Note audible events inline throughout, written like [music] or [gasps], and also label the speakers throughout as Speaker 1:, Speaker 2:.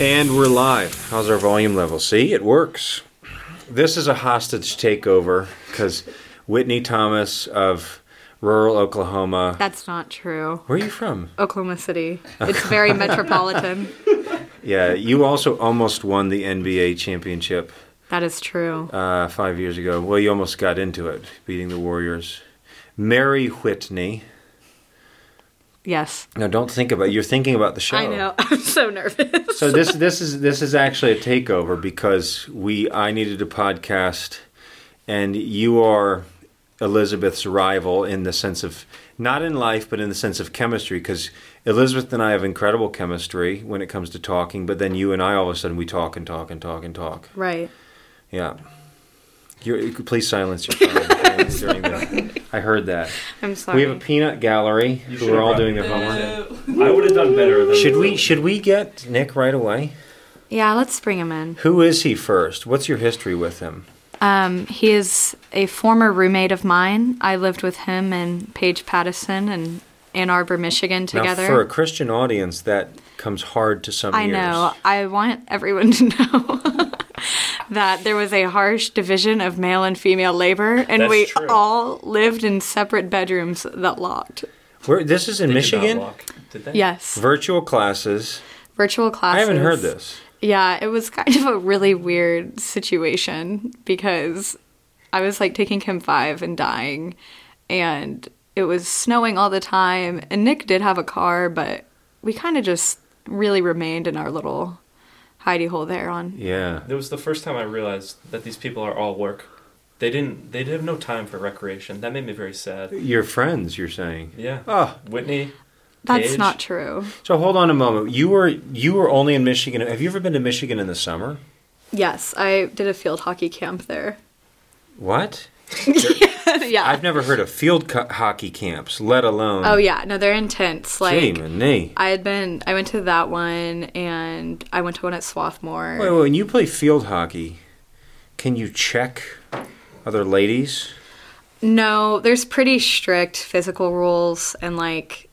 Speaker 1: And we're live. How's our volume level? See, it works. This is a hostage takeover because Whitney Thomas of rural Oklahoma.
Speaker 2: That's not true.
Speaker 1: Where are you from?
Speaker 2: Oklahoma City. It's
Speaker 1: [laughs]
Speaker 2: very metropolitan.
Speaker 1: Yeah, you also almost won the NBA championship
Speaker 2: That is true.
Speaker 1: uh, five years ago. Well, you almost got into it, beating the Warriors. Mary Whitney.
Speaker 2: Yes.
Speaker 1: No, don't think about. You're thinking about the show.
Speaker 2: I know. [laughs] I'm so nervous. [laughs]
Speaker 1: So this this is this is actually a takeover because we I needed a podcast, and you are Elizabeth's rival in the sense of not in life but in the sense of chemistry because Elizabeth and I have incredible chemistry when it comes to talking, but then you and I all of a sudden we talk and talk and talk and talk.
Speaker 2: Right.
Speaker 1: Yeah. You're, you could please silence your phone during the, I heard that.
Speaker 2: I'm
Speaker 1: We
Speaker 2: sorry.
Speaker 1: have a peanut gallery who
Speaker 3: should've
Speaker 1: are all
Speaker 3: brought-
Speaker 1: doing their homework.
Speaker 3: I would have done better. Than
Speaker 1: Should we should we get Nick right away?
Speaker 2: yeah, let's bring him in.
Speaker 1: Who is he first? What's your history with him?
Speaker 2: Um, he is a former roommate of mine. I lived with him and Paige Pattison in Ann Arbor, Michigan
Speaker 1: Now, for
Speaker 2: together.
Speaker 1: a Christian audience, that comes hard to some
Speaker 2: I
Speaker 1: ears.
Speaker 2: know. I want everyone to [laughs] know that there was a harsh division of male and female labor, and
Speaker 3: That's
Speaker 2: we
Speaker 3: true.
Speaker 2: all lived in separate bedrooms that locked.
Speaker 1: Where, this is in Michigan.
Speaker 3: Did they?
Speaker 2: Yes.
Speaker 1: Virtual classes.
Speaker 2: Virtual
Speaker 1: I
Speaker 2: classes.
Speaker 1: haven't heard this.
Speaker 2: Yeah, it was kind of a really weird situation because I was like taking Chem 5 and dying, and it was snowing all the time. And Nick did have a car, but we kind of just really remained in our little hidey hole there on.
Speaker 1: Yeah.
Speaker 3: It was the first time I realized that these people are all work. They didn't. They have no time for recreation. That made me very sad.
Speaker 1: Your friends, you're saying.
Speaker 3: Yeah.
Speaker 1: Oh,
Speaker 3: Whitney.
Speaker 2: That's
Speaker 3: Paige?
Speaker 2: not true.
Speaker 1: so hold on a moment. You were you were only in Michigan. Have you ever been to Michigan in the summer?
Speaker 2: Yes, I did a field hockey camp there.
Speaker 1: What?
Speaker 2: [laughs] yeah.
Speaker 1: I've never heard of field co- hockey camps, let alone.
Speaker 2: oh, yeah. No, they're intense. Like,
Speaker 1: Gee, my knee.
Speaker 2: I had been, I went to that one and I went to one at Swarthmore.
Speaker 1: Wait, wait, when you play field hockey, can you check other ladies?
Speaker 2: No, there's pretty strict physical rules and like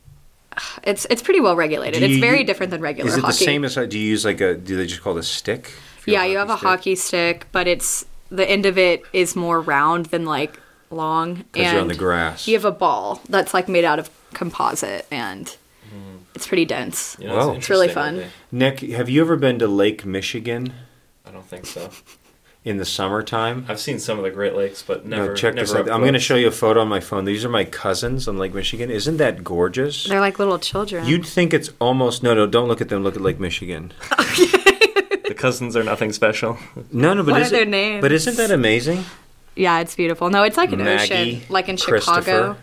Speaker 2: it's it's pretty well regulated.
Speaker 1: Do
Speaker 2: It's
Speaker 1: you-
Speaker 2: very different than regular
Speaker 1: Is it
Speaker 2: hockey.
Speaker 1: the same as uh, do you use like a do they just call it a stick? Field
Speaker 2: yeah, you have a
Speaker 1: stick?
Speaker 2: hockey stick, but it's the end of it is more round than like long
Speaker 1: 'Cause
Speaker 2: and
Speaker 1: you're on the grass.
Speaker 2: you have a ball that's like made out of composite and it's pretty dense.
Speaker 3: Mm-hmm. You know, it's,
Speaker 1: Wow.
Speaker 2: It's really
Speaker 3: interesting that
Speaker 2: fun.
Speaker 1: Nick, have you ever been to Lake Michigan
Speaker 3: they- I don't think so.
Speaker 1: in the summertime?
Speaker 3: I've seen some of the Great Lakes, but
Speaker 1: No,
Speaker 3: never.
Speaker 1: check
Speaker 3: never
Speaker 1: this out.
Speaker 3: up
Speaker 1: I'm going to
Speaker 3: close.
Speaker 1: show you a photo on my phone. These are my cousins on Lake Michigan. Isn't that gorgeous?
Speaker 2: They're like little children.
Speaker 1: You'd think it's almost no, no. Don't look at them. Look at Lake Michigan.
Speaker 3: The cousins are nothing special.
Speaker 1: No, no. But
Speaker 2: What
Speaker 1: is
Speaker 2: are their
Speaker 1: it-
Speaker 2: names?
Speaker 1: But isn't that amazing?
Speaker 2: yeah, it's beautiful. No, it's like an
Speaker 1: Maggie,
Speaker 2: ocean. Like in
Speaker 1: Christopher.
Speaker 2: Chicago.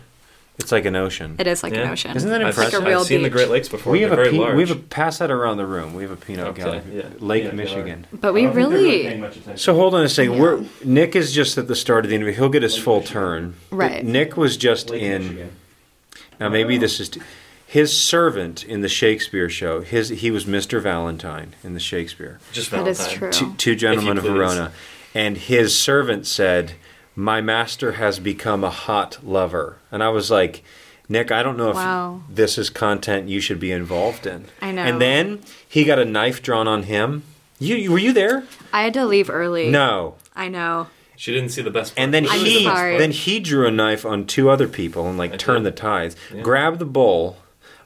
Speaker 1: It's like an ocean.
Speaker 2: It is like an
Speaker 3: Yeah.
Speaker 2: ocean.
Speaker 1: Isn't that
Speaker 3: I've,
Speaker 1: impressive?
Speaker 2: Like a real
Speaker 3: I've seen the
Speaker 2: beach.
Speaker 3: Great Lakes before.
Speaker 1: we have
Speaker 3: They're
Speaker 1: a
Speaker 3: very
Speaker 1: pe-
Speaker 3: large.
Speaker 1: we have a pass that around the room. We have a Pinot
Speaker 3: Okay,
Speaker 1: Gallery.
Speaker 3: yeah.
Speaker 1: Lake
Speaker 3: Yeah,
Speaker 1: Michigan.
Speaker 2: but we really
Speaker 1: So hold on a second.
Speaker 2: Yeah.
Speaker 1: We're Nick is just at the start of the interview. He'll get his full turn.
Speaker 2: Right.
Speaker 1: Nick was just in. Now maybe this is t- his servant in the Shakespeare show. His he was Mr. Valentine in the Shakespeare.
Speaker 3: just
Speaker 2: That is
Speaker 3: Valentine.
Speaker 2: true.
Speaker 1: Two, two gentlemen of
Speaker 3: If you please.
Speaker 1: Verona, and his servant said, "My master has become a hot lover," and I was like. Nick, I don't know if
Speaker 2: Wow.
Speaker 1: this is content you should be involved in.
Speaker 2: I know.
Speaker 1: And then he got a knife drawn on him. You, you were you there?
Speaker 2: I had to leave early.
Speaker 1: No.
Speaker 2: I know.
Speaker 3: She didn't see the best. Part.
Speaker 1: And then
Speaker 2: I'm
Speaker 1: he
Speaker 2: sorry.
Speaker 1: then he drew a knife on two other people and like
Speaker 3: I
Speaker 1: turned
Speaker 3: did.
Speaker 1: the tides, grabbed the bull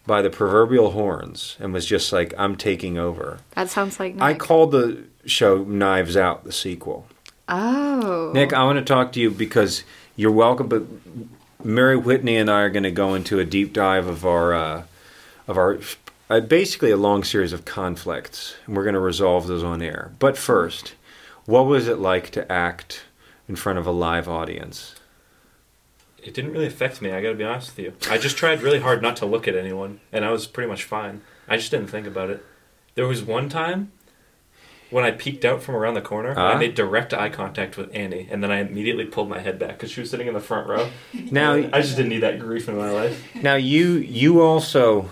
Speaker 1: by the proverbial horns, and was just like, "I'm taking over."
Speaker 2: That sounds like Nick.
Speaker 1: I called the show "Knives Out," the sequel.
Speaker 2: Oh.
Speaker 1: Nick, I want to talk to you because you're welcome, but Mary Whitney and I are going to go into a deep dive of our uh, of our uh, basically a long series of conflicts, and we're going to resolve those on air. But first, what was it like to act in front of a live audience?
Speaker 3: it didn't really affect me. I got to be honest with you. I just tried really hard not to look at anyone, and I was pretty much fine. I just didn't think about it. There was one time when I peeked out from around the corner, and
Speaker 1: Ah.
Speaker 3: I made direct eye contact with Annie, and then I immediately pulled my head back because she was sitting in the front row.
Speaker 1: [laughs] Now,
Speaker 3: I just didn't need that grief in my life.
Speaker 1: now you you also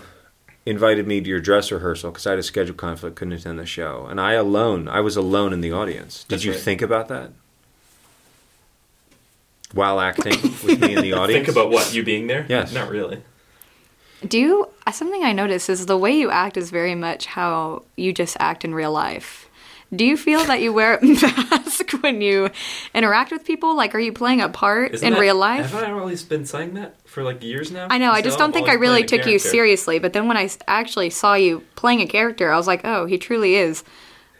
Speaker 1: invited me to your dress rehearsal because I had a schedule conflict, couldn't attend the show, and I alone I was alone in the audience. Did
Speaker 3: That's
Speaker 1: you
Speaker 3: right.
Speaker 1: think about that while acting with me in the audience?
Speaker 3: [laughs] Think about what you being there.
Speaker 1: Yes.
Speaker 3: not really.
Speaker 2: Do you uh, something I notice is the way you act is very much how you just act in real life. Do you feel that you wear a [laughs] mask when you interact with people? Like, are you playing a part
Speaker 3: Isn't
Speaker 2: in
Speaker 3: that-
Speaker 2: real life?
Speaker 3: Have I always been saying that for like years now?
Speaker 2: I know. I
Speaker 3: So
Speaker 2: just don't
Speaker 3: I'm
Speaker 2: think I
Speaker 3: always
Speaker 2: really
Speaker 3: playing a
Speaker 2: took you
Speaker 3: character.
Speaker 2: seriously. But then when I s- actually saw you playing a character, I was like, oh, he truly is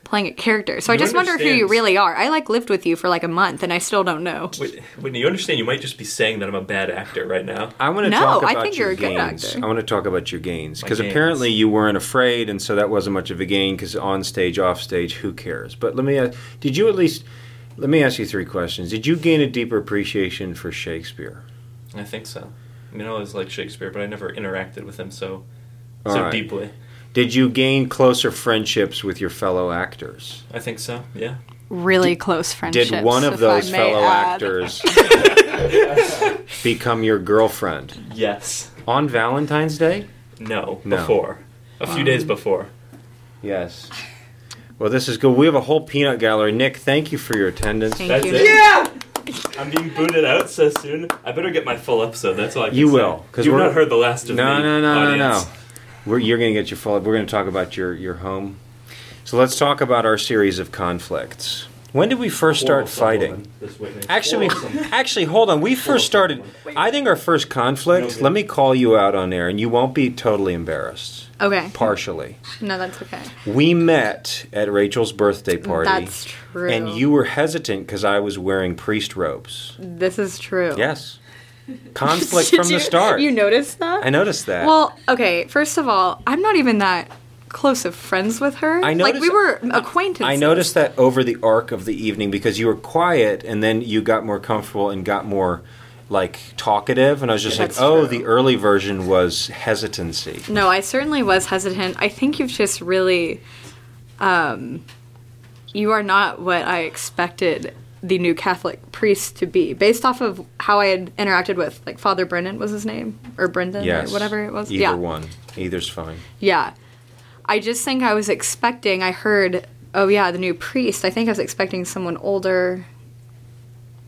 Speaker 2: playing a character. So I
Speaker 3: He
Speaker 2: just wonder who you
Speaker 3: understands.
Speaker 2: really are. I like lived with you for like a month, and I still don't know.
Speaker 3: Whit- Whitney, you understand you might just be saying that I'm a bad actor right now.
Speaker 1: I want to
Speaker 2: No,
Speaker 1: talk
Speaker 2: I
Speaker 1: about
Speaker 2: think
Speaker 1: your
Speaker 2: you're a good
Speaker 1: gains.
Speaker 2: actor.
Speaker 1: I want to talk about your gains because
Speaker 3: gains.
Speaker 1: apparently you weren't afraid, and so that wasn't much of a gain because on stage, off stage, who cares? But let me ask: Did you at least? Let me ask you three questions. Did you gain a deeper appreciation for Shakespeare?
Speaker 3: I think so. I mean, I always liked Shakespeare, but I never interacted with him so
Speaker 1: All
Speaker 3: so
Speaker 1: right.
Speaker 3: deeply.
Speaker 1: Did you gain closer friendships with your fellow actors?
Speaker 3: I think so. Yeah.
Speaker 2: Really close friendships.
Speaker 1: Did one of
Speaker 2: if
Speaker 1: those
Speaker 2: I may
Speaker 1: fellow
Speaker 2: add.
Speaker 1: actors
Speaker 2: [laughs]
Speaker 1: become your girlfriend
Speaker 3: Yes.
Speaker 1: on Valentine's Day?
Speaker 3: No.
Speaker 1: No.
Speaker 3: Before. A few days before.
Speaker 1: Yes. Well, this is good. We have a whole peanut gallery. Nick, thank you for your attendance.
Speaker 2: Thank
Speaker 3: That's
Speaker 2: you.
Speaker 3: it.
Speaker 4: Yeah!
Speaker 3: I'm being booted out so soon. I better get my full episode. That's all I can
Speaker 1: You
Speaker 3: say.
Speaker 1: will, 'cause
Speaker 3: You've
Speaker 1: we're-
Speaker 3: not heard the last of
Speaker 1: No,
Speaker 3: me.
Speaker 1: no, no, no, no.
Speaker 3: audience.
Speaker 1: We're, you're going to get your full. We're going to talk about your your home. So let's talk about our series of conflicts. When did we first start
Speaker 3: Quarrelsome
Speaker 1: fighting?
Speaker 3: woman, this Whitney.
Speaker 1: Actually,
Speaker 3: Quarrelsome.
Speaker 1: we, actually, hold on. We first started. I think our first conflict.
Speaker 3: Okay.
Speaker 1: Let me call you out on air, and you won't be totally embarrassed.
Speaker 2: Okay.
Speaker 1: Partially,
Speaker 2: No, that's okay.
Speaker 1: we met at Rachel's birthday party,
Speaker 2: That's true.
Speaker 1: and you were hesitant because I was wearing priest robes.
Speaker 2: This is true. [laughs]
Speaker 1: Yes, conflict from
Speaker 2: Did
Speaker 1: the
Speaker 2: you-
Speaker 1: start.
Speaker 2: You noticed that?
Speaker 1: I noticed that.
Speaker 2: Well, okay. First of all, I'm not even that close of friends with her.
Speaker 1: I
Speaker 2: like we
Speaker 1: noticed-
Speaker 2: were acquaintances.
Speaker 1: I noticed that over the arc of the evening because you were quiet and then you got more comfortable and got more like talkative and I was just
Speaker 2: That's
Speaker 1: like, "Oh,
Speaker 2: true.
Speaker 1: the early version was hesitancy."
Speaker 2: No, I certainly was hesitant. I think you've just really, um, you are not what I expected the new Catholic priest to be, based off of how I had interacted with like Father Brennan was his name or Brendan
Speaker 1: Yes.
Speaker 2: or whatever it was.
Speaker 1: Either
Speaker 2: yeah,
Speaker 1: one. Either's fine.
Speaker 2: yeah. I just think I was expecting. I heard, oh yeah, the new priest. I think I was expecting someone older.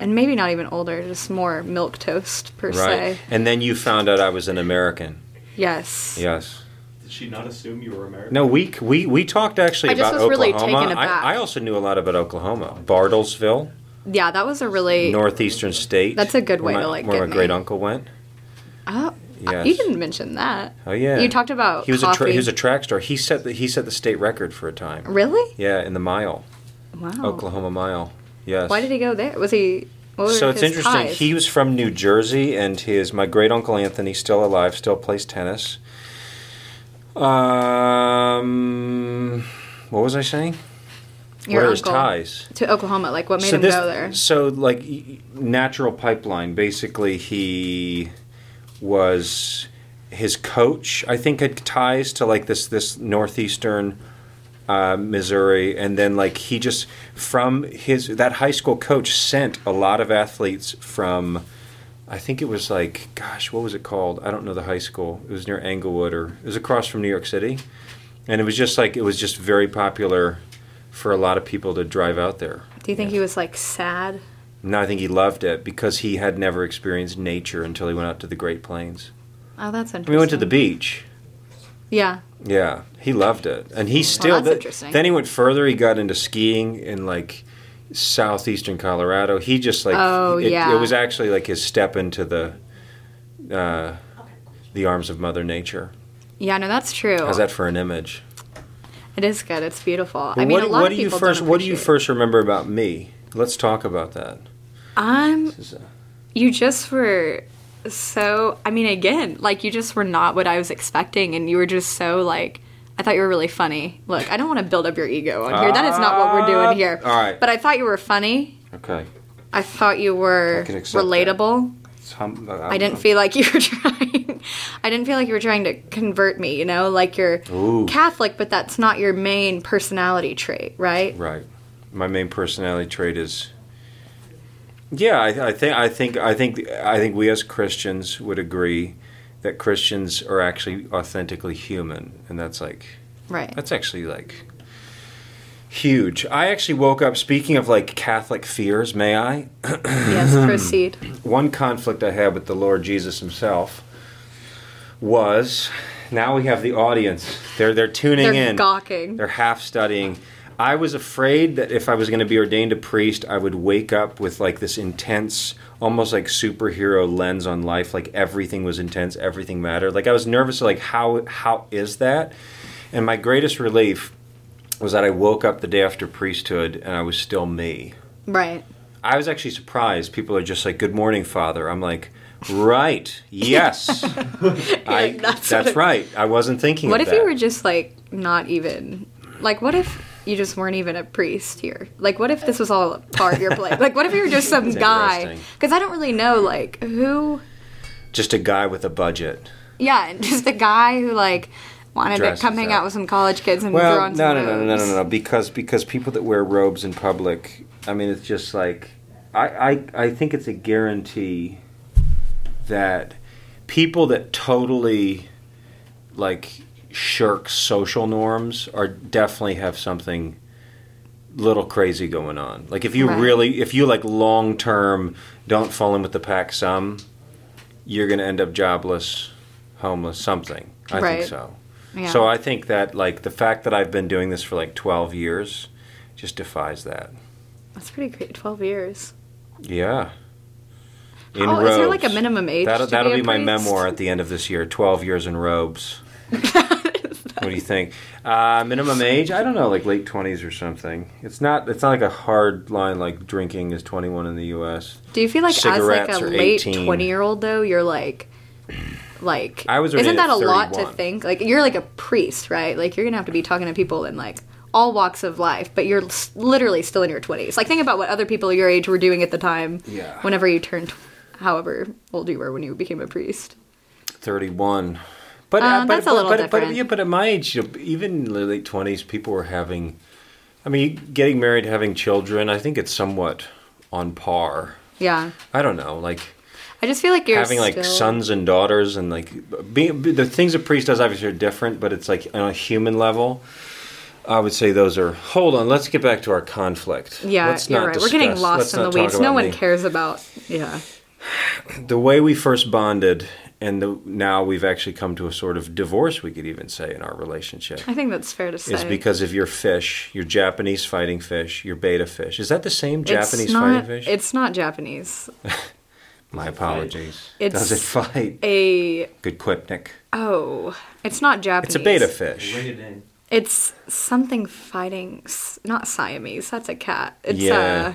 Speaker 2: And maybe not even older, just more milk toast per
Speaker 1: Right.
Speaker 2: se.
Speaker 1: And then you found out I was an American.
Speaker 2: Yes.
Speaker 1: Yes.
Speaker 3: Did she not assume you were American?
Speaker 1: No, we we we talked actually
Speaker 2: I just
Speaker 1: about
Speaker 2: was really
Speaker 1: Oklahoma.
Speaker 2: taken aback.
Speaker 1: I, I also knew a lot about Oklahoma. Bartlesville,
Speaker 2: Yeah, that was a really
Speaker 1: northeastern state.
Speaker 2: That's a good way
Speaker 1: where my,
Speaker 2: to, like,
Speaker 1: where
Speaker 2: get
Speaker 1: my
Speaker 2: me.
Speaker 1: great uncle went.
Speaker 2: Oh,
Speaker 1: Yes.
Speaker 2: you didn't mention that.
Speaker 1: Oh yeah.
Speaker 2: You talked about
Speaker 1: He was a
Speaker 2: coffee. Oh.
Speaker 1: tra- he was a track star. He set the he set the state record for a time.
Speaker 2: really?
Speaker 1: Yeah, in the mile.
Speaker 2: Wow.
Speaker 1: Oklahoma Mile. Yes.
Speaker 2: Oh. Why did he go there? Was he? What were
Speaker 1: so it's
Speaker 2: his
Speaker 1: interesting.
Speaker 2: ties?
Speaker 1: He was from New Jersey, and his my great uncle Anthony, still alive, still plays tennis. Um, what was I saying?
Speaker 2: Your
Speaker 1: what are his
Speaker 2: uncle.
Speaker 1: ties?
Speaker 2: to Oklahoma. Like, what made
Speaker 1: so
Speaker 2: him go there?
Speaker 1: So like y- y- natural pipeline. Basically, he was his coach. I think had ties to like this this northeastern uh, Missouri, and then like he just from his that high school coach sent a lot of athletes from. I think it was like, gosh, what was it called? I don't know the high school. It was near Englewood, or it was across from New York City, and it was just like it was just very popular for a lot of people to drive out there.
Speaker 2: Do you think he was like sad?
Speaker 1: No, I think he loved it because he had never experienced nature until he went out to the Great Plains.
Speaker 2: Oh, that's interesting.
Speaker 1: We went to the beach.
Speaker 2: Yeah.
Speaker 1: Yeah, he loved it, and he still.
Speaker 2: that's
Speaker 1: th-
Speaker 2: interesting.
Speaker 1: Then he went further. He got into skiing in like southeastern Colorado. He just like
Speaker 2: Oh,
Speaker 1: it,
Speaker 2: yeah.
Speaker 1: it was actually like his step into the uh, the arms of Mother Nature.
Speaker 2: Yeah, no, that's true.
Speaker 1: How's that for an image?
Speaker 2: It is good. It's beautiful. I
Speaker 1: Well,
Speaker 2: mean,
Speaker 1: what,
Speaker 2: a lot
Speaker 1: what
Speaker 2: of
Speaker 1: do you
Speaker 2: people
Speaker 1: first?
Speaker 2: don't
Speaker 1: What do you
Speaker 2: appreciate
Speaker 1: first remember about me? Let's talk about that.
Speaker 2: it. I'm
Speaker 1: This is a-
Speaker 2: Um, you just were so i mean again like you just were not what i was expecting and you were just so like i thought you were really funny look i don't want to build up your ego on here that is not what we're doing here
Speaker 1: Ah, all right.
Speaker 2: but i thought you were funny
Speaker 1: okay.
Speaker 2: i thought you were
Speaker 1: I can accept that. Uh-huh.
Speaker 2: relatable
Speaker 1: It's hum- uh,
Speaker 2: i didn't feel like [laughs] you were trying i didn't feel like you were trying to convert me you know like you're
Speaker 1: Ooh.
Speaker 2: catholic but that's not your main personality trait right
Speaker 1: Right. My main personality trait is. Yeah, I, I think I think I think I think we as Christians would agree that Christians are actually authentically human, and that's like
Speaker 2: right
Speaker 1: that's actually like huge. I actually woke up speaking of like Catholic fears. May I?
Speaker 2: yes proceed
Speaker 1: One conflict I had with the Lord Jesus Himself was now we have the audience. They're they're tuning
Speaker 2: They're
Speaker 1: in.
Speaker 2: gawking.
Speaker 1: They're half studying. I was afraid that if I was going to be ordained a priest, I would wake up with like this intense, almost like superhero lens on life. Like everything was intense, everything mattered. Like I was nervous, like how how is that? And my greatest relief was that I woke up the day after priesthood and I was still me.
Speaker 2: Right.
Speaker 1: I was actually surprised. People are just like, "Good morning, Father." I'm like, "Right,
Speaker 2: [laughs]
Speaker 1: yes, I,
Speaker 2: [laughs] like,
Speaker 1: that's,
Speaker 2: that's what it-
Speaker 1: right." I wasn't thinking.
Speaker 2: What
Speaker 1: of
Speaker 2: if you
Speaker 1: that.
Speaker 2: were just like not even like what if you just weren't even a priest here? Like what if this was all a part of your play? Like what if you were
Speaker 1: [laughs]
Speaker 2: just some
Speaker 1: That's
Speaker 2: guy?
Speaker 1: interesting.
Speaker 2: Cuz I don't really know like who
Speaker 1: just a guy with a budget?
Speaker 2: yeah, [laughs] and just a guy who like wanted
Speaker 1: Dresses
Speaker 2: to come hang
Speaker 1: up.
Speaker 2: out with some college kids and throw
Speaker 1: Well,
Speaker 2: on
Speaker 1: no, no,
Speaker 2: some
Speaker 1: no, no, no,
Speaker 2: robes.
Speaker 1: no, no, because because people that wear robes in public, I mean, it's just like I I, I think it's a guarantee that people that totally like shirk social norms are definitely have something little crazy going on. Like if you
Speaker 2: Right.
Speaker 1: really if you like long term don't fall in with the pack some, you're gonna end up jobless, homeless, something. I
Speaker 2: Right.
Speaker 1: think so.
Speaker 2: Yeah.
Speaker 1: So I think that like the fact that I've been doing this for like twelve years just defies that.
Speaker 2: That's pretty great. 12 years.
Speaker 1: Yeah. In
Speaker 2: oh, is there like a
Speaker 1: robes.
Speaker 2: minimum age?
Speaker 1: That'll,
Speaker 2: to
Speaker 1: that'll
Speaker 2: be,
Speaker 1: be,
Speaker 2: a
Speaker 1: my
Speaker 2: priest?
Speaker 1: memoir at the end of this year. Twelve years in
Speaker 2: [laughs]
Speaker 1: robes. what do you think? Uh, minimum age? I don't know, like late twenties or something. It's not. It's not like a hard line like drinking is twenty one in the U.S.
Speaker 2: Do you feel like as like
Speaker 1: Cigarettes
Speaker 2: a
Speaker 1: are
Speaker 2: late
Speaker 1: 18.
Speaker 2: 20 year old though, you're like like
Speaker 1: I was
Speaker 2: isn't
Speaker 1: ordained
Speaker 2: that
Speaker 1: at
Speaker 2: a lot to
Speaker 1: 31.
Speaker 2: think? Like you're like a priest, right? Like you're going to have to be talking to people in like all walks of life, but you're s- literally still in your 20s. Like think about what other people your age were doing at the time
Speaker 1: Yeah.
Speaker 2: whenever you turned however old you were when you became a priest.
Speaker 1: Thirty one. But,
Speaker 2: Uh,
Speaker 1: but
Speaker 2: that's a
Speaker 1: but-
Speaker 2: little
Speaker 1: but,
Speaker 2: different.
Speaker 1: But, yeah, but at my age, you know, even in the late twenties, people were having. I mean, getting married, having children. I think it's somewhat on par.
Speaker 2: Yeah.
Speaker 1: I don't know, like.
Speaker 2: I just feel like you're
Speaker 1: having like
Speaker 2: still-
Speaker 1: sons and daughters and like being, the things a priest does obviously are different but it's like on a human level i would say those are hold on let's get back to our conflict
Speaker 2: Yeah,
Speaker 1: Let's
Speaker 2: you're
Speaker 1: not
Speaker 2: right. We're getting
Speaker 1: discuss-
Speaker 2: lost
Speaker 1: let's
Speaker 2: in the
Speaker 1: not talk
Speaker 2: weeds. No
Speaker 1: about
Speaker 2: one
Speaker 1: me.
Speaker 2: cares about yeah.
Speaker 1: the way we first bonded and the, now we've actually come to a sort of divorce we could even say in our relationship
Speaker 2: I think that's fair to say.
Speaker 1: is because of your fish your japanese fighting fish your beta fish is that the same japanese
Speaker 2: it's not,
Speaker 1: fighting fish
Speaker 2: It's not Japanese.
Speaker 1: my apologies
Speaker 2: It's-
Speaker 1: does it fight
Speaker 2: A
Speaker 1: good quipnik
Speaker 2: oh, it's not Japanese.
Speaker 1: it's a beta fish
Speaker 3: Rein it in.
Speaker 2: It's something fighting, s- not Siamese. That's a cat. It's
Speaker 1: Yeah.
Speaker 2: uh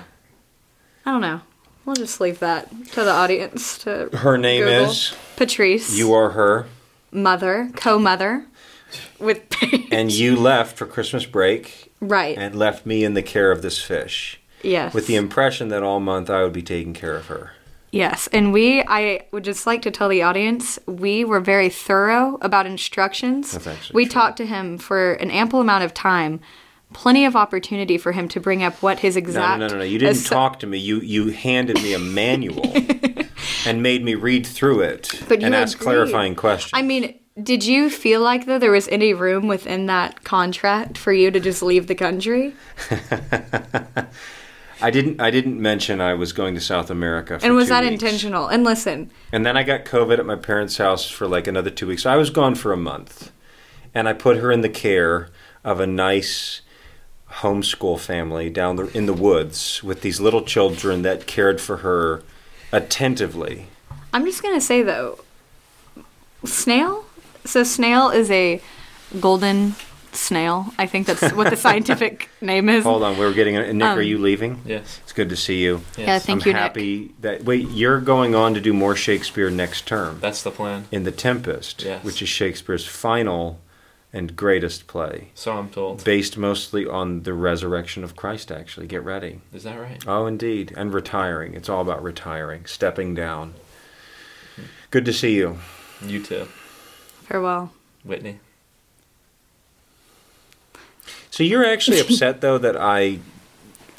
Speaker 2: I don't know. We'll just leave that to the audience to.
Speaker 1: Her name
Speaker 2: Google.
Speaker 1: is-
Speaker 2: Patrice.
Speaker 1: you are her
Speaker 2: mother, co-mother, with [laughs]
Speaker 1: and you left for Christmas break
Speaker 2: right.
Speaker 1: and left me in the care of this fish
Speaker 2: yes.
Speaker 1: with the impression that all month I would be taking care of her.
Speaker 2: Yes, and we, I would just like to tell the audience, we were very thorough about instructions.
Speaker 1: That's actually
Speaker 2: we
Speaker 1: true.
Speaker 2: talked to him for an ample amount of time, plenty of opportunity for him to bring up what his
Speaker 1: No, no,
Speaker 2: exact.
Speaker 1: no, no, no. You didn't
Speaker 2: ass-
Speaker 1: talk to me. You you handed me a
Speaker 2: [laughs]
Speaker 1: manual and made me read through it
Speaker 2: But you
Speaker 1: and ask
Speaker 2: agreed.
Speaker 1: clarifying questions.
Speaker 2: I mean, did you feel like though there was any room within that contract for you to just leave the country?
Speaker 1: I didn't I didn't mention I was going to South America. For
Speaker 2: And was
Speaker 1: two
Speaker 2: that
Speaker 1: weeks.
Speaker 2: intentional? And listen,
Speaker 1: And then I got COVID at my parents' house for like another two weeks. I was gone for a month. And I put her in the care of a nice homeschool family down the, in the woods with these little children that cared for her attentively.
Speaker 2: I'm just gonna say though, snail. So snail is a golden snail. I think that's
Speaker 1: [laughs]
Speaker 2: what the scientific name is.
Speaker 1: Hold on, we were getting. Nick,
Speaker 2: Um,
Speaker 1: are you leaving?
Speaker 3: Yes.
Speaker 1: It's good to see you.
Speaker 3: yes.
Speaker 2: Yeah, thank
Speaker 1: I'm
Speaker 2: you, Nick.
Speaker 1: happy that. Wait, you're going on to do more Shakespeare next term
Speaker 3: That's the plan.
Speaker 1: in The Tempest,
Speaker 3: Yes.
Speaker 1: which is Shakespeare's final and greatest play.
Speaker 3: So I'm told.
Speaker 1: based mostly on the resurrection of Christ, actually. Get ready.
Speaker 3: Is that right?
Speaker 1: Oh, indeed. And retiring. It's all about retiring, stepping down. Good to see you.
Speaker 3: You too,
Speaker 2: Farewell.
Speaker 3: Whitney.
Speaker 1: So you're
Speaker 2: [laughs]
Speaker 1: actually upset, though, that I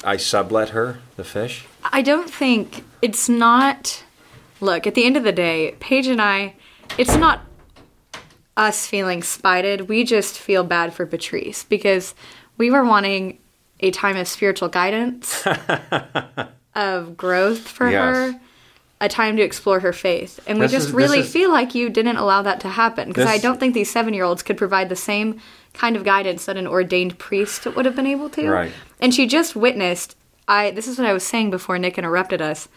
Speaker 1: I sublet her, the fish?
Speaker 2: I don't think it's not. Look, at the end of the day, Paige and I, it's not us feeling spited. We just feel bad for Patrice because we were wanting
Speaker 1: [laughs]
Speaker 2: a time of spiritual guidance, of growth for
Speaker 1: Yes.
Speaker 2: her, a time to explore her faith. And we
Speaker 1: This
Speaker 2: just
Speaker 1: is- this
Speaker 2: really
Speaker 1: is-
Speaker 2: feel like you didn't allow that to happen because I
Speaker 1: This-
Speaker 2: don't think these seven year olds could provide the same kind of guidance that an ordained priest would have been able to.
Speaker 1: Right.
Speaker 2: And she just witnessed I this is what I was saying before Nick interrupted us.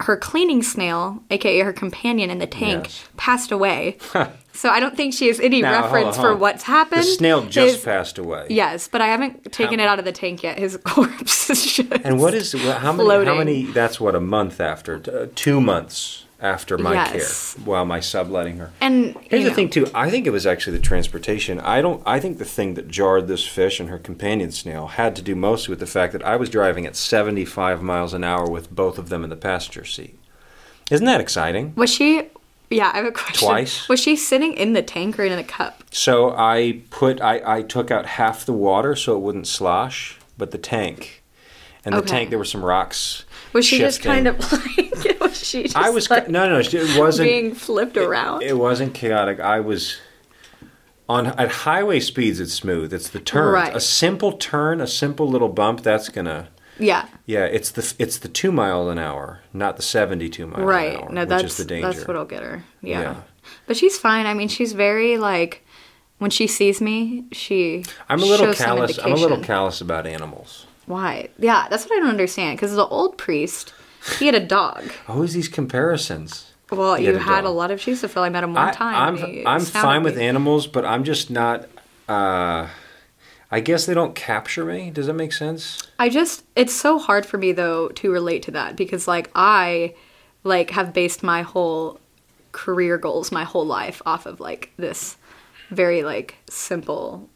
Speaker 2: Her cleaning snail, aka her companion in the tank,
Speaker 1: Yes.
Speaker 2: passed away.
Speaker 1: [laughs]
Speaker 2: so I don't think she has any
Speaker 1: Now, hold on,
Speaker 2: reference
Speaker 1: hold
Speaker 2: for
Speaker 1: on.
Speaker 2: what's happened.
Speaker 1: The snail just
Speaker 2: His-
Speaker 1: passed away.
Speaker 2: Yes, but I haven't taken
Speaker 1: How-
Speaker 2: it out of the tank yet. His [laughs] corpse is just
Speaker 1: And what is wha- how many? How
Speaker 2: Floating.
Speaker 1: many? That's what a month after, t- uh, two months after my
Speaker 2: Yes.
Speaker 1: care, while my subletting her.
Speaker 2: and
Speaker 1: Here's
Speaker 2: you
Speaker 1: the
Speaker 2: know,
Speaker 1: thing too. I think it was actually the transportation. I don't. I think the thing that jarred this fish and her companion snail had to do mostly with the fact that I was driving at 75 miles an hour with both of them in the passenger seat. Isn't that exciting?
Speaker 2: Was she? Yeah, I have a question.
Speaker 1: Twice?
Speaker 2: Was she sitting in the tank or in a cup?
Speaker 1: So I put I, I took out half the water so it wouldn't slosh, but the tank. And the
Speaker 2: Okay.
Speaker 1: tank there were some rocks.
Speaker 2: Was she just
Speaker 1: shifting.
Speaker 2: kind of [laughs] like? was she just
Speaker 1: I was
Speaker 2: like
Speaker 1: no no it wasn't
Speaker 2: being flipped around?
Speaker 1: It wasn't chaotic. I was on at highway speeds. It's smooth. It's the turn.
Speaker 2: Right.
Speaker 1: A simple turn, a simple little bump. That's gonna.
Speaker 2: yeah.
Speaker 1: Yeah, it's the it's the two mile an hour, not the seventy-two mile
Speaker 2: Right.
Speaker 1: an hour,
Speaker 2: no,
Speaker 1: which
Speaker 2: that's
Speaker 1: is the danger.
Speaker 2: that's what'll get her. Yeah.
Speaker 1: Yeah.
Speaker 2: But she's fine. I mean, she's very like. When she sees me, she
Speaker 1: I'm a little
Speaker 2: shows some
Speaker 1: callous. I'm a little
Speaker 2: indication.
Speaker 1: callous about animals.
Speaker 2: Why? Yeah, that's what I don't understand. Because the old priest, he had a dog.
Speaker 1: Always Oh, these comparisons.
Speaker 2: Well,
Speaker 1: He
Speaker 2: you
Speaker 1: a
Speaker 2: had a
Speaker 1: dog.
Speaker 2: lot of Jusafil. I met him one
Speaker 1: I,
Speaker 2: time. and he
Speaker 1: I'm I'm
Speaker 2: astounded
Speaker 1: fine with
Speaker 2: me.
Speaker 1: animals, but I'm just not. Uh, I guess they don't capture me. Does that make sense?
Speaker 2: I just it's so hard for me though to relate to that because like I like have based my whole career goals my whole life off of like this very like simple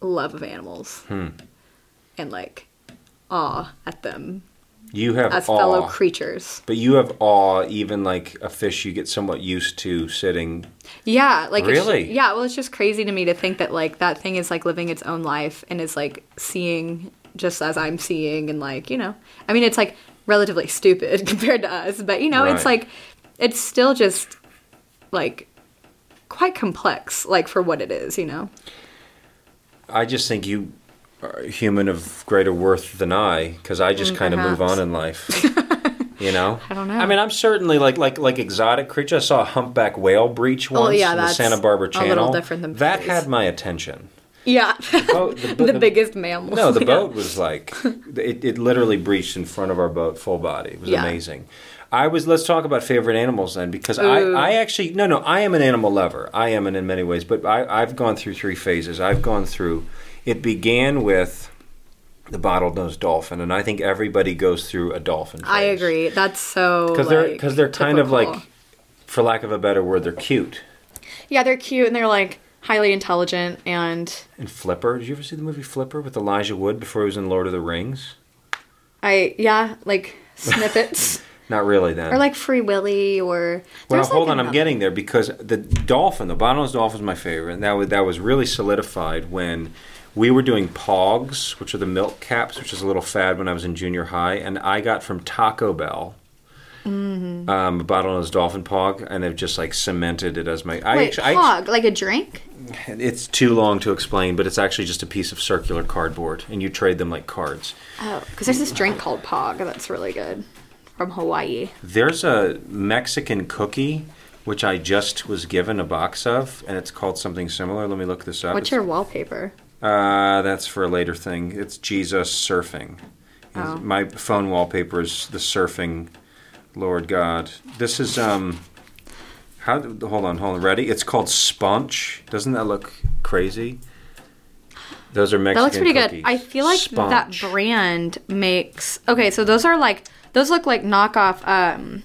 Speaker 2: love of animals and like awe at them
Speaker 1: You have
Speaker 2: as
Speaker 1: awe.
Speaker 2: fellow creatures.
Speaker 1: But you have awe, even like a fish you get somewhat used to sitting.
Speaker 2: Yeah, like it's-
Speaker 1: Really?
Speaker 2: yeah, well, it's just crazy to me to think that like that thing is like living its own life and is like seeing just as I'm seeing and like you know, I mean, it's like relatively stupid [laughs] compared to us, but you know, it's
Speaker 1: Right.
Speaker 2: like it's still just like quite complex, like for what it is, you know.
Speaker 1: I just think you are a human of greater worth than I, because I just kind of move
Speaker 2: Mm, perhaps.
Speaker 1: on in life.
Speaker 2: [laughs]
Speaker 1: you know.
Speaker 2: I don't know.
Speaker 1: I mean, I'm certainly like like like exotic creature. I saw a humpback whale breach once
Speaker 2: Oh, yeah,
Speaker 1: in the
Speaker 2: that's
Speaker 1: Santa Barbara
Speaker 2: a little
Speaker 1: Channel.
Speaker 2: different than
Speaker 1: that
Speaker 2: fishes.
Speaker 1: had my attention.
Speaker 2: Yeah, [laughs]
Speaker 1: Boat, the, bo-
Speaker 2: the biggest [laughs] mammal.
Speaker 1: No, the
Speaker 2: Yeah.
Speaker 1: boat was like it, it literally breached in front of our boat full body. It was
Speaker 2: Yeah.
Speaker 1: amazing. I was let's talk about favorite animals then because I,
Speaker 2: Ooh.
Speaker 1: I actually no no I am an animal lover. I am in, in many ways, but I, I've gone through three phases. I've gone through it began with the bottlenose dolphin, and I think everybody goes through a dolphin phase.
Speaker 2: I agree. That's so
Speaker 1: Because they're
Speaker 2: like,
Speaker 1: because they're kind of like
Speaker 2: typical.
Speaker 1: for lack of a better word, they're cute.
Speaker 2: yeah, they're cute and they're like highly intelligent and
Speaker 1: And Flipper, did you ever see the movie Flipper with Elijah Wood before he was in Lord of the Rings?
Speaker 2: I yeah like
Speaker 1: [laughs]
Speaker 2: snippets.
Speaker 1: Not really then.
Speaker 2: or like Free Willy, or
Speaker 1: Well,
Speaker 2: there's, like,
Speaker 1: hold on, I'm
Speaker 2: another-
Speaker 1: getting there because the dolphin, the bottlenose dolphin, is my favorite, and that was that was really solidified when we were doing pogs, which are the milk caps, which is a little fad when I was in junior high, and I got from Taco Bell.
Speaker 2: Mm-hmm.
Speaker 1: Um, a bottlenose dolphin pog, and I've just like cemented it as my. I
Speaker 2: Wait,
Speaker 1: actu- I
Speaker 2: hog like a drink?
Speaker 1: actu- it's too long to explain, but it's actually just a piece of circular cardboard, and you trade them like cards.
Speaker 2: Oh, because there's this drink called Pog that's really good from Hawaii.
Speaker 1: There's a Mexican cookie which I just was given a box of, and it's called something similar. Let me look this up.
Speaker 2: What's your wallpaper?
Speaker 1: Uh, that's for a later thing. It's Jesus surfing.
Speaker 2: Oh.
Speaker 1: My phone wallpaper is the surfing Lord God. This is um. How? Hold on, hold on. Ready? It's called sponge. Doesn't that look crazy? Those are
Speaker 2: That
Speaker 1: Mexican.
Speaker 2: looks pretty
Speaker 1: cookies.
Speaker 2: good. I feel like
Speaker 1: Sponge.
Speaker 2: that brand makes okay. So those are like those look like knockoff. um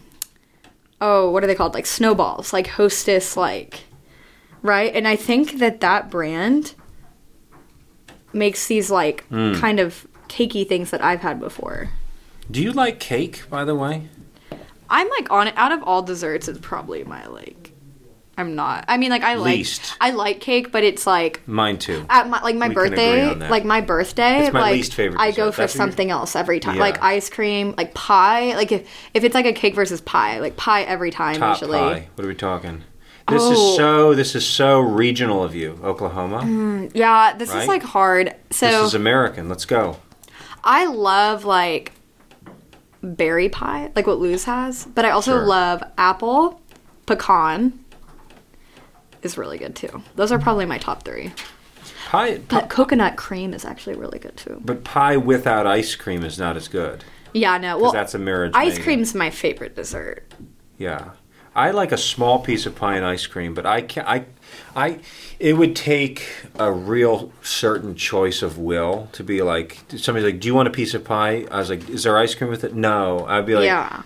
Speaker 2: Oh, what are they called? Like snowballs, like Hostess, like right. And I think that that brand makes these like
Speaker 1: Hmm.
Speaker 2: kind of cakey things that I've had before.
Speaker 1: Do you like cake, by the way?
Speaker 2: I'm like on it. Out of all desserts, it's probably my like. I'm not. I mean, like I
Speaker 1: Least.
Speaker 2: like I like cake, but it's like
Speaker 1: Mine too.
Speaker 2: at my like my
Speaker 1: We can agree
Speaker 2: birthday,
Speaker 1: on that.
Speaker 2: like my birthday,
Speaker 1: It's my
Speaker 2: like
Speaker 1: least favorite
Speaker 2: I go
Speaker 1: dessert.
Speaker 2: for
Speaker 1: That's what you're-
Speaker 2: something else every time,
Speaker 1: Yeah.
Speaker 2: like ice cream, like pie. Like if if it's like a cake versus pie, like pie every time
Speaker 1: Top
Speaker 2: usually.
Speaker 1: pie. What are we talking? This
Speaker 2: Oh.
Speaker 1: is so. This is so regional of you, Oklahoma.
Speaker 2: Yeah, this
Speaker 1: Right?
Speaker 2: is like hard. So
Speaker 1: This is American. Let's go.
Speaker 2: I love like berry pie, like what Lou's has, but I also
Speaker 1: Sure.
Speaker 2: love apple, pecan is really good too. Those are probably my top three.
Speaker 1: Pie,
Speaker 2: But coconut cream is actually really good too.
Speaker 1: but pie without ice cream is not as good.
Speaker 2: Yeah, no.
Speaker 1: 'Cause
Speaker 2: Well,
Speaker 1: that's a marriage.
Speaker 2: ice
Speaker 1: made.
Speaker 2: cream's my favorite dessert.
Speaker 1: Yeah, I like a small piece of pie and ice cream, but I can I, I, it would take a real certain choice of will to be like somebody's like, "Do you want a piece of pie?" I was like, "Is there ice cream with it?" No, I'd be like,
Speaker 2: yeah.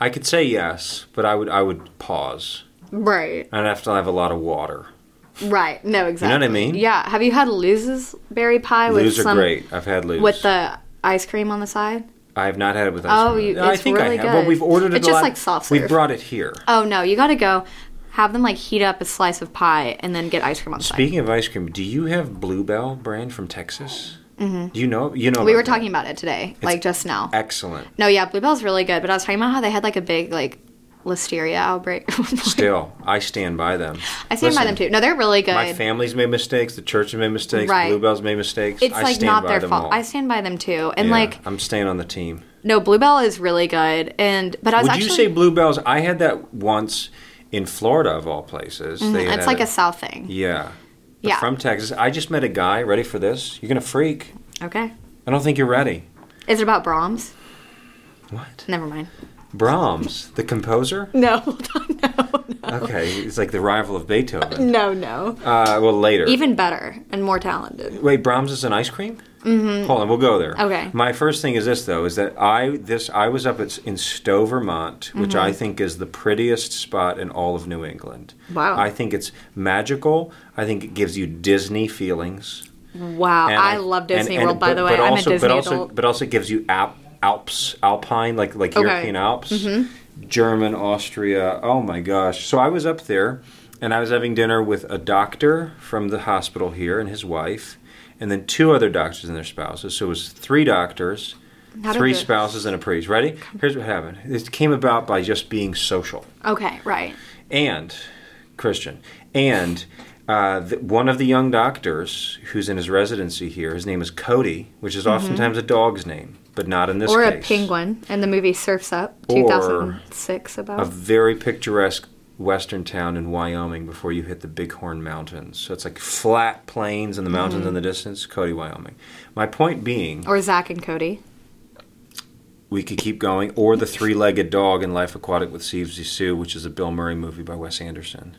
Speaker 1: I could say yes, but I would I would pause.
Speaker 2: Right.
Speaker 1: I'd have to have a lot of water.
Speaker 2: Right. No, exactly.
Speaker 1: I mean?
Speaker 2: Yeah. Have you had Luz's berry pie with
Speaker 1: Lose are
Speaker 2: some
Speaker 1: great. I've had lose.
Speaker 2: with the ice cream on the side?
Speaker 1: I have not had it with ice
Speaker 2: Oh,
Speaker 1: cream.
Speaker 2: you-
Speaker 1: I
Speaker 2: it's
Speaker 1: think I
Speaker 2: really
Speaker 1: have. Well,
Speaker 2: good.
Speaker 1: we've ordered it.
Speaker 2: It's
Speaker 1: a
Speaker 2: just
Speaker 1: lot.
Speaker 2: like soft
Speaker 1: We've
Speaker 2: serve.
Speaker 1: brought it here.
Speaker 2: Oh no, you got to go have them like heat up a slice of pie and then get ice cream on the side.
Speaker 1: Speaking of ice cream, do you have Bluebell brand from Texas? Mm-hmm. Do you know? You know.
Speaker 2: We
Speaker 1: about
Speaker 2: were
Speaker 1: that.
Speaker 2: talking about it today, like just now.
Speaker 1: Excellent.
Speaker 2: No, yeah, Bluebell's really good, but I was talking about how they had like a big like listeria outbreak. [laughs]
Speaker 1: Still, I stand by them.
Speaker 2: I stand by them too. No, they're really good.
Speaker 1: My family's made mistakes. The church has made mistakes.
Speaker 2: Right.
Speaker 1: Bluebell's made mistakes.
Speaker 2: it's
Speaker 1: I
Speaker 2: like
Speaker 1: stand
Speaker 2: not
Speaker 1: by
Speaker 2: their
Speaker 1: them
Speaker 2: fault.
Speaker 1: all.
Speaker 2: I stand by them too. And
Speaker 1: Yeah,
Speaker 2: like
Speaker 1: I'm staying on the team.
Speaker 2: no, Bluebell is really good. And but I was
Speaker 1: Would
Speaker 2: actually
Speaker 1: you say bluebells? I had that once in Florida, of all places. They had
Speaker 2: Mm-hmm. it's like
Speaker 1: it.
Speaker 2: a south thing.
Speaker 1: yeah. But
Speaker 2: Yeah.
Speaker 1: From Texas, I just met a guy. Ready for this? You're gonna freak.
Speaker 2: Okay.
Speaker 1: I don't think you're ready.
Speaker 2: Is it about Brahms?
Speaker 1: What?
Speaker 2: Never mind.
Speaker 1: Brahms, the composer?
Speaker 2: No, [laughs]
Speaker 1: Okay, it's like the rival of Beethoven.
Speaker 2: no, no.
Speaker 1: Uh, well, later.
Speaker 2: Even better and more talented.
Speaker 1: Wait, Brahms is an ice cream? Mm-hmm. Hold on, we'll go there.
Speaker 2: Okay.
Speaker 1: My first thing is this though, is that I this I was up at in Stowe, Vermont, which I
Speaker 2: Mm-hmm.
Speaker 1: think is the prettiest spot in all of New England.
Speaker 2: Wow.
Speaker 1: I think it's magical. I think it gives you Disney feelings.
Speaker 2: Wow,
Speaker 1: And
Speaker 2: I, love Disney
Speaker 1: and- and-
Speaker 2: World. by
Speaker 1: but-
Speaker 2: the way,
Speaker 1: but also,
Speaker 2: I'm a Disney
Speaker 1: but also,
Speaker 2: adult.
Speaker 1: But also gives you Alp, Alps, Alpine, like like
Speaker 2: Okay. Mm-hmm.
Speaker 1: European Alps, German, Austria. Oh my gosh! So I was up there, and I was having dinner with a doctor from the hospital here and his wife, and then two other doctors and their spouses. So it was three doctors,
Speaker 2: How did
Speaker 1: three
Speaker 2: the-
Speaker 1: spouses, and a priest. Ready? Here's what happened. It came about by just being social
Speaker 2: Okay, right.
Speaker 1: and Christian, and uh, th one of the young doctors who's in his residency here, his name is Cody, which is oftentimes a dog's name, but not in this
Speaker 2: Mm-hmm. Or a
Speaker 1: case.
Speaker 2: penguin in the movie Surfs Up,
Speaker 1: Or-
Speaker 2: 2006.
Speaker 1: A
Speaker 2: about
Speaker 1: very picturesque western town in Wyoming before you hit the Bighorn Mountains. So it's like flat plains and the mountains
Speaker 2: Mm-hmm.
Speaker 1: in the distance, Cody, Wyoming. My point being,
Speaker 2: or Zach and Cody.
Speaker 1: we could keep going, or the three-legged dog in Life Aquatic with Steve Zissou, which is a Bill Murray movie by Wes Anderson.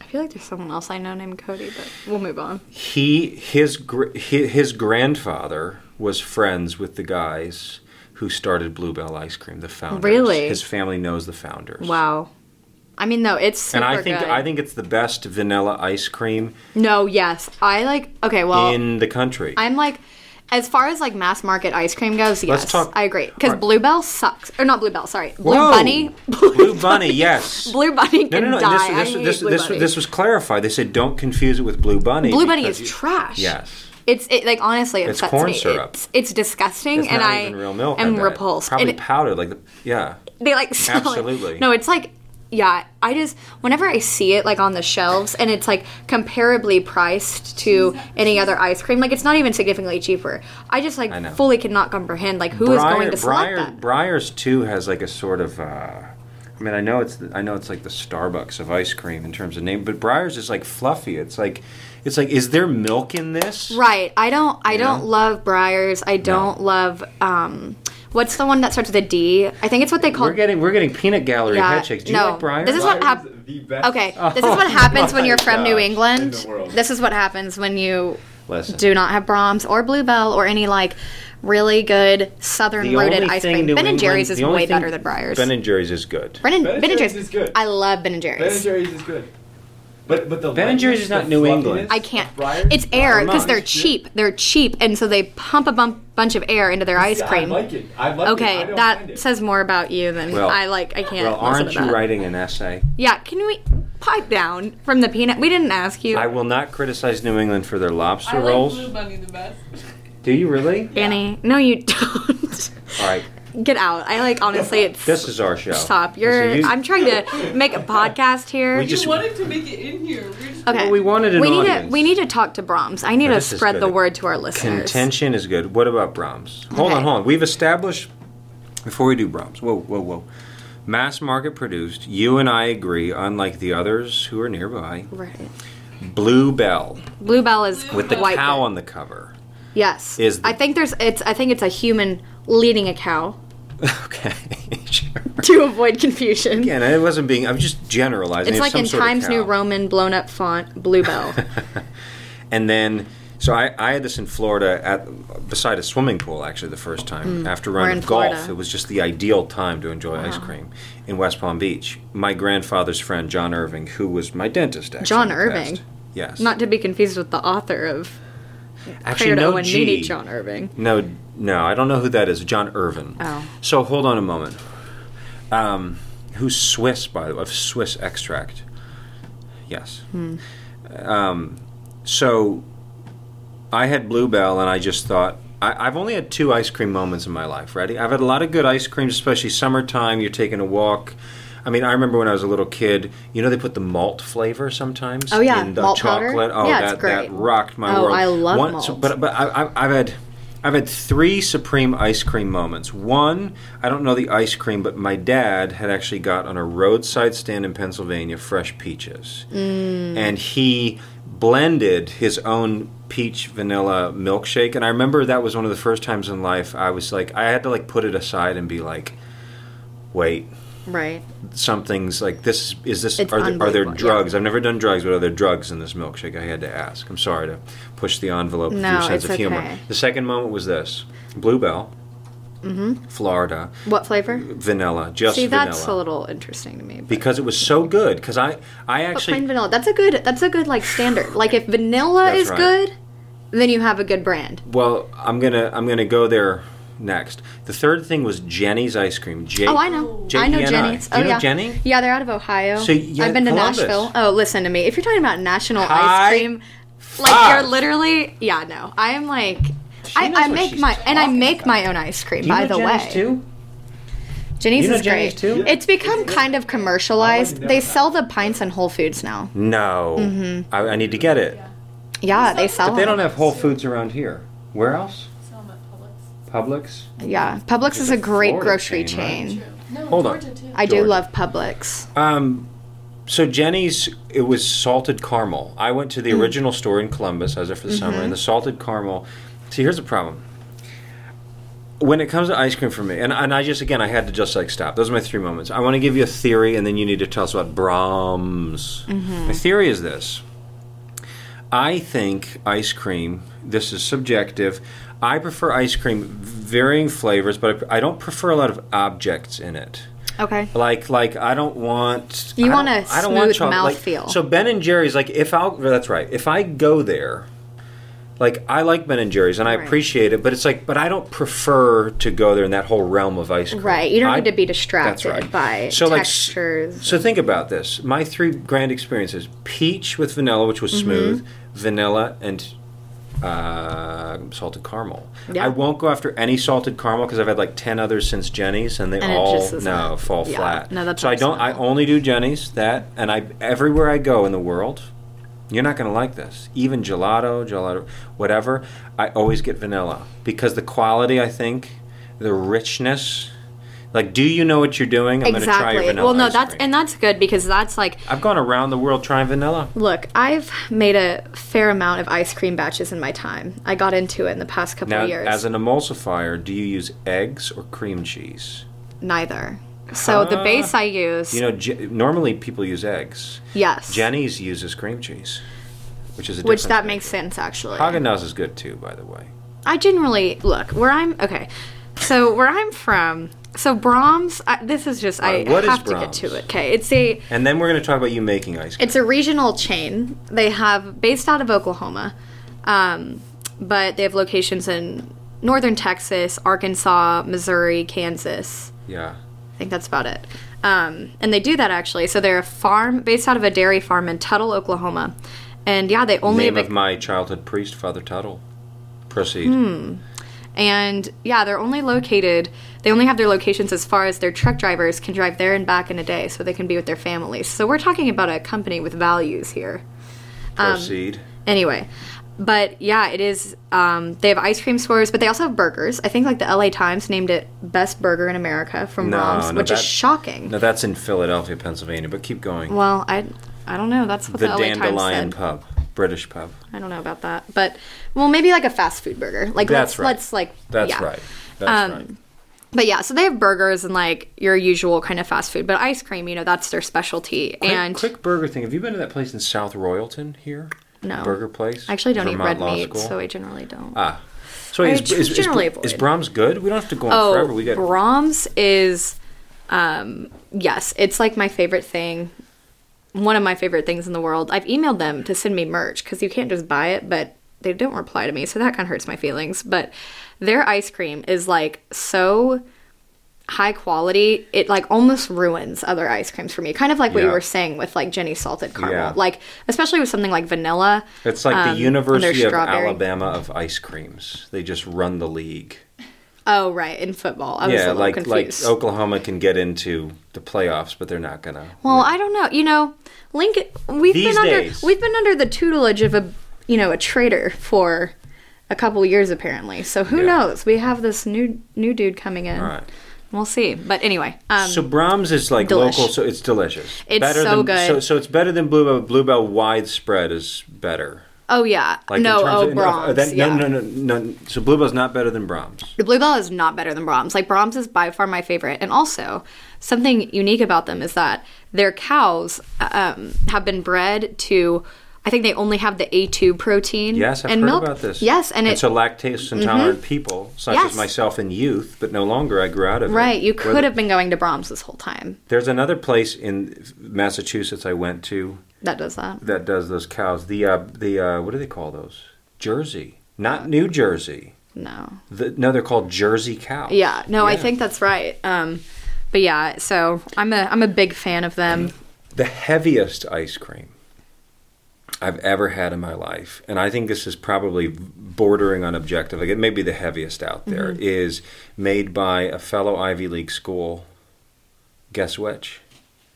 Speaker 2: I feel like there's someone else I know named Cody, but we'll move on.
Speaker 1: he his gr- hi- his grandfather was friends with the guys who started Bluebell Ice Cream, the founders.
Speaker 2: Really?
Speaker 1: his family knows the founders.
Speaker 2: Wow. I mean, no, it's super
Speaker 1: And I think
Speaker 2: good.
Speaker 1: I think it's the best vanilla ice cream
Speaker 2: no, yes, I like. Okay, well,
Speaker 1: in the country.
Speaker 2: I'm like, as far as like mass market ice cream goes, yes,
Speaker 1: Let's talk-
Speaker 2: I agree. Because
Speaker 1: Alright.
Speaker 2: Bluebell sucks, or not Bluebell, sorry, Blue
Speaker 1: Whoa!
Speaker 2: Bunny.
Speaker 1: Blue Bunny, yes.
Speaker 2: [laughs] Blue Bunny
Speaker 1: no,
Speaker 2: can
Speaker 1: no, no.
Speaker 2: die. I
Speaker 1: This, this,
Speaker 2: hate
Speaker 1: this,
Speaker 2: Blue
Speaker 1: this,
Speaker 2: Bunny.
Speaker 1: this was clarified. They said don't confuse it with Blue Bunny.
Speaker 2: Blue Bunny
Speaker 1: because
Speaker 2: is
Speaker 1: you-
Speaker 2: trash.
Speaker 1: Yes.
Speaker 2: It's it, like honestly, it
Speaker 1: It's
Speaker 2: upsets
Speaker 1: corn
Speaker 2: me.
Speaker 1: syrup.
Speaker 2: It's, it's disgusting,
Speaker 1: It's
Speaker 2: and
Speaker 1: not
Speaker 2: I
Speaker 1: even real milk. I
Speaker 2: am
Speaker 1: bet.
Speaker 2: repulsed.
Speaker 1: Probably
Speaker 2: And
Speaker 1: powdered, like the yeah.
Speaker 2: [laughs] they like sell it.
Speaker 1: Absolutely.
Speaker 2: No, it's like yeah. I just whenever I see it like on the shelves, and it's like comparably priced to any other ice cream, like it's not even significantly cheaper. I just like
Speaker 1: I know.
Speaker 2: fully cannot comprehend like who is going to select
Speaker 1: Briar-
Speaker 2: that.
Speaker 1: Briar's too has like a sort of. Uh, I mean, I know it's the, I know it's like the Starbucks of ice cream in terms of name, but Briar's is like fluffy. It's like, it's like, is there milk in this?
Speaker 2: Right. I don't. I don't
Speaker 1: know?
Speaker 2: love Briars. I don't love. um What's the one that starts with a D? I think it's what they call.
Speaker 1: We're getting we're getting peanut gallery
Speaker 2: Yeah,
Speaker 1: head shakes. Do you
Speaker 2: no.
Speaker 1: like Briar's?
Speaker 2: This is what hap-
Speaker 3: the best.
Speaker 2: Okay,
Speaker 1: [laughs]
Speaker 2: this is what happens when you're from New
Speaker 1: Oh gosh.
Speaker 2: England.
Speaker 3: In the world.
Speaker 2: This is what happens when you
Speaker 1: Listen.
Speaker 2: do not have Brahms or Bluebell or any like really good southern
Speaker 1: The
Speaker 2: rooted
Speaker 1: only
Speaker 2: ice
Speaker 1: thing
Speaker 2: cream.
Speaker 1: New
Speaker 2: ben and
Speaker 1: England-
Speaker 2: Jerry's is
Speaker 1: the only
Speaker 2: way
Speaker 1: thing-
Speaker 2: better than Briar's.
Speaker 1: Ben and Jerry's is good.
Speaker 2: Ben and, ben and Jerry's,
Speaker 3: is good.
Speaker 2: I love Ben and
Speaker 3: Ben and
Speaker 2: Jerry's.
Speaker 3: Jerry's is good. But but the
Speaker 1: Ben and Jerry's is not New England.
Speaker 2: I can't.
Speaker 3: Briars?
Speaker 2: It's air
Speaker 1: I'm
Speaker 2: because
Speaker 1: not.
Speaker 2: they're cheap. They're cheap, and so they pump a bump, bunch of air into their ice cream.
Speaker 3: I like it. I like it. I
Speaker 2: okay,
Speaker 3: don't mind
Speaker 2: that
Speaker 3: it.
Speaker 2: says more about you than
Speaker 1: Well-
Speaker 2: I like. I can't.
Speaker 1: Well,
Speaker 2: listen
Speaker 1: aren't
Speaker 2: to
Speaker 1: you
Speaker 2: that.
Speaker 1: writing an essay?
Speaker 2: Yeah, can we pipe down from the peanut? We didn't ask you,
Speaker 1: I will not criticize New England for their lobster
Speaker 4: I like
Speaker 1: rolls.
Speaker 4: Blue Bunny the best.
Speaker 1: Do you really?
Speaker 2: Annie. No, you don't. [laughs]
Speaker 1: All right.
Speaker 2: Get out. I like honestly it's
Speaker 1: This is our show.
Speaker 2: [laughs] stop.
Speaker 1: Listen,
Speaker 2: You're
Speaker 1: you-
Speaker 2: I'm trying to make a podcast here.
Speaker 1: We just-
Speaker 4: You wanted to make it in here. We're just-
Speaker 2: okay.
Speaker 1: Well, we wanted an
Speaker 2: we need to
Speaker 1: audience.
Speaker 2: we need to talk to Brahms. I need
Speaker 1: Now,
Speaker 2: to
Speaker 1: this is
Speaker 2: spread
Speaker 1: good.
Speaker 2: the word to our listeners.
Speaker 1: Contention is good. What about Brahms? Hold on,
Speaker 2: Okay.
Speaker 1: hold on. We've established before we do Brahms. Whoa, whoa, whoa. Mass market produced. You and I agree. Unlike the others who are nearby,
Speaker 2: Right.
Speaker 1: Blue Bell
Speaker 2: Bluebell is
Speaker 1: with the
Speaker 2: white
Speaker 1: cow on the cover.
Speaker 2: Yes.
Speaker 1: is the-
Speaker 2: I think there's it's I think it's a human leading a cow
Speaker 1: [laughs]
Speaker 2: [laughs]
Speaker 1: Okay, [laughs] sure.
Speaker 2: to avoid confusion.
Speaker 1: Again, I wasn't being. I'm just generalizing.
Speaker 2: It's like
Speaker 1: some
Speaker 2: in
Speaker 1: sort of
Speaker 2: Times New
Speaker 1: cow.
Speaker 2: Roman blown up font
Speaker 1: [laughs]
Speaker 2: bluebell.
Speaker 1: And then, so I, I had this in Florida at beside a swimming pool actually the first time after a
Speaker 2: Mm. in
Speaker 1: round of golf.
Speaker 2: Florida.
Speaker 1: It was just the ideal time to enjoy ice cream in West Palm Beach. My grandfather's friend John Irving, who was my dentist, actually
Speaker 2: John
Speaker 1: in the past.
Speaker 2: Irving?
Speaker 1: Yes.
Speaker 2: Not to be confused with the author of
Speaker 1: actually
Speaker 2: Prayer to
Speaker 1: no
Speaker 2: Owen
Speaker 1: G.
Speaker 2: Meany, John Irving.
Speaker 1: No, no, I don't know who that is. John Irvin.
Speaker 2: Oh.
Speaker 1: So hold on a moment. Um, who's Swiss, by the way, of Swiss extract? Yes.
Speaker 2: Hmm.
Speaker 1: Um, so I had Bluebell, and I just thought. I, I've only had two ice cream moments in my life. Ready? I've had a lot of good ice creams, especially summertime. You're taking a walk. I mean, I remember when I was a little kid. You know, they put the malt flavor sometimes.
Speaker 2: Oh, yeah.
Speaker 1: in the
Speaker 2: Malt powder?
Speaker 1: chocolate. Oh,
Speaker 2: Yeah,
Speaker 1: that,
Speaker 2: it's great.
Speaker 1: that rocked my
Speaker 2: Oh,
Speaker 1: world.
Speaker 2: I love
Speaker 1: Once-
Speaker 2: malt.
Speaker 1: But but I, I, I've had I've had three supreme ice cream moments. One, I don't know the ice cream, but my dad had actually got on a roadside stand in Pennsylvania fresh peaches,
Speaker 2: Mm.
Speaker 1: and he blended his own peach vanilla milkshake. And I remember that was one of the first times in life I was like, I had to like put it aside and be like, wait
Speaker 2: Right.
Speaker 1: something's like this is this
Speaker 2: It's
Speaker 1: are, there, are there
Speaker 2: unbelievable, yeah.
Speaker 1: drugs i've never done drugs but are there drugs in this milkshake i had to ask i'm sorry to push the envelope with
Speaker 2: No,
Speaker 1: your sense
Speaker 2: it's
Speaker 1: of humor
Speaker 2: okay.
Speaker 1: the second moment was this bluebell florida
Speaker 2: What flavor?
Speaker 1: vanilla just
Speaker 2: Mm-hmm. See,
Speaker 1: vanilla
Speaker 2: that's a little interesting to me. but-
Speaker 1: because it was so good because i i
Speaker 2: But
Speaker 1: actually
Speaker 2: plain vanilla. That's a good. That's a good like standard. Like if vanilla
Speaker 1: That's
Speaker 2: is
Speaker 1: right.
Speaker 2: good, then you have a good brand.
Speaker 1: well i'm gonna i'm gonna go there next the third thing was jenny's ice cream J-
Speaker 2: Oh, I know. I know
Speaker 1: JENI.
Speaker 2: Jenny's.
Speaker 1: Do you
Speaker 2: oh
Speaker 1: know
Speaker 2: yeah,
Speaker 1: jenny
Speaker 2: Yeah, they're out of Ohio.
Speaker 1: So, yeah,
Speaker 2: I've been to
Speaker 1: Columbus.
Speaker 2: Nashville. Oh, listen to me. If you're talking about national
Speaker 1: High
Speaker 2: ice cream, like
Speaker 1: five.
Speaker 2: you're literally. Yeah, no. I am like.
Speaker 1: She
Speaker 2: I,
Speaker 1: knows
Speaker 2: I
Speaker 1: what
Speaker 2: make
Speaker 1: she's
Speaker 2: my and I
Speaker 1: talking
Speaker 2: make
Speaker 1: about.
Speaker 2: my own ice cream.
Speaker 1: Do you
Speaker 2: by
Speaker 1: know
Speaker 2: the
Speaker 1: Jenny's
Speaker 2: way,
Speaker 1: too?
Speaker 2: Jenny's
Speaker 1: You know
Speaker 2: is
Speaker 1: Jenny's
Speaker 2: great.
Speaker 1: too?
Speaker 2: It's become kind of commercialized. They sell the pints in Whole Foods now.
Speaker 1: no I, I need to get it
Speaker 2: Yeah, they sell.
Speaker 1: But they
Speaker 2: them.
Speaker 1: don't have Whole Foods around here. Where else?
Speaker 4: Sell 'em at Publix.
Speaker 1: Publix.
Speaker 2: Yeah, Publix is a great
Speaker 1: Florida
Speaker 2: grocery
Speaker 1: chain, right?
Speaker 2: chain.
Speaker 4: True. No,
Speaker 1: Hold on.
Speaker 4: Georgia too.
Speaker 2: I do
Speaker 1: Georgia.
Speaker 2: love Publix.
Speaker 1: Um, so Jenny's, it was salted caramel. I went to the original store in Columbus. I was there for the summer, and the salted caramel. See, here's the problem. When it comes to ice cream for me, and, and I just again I had to just like stop. Those are my three moments. I want to give you a theory, and then you need to tell us about Brahms. My theory is this: I think ice cream. This is subjective. I prefer ice cream, varying flavors, but I, I don't prefer a lot of objects in it.
Speaker 2: Okay.
Speaker 1: Like, like I don't want.
Speaker 2: You
Speaker 1: I
Speaker 2: want
Speaker 1: don't-
Speaker 2: a
Speaker 1: I don't want
Speaker 2: smooth
Speaker 1: chocolate. Like,
Speaker 2: mouthfeel.
Speaker 1: so Ben and Jerry's, like, if I'll, that's right. If I go there, like, I like Ben and Jerry's and I
Speaker 2: Right.
Speaker 1: appreciate it, but it's like, but I don't prefer to go there in that whole realm of ice cream.
Speaker 2: Right. You don't
Speaker 1: I-
Speaker 2: need to be distracted
Speaker 1: right.
Speaker 2: by
Speaker 1: So, like, s-
Speaker 2: textures.
Speaker 1: So think about this. My three grand experiences: peach with vanilla, which was
Speaker 2: Mm-hmm.
Speaker 1: smooth, vanilla and uh, salted caramel.
Speaker 2: Yeah.
Speaker 1: I won't go after any salted caramel because I've had like ten others since Jenny's, and they
Speaker 2: And it
Speaker 1: all
Speaker 2: just is
Speaker 1: no
Speaker 2: not-
Speaker 1: fall
Speaker 2: yeah.
Speaker 1: flat.
Speaker 2: No, that's
Speaker 1: so I don't. I
Speaker 2: personal.
Speaker 1: only do Jenny's that, and I everywhere I go in the world. You're not going to like this. Even gelato, gelato, whatever. I always get vanilla because the quality, I think, the richness. Like, do you know what you're doing? I'm going to try your
Speaker 2: exactly.
Speaker 1: vanilla.
Speaker 2: Well, no,
Speaker 1: ice
Speaker 2: that's
Speaker 1: cream.
Speaker 2: and that's good because that's like
Speaker 1: I've gone around the world trying vanilla.
Speaker 2: look, I've made a fair amount of ice cream batches in my time. I got into it in the past couple
Speaker 1: Now,
Speaker 2: of years.
Speaker 1: as an emulsifier, do you use eggs or cream cheese?
Speaker 2: Neither. So the
Speaker 1: Huh.
Speaker 2: base I use,
Speaker 1: You know, Je- normally people use eggs.
Speaker 2: yes,
Speaker 1: Jenny's uses cream cheese, which is a
Speaker 2: which that
Speaker 1: different-
Speaker 2: makes sense actually.
Speaker 1: Häagen-Dazs is good too, by the way.
Speaker 2: I generally look where I'm. Okay, so where I'm from. So Brahms, I, this is just I
Speaker 1: Alright, what is
Speaker 2: have to get
Speaker 1: Brahms?
Speaker 2: to it. Okay, it's a
Speaker 1: And then we're going to talk about you making ice cream.
Speaker 2: It's a regional chain. They have based out of Oklahoma, um, but they have locations in northern Texas, Arkansas, Missouri, Kansas.
Speaker 1: yeah.
Speaker 2: I think that's about it. Um, and they do that actually. So they're a farm based out of a dairy farm in Tuttle, Oklahoma. And yeah, they only
Speaker 1: Name
Speaker 2: have Hmm,
Speaker 1: of my childhood priest, Father Tuttle. Proceed.
Speaker 2: And yeah, they're only located, they only have their locations as far as their truck drivers can drive there and back in a day so they can be with their families. So we're talking about a company with values here.
Speaker 1: Proceed.
Speaker 2: um, Anyway, but yeah, it is. Um, they have ice cream stores, but they also have burgers. I think like the LA Times named it best burger in America from
Speaker 1: No,
Speaker 2: Rom's,
Speaker 1: no,
Speaker 2: which is
Speaker 1: that-
Speaker 2: shocking.
Speaker 1: now that's in Philadelphia, Pennsylvania, but keep going.
Speaker 2: Well, I I don't know. That's what the,
Speaker 1: the
Speaker 2: LA
Speaker 1: Dandelion
Speaker 2: Times said.
Speaker 1: Pub, British pub.
Speaker 2: I don't know about that, but well, maybe like a fast food burger. Like
Speaker 1: That's
Speaker 2: let's
Speaker 1: right.
Speaker 2: let's like
Speaker 1: That's
Speaker 2: yeah.
Speaker 1: right. That's
Speaker 2: Um,
Speaker 1: right.
Speaker 2: But yeah, so they have burgers and like your usual kind of fast food, but ice cream, you know, that's their specialty.
Speaker 1: Quick-
Speaker 2: and
Speaker 1: quick, burger thing. Have you been to that place in South Royalton here?
Speaker 2: No.
Speaker 1: Burger place.
Speaker 2: I actually don't
Speaker 1: Vermont
Speaker 2: eat red
Speaker 1: Law
Speaker 2: meat,
Speaker 1: School?
Speaker 2: so I generally don't.
Speaker 1: ah. So
Speaker 2: I
Speaker 1: is,
Speaker 2: g-
Speaker 1: is, is,
Speaker 2: generally
Speaker 1: is,
Speaker 2: avoid.
Speaker 1: Brahms good? We don't have to go on
Speaker 2: oh,
Speaker 1: forever. We got
Speaker 2: Brahms is, um, yes, it's like my favorite thing. One of my favorite things in the world. I've emailed them to send me merch because you can't just buy it, but they don't reply to me, so that kind of hurts my feelings. But their ice cream is like so high quality it like almost ruins other ice creams for me kind of like what you
Speaker 1: Yeah.
Speaker 2: were saying with like jenny salted caramel
Speaker 1: Yeah.
Speaker 2: like especially with something like vanilla
Speaker 1: It's like
Speaker 2: um, and
Speaker 1: the
Speaker 2: their
Speaker 1: University of
Speaker 2: strawberry.
Speaker 1: Alabama of ice creams. They just run the league.
Speaker 2: oh right in football i was a
Speaker 1: Yeah,
Speaker 2: little
Speaker 1: like
Speaker 2: confused.
Speaker 1: like Oklahoma can get into the playoffs, but they're not gonna.
Speaker 2: Well, I don't know. You know, Lincoln. We've
Speaker 1: These
Speaker 2: been under
Speaker 1: days.
Speaker 2: we've been under the tutelage of a you know a traitor for a couple years apparently. So who
Speaker 1: Yeah.
Speaker 2: knows? We have this new new dude coming in.
Speaker 1: Right.
Speaker 2: We'll see. But anyway, um,
Speaker 1: so Brahms is like
Speaker 2: delish.
Speaker 1: local, so it's delicious.
Speaker 2: It's so
Speaker 1: than,
Speaker 2: good.
Speaker 1: So, so it's better than Bluebell. but Bluebell widespread is better.
Speaker 2: oh yeah,
Speaker 1: Like in
Speaker 2: no,
Speaker 1: terms
Speaker 2: oh
Speaker 1: of-
Speaker 2: Brahms.
Speaker 1: uh, that-
Speaker 2: yeah.
Speaker 1: No, no, no, no. So Bluebell's not better than Brahms.
Speaker 2: The Bluebell is not better than Brahms. Like Brahms is by far my favorite, and also something unique about them is that their cows um, have been bred to. I think they only have the A2 protein.
Speaker 1: Yes, I've
Speaker 2: and
Speaker 1: heard
Speaker 2: milk.
Speaker 1: about this.
Speaker 2: Yes, and it Mm-hmm.
Speaker 1: so lactose intolerant people, such
Speaker 2: Yes.
Speaker 1: as myself in youth, but no longer, I grew out of it.
Speaker 2: Right, you
Speaker 1: Whether-
Speaker 2: could have been going to Brahms this whole time.
Speaker 1: There's another place in Massachusetts I went to
Speaker 2: That does that.
Speaker 1: that does those cows. The uh, the uh, what do they call those? Jersey, not New Jersey.
Speaker 2: No.
Speaker 1: The, no, they're called Jersey cows.
Speaker 2: Yeah, no, I
Speaker 1: Yeah.
Speaker 2: think that's right. Um, but yeah, so I'm a I'm a big fan of them.
Speaker 1: the heaviest ice cream I've ever had in my life, and I think this is probably bordering on objective. Like it may be the heaviest out there.
Speaker 2: Mm-hmm.
Speaker 1: Is made by a fellow Ivy League school. Guess which?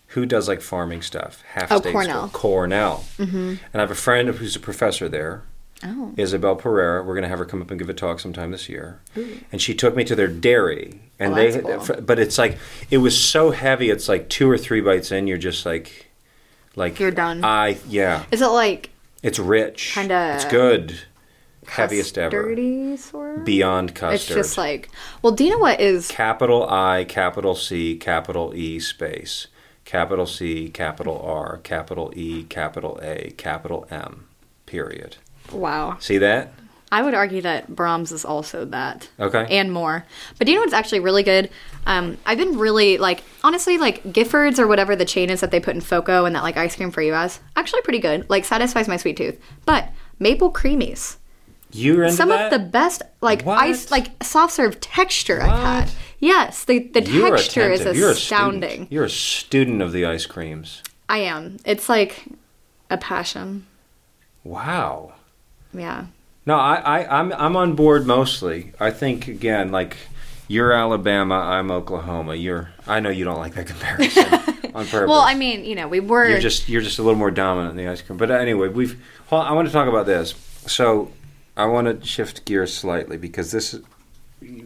Speaker 1: Who does like farming stuff? Half
Speaker 2: Oh,
Speaker 1: State
Speaker 2: Cornell.
Speaker 1: School. Cornell. Mm-hmm. And I have a friend who's a professor there.
Speaker 2: Oh.
Speaker 1: Isabel Pereira. We're going to have her come up and give a talk sometime this year. And she took me to their dairy, and
Speaker 2: Well,
Speaker 1: they,
Speaker 2: Hmm. Oh, that's cool.
Speaker 1: but it's like it was so heavy. It's like two or three bites in, you're just like, like
Speaker 2: You're done.
Speaker 1: I yeah,
Speaker 2: Is it like
Speaker 1: it's rich,
Speaker 2: Kinda
Speaker 1: it's good, heaviest ever,
Speaker 2: dirty sort?
Speaker 1: beyond custard.
Speaker 2: It's just like well, do you know what is
Speaker 1: capital I, capital C, capital E space, capital C, capital R, capital E, capital A, capital M, period.
Speaker 2: wow.
Speaker 1: See that?
Speaker 2: I would argue that Brahms is also that.
Speaker 1: Okay.
Speaker 2: And more. But do you know what's actually really good? Um, I've been really like honestly like Giffords or whatever the chain is that they put in Foco and that like ice cream for you as actually pretty good. Like satisfies my sweet tooth. But maple creamies.
Speaker 1: You're into
Speaker 2: some
Speaker 1: that?
Speaker 2: of the best like
Speaker 1: What?
Speaker 2: ice like soft serve texture I've had.
Speaker 1: What?
Speaker 2: Yes, the the texture is
Speaker 1: attentive. You're a
Speaker 2: astounding.
Speaker 1: student. You're a student of the ice creams.
Speaker 2: I am. It's like a passion.
Speaker 1: Wow.
Speaker 2: Yeah.
Speaker 1: No, I, I, I'm, I'm on board mostly. I think again, like you're Alabama, I'm Oklahoma. You're. I know you don't like that comparison
Speaker 2: [laughs]
Speaker 1: on purpose.
Speaker 2: Well, I mean, you know, we were
Speaker 1: you're just you're just a little more dominant in the ice cream. But anyway, we've. Hold on, I want to talk about this. So, I want to shift gears slightly because this.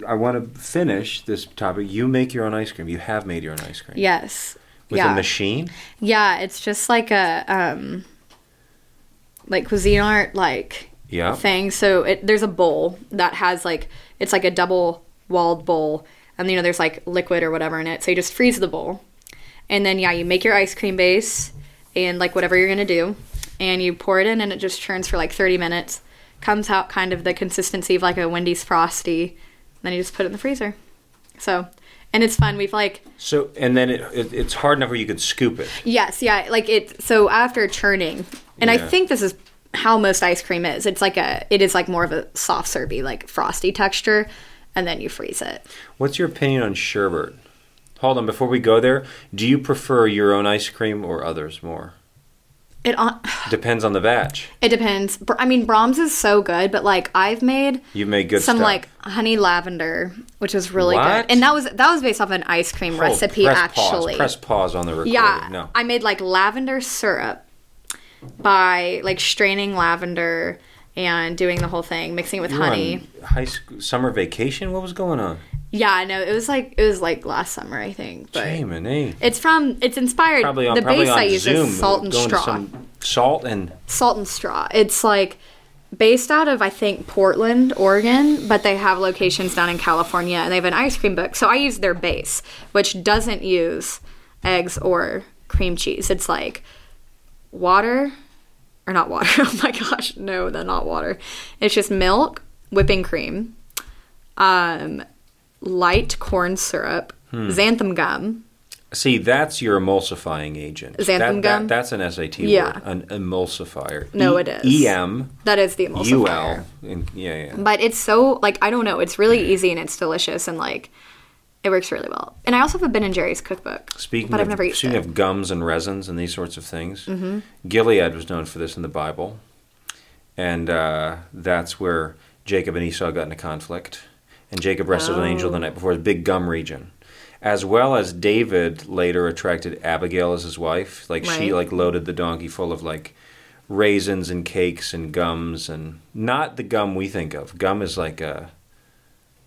Speaker 1: I want to finish this topic. You make your own ice cream. You have made your own ice cream
Speaker 2: yes.
Speaker 1: with
Speaker 2: yeah.
Speaker 1: a machine.
Speaker 2: yeah, it's just like a um like cuisine art like
Speaker 1: Yeah.
Speaker 2: thing. So it, there's a bowl that has like it's like a double walled bowl, and you know there's like liquid or whatever in it. So you just freeze the bowl, and then yeah, you make your ice cream base and like whatever you're gonna do, and you pour it in, and it just churns for like 30 minutes. Comes out kind of the consistency of like a Wendy's frosty. Then you just put it in the freezer. So, and it's fun. We've like
Speaker 1: So and then it, it it's hard enough where you could scoop it.
Speaker 2: Yes, yeah, like it. So after churning, and I
Speaker 1: Yeah.
Speaker 2: think this is how most ice cream is. It's like a, it is like more of a soft syrupy, like frosty texture, and then you freeze it.
Speaker 1: What's your opinion on sherbet? Hold on, before we go there, do you prefer your own ice cream or others more?
Speaker 2: It on. [sighs]
Speaker 1: Depends on the batch.
Speaker 2: It depends. Br- I mean, Brahms is so good, but like I've made
Speaker 1: You made good
Speaker 2: some
Speaker 1: stuff.
Speaker 2: like honey lavender, which was really
Speaker 1: What?
Speaker 2: good, and that was that was based off an ice cream
Speaker 1: Hold,
Speaker 2: recipe
Speaker 1: press
Speaker 2: actually.
Speaker 1: Pause, press pause on the recording.
Speaker 2: yeah,
Speaker 1: No.
Speaker 2: I made like lavender syrup by like straining lavender and doing the whole thing, mixing it with
Speaker 1: You were
Speaker 2: honey.
Speaker 1: on high school summer vacation. What was going on?
Speaker 2: Yeah, no, it was like it was like last summer, I think. But
Speaker 1: Jamin, eh?
Speaker 2: it's from it's inspired.
Speaker 1: Probably on
Speaker 2: the
Speaker 1: probably
Speaker 2: base
Speaker 1: on
Speaker 2: I use
Speaker 1: Zoom.
Speaker 2: is salt and
Speaker 1: going to
Speaker 2: straw.
Speaker 1: some salt and
Speaker 2: Salt and Straw. It's like based out of I think Portland, Oregon, but they have locations down in California and they have an ice cream book. So I use their base, which doesn't use eggs or cream cheese. It's like water or not water. [laughs] Oh my gosh, no, they're not water. It's just milk, whipping cream, um, light corn syrup, xanthan gum.
Speaker 1: see that's your emulsifying agent.
Speaker 2: Xanthan
Speaker 1: That- that-
Speaker 2: gum?
Speaker 1: that's an SAT
Speaker 2: Yeah.
Speaker 1: word. An emulsifier.
Speaker 2: No,
Speaker 1: E-
Speaker 2: it is.
Speaker 1: EM
Speaker 2: That is the emulsifier.
Speaker 1: UL. And, yeah, yeah.
Speaker 2: But it's so like I don't know. It's really
Speaker 1: Mm.
Speaker 2: easy and it's delicious and like it works really well. And I also have a Ben and Jerry's cookbook.
Speaker 1: Speaking
Speaker 2: but
Speaker 1: of
Speaker 2: I've never eaten
Speaker 1: speaking
Speaker 2: it. Mm-hmm.
Speaker 1: of gums and resins and these sorts of things, Gilead was known for this in the Bible, and uh, that's where Jacob and Esau got into conflict, and Jacob wrestled an
Speaker 2: Oh.
Speaker 1: angel the night before. It's a big gum region, as well as David later attracted Abigail as his wife. Like she
Speaker 2: Right.
Speaker 1: like loaded the donkey full of like raisins and cakes and gums and not the gum we think of. Gum is like a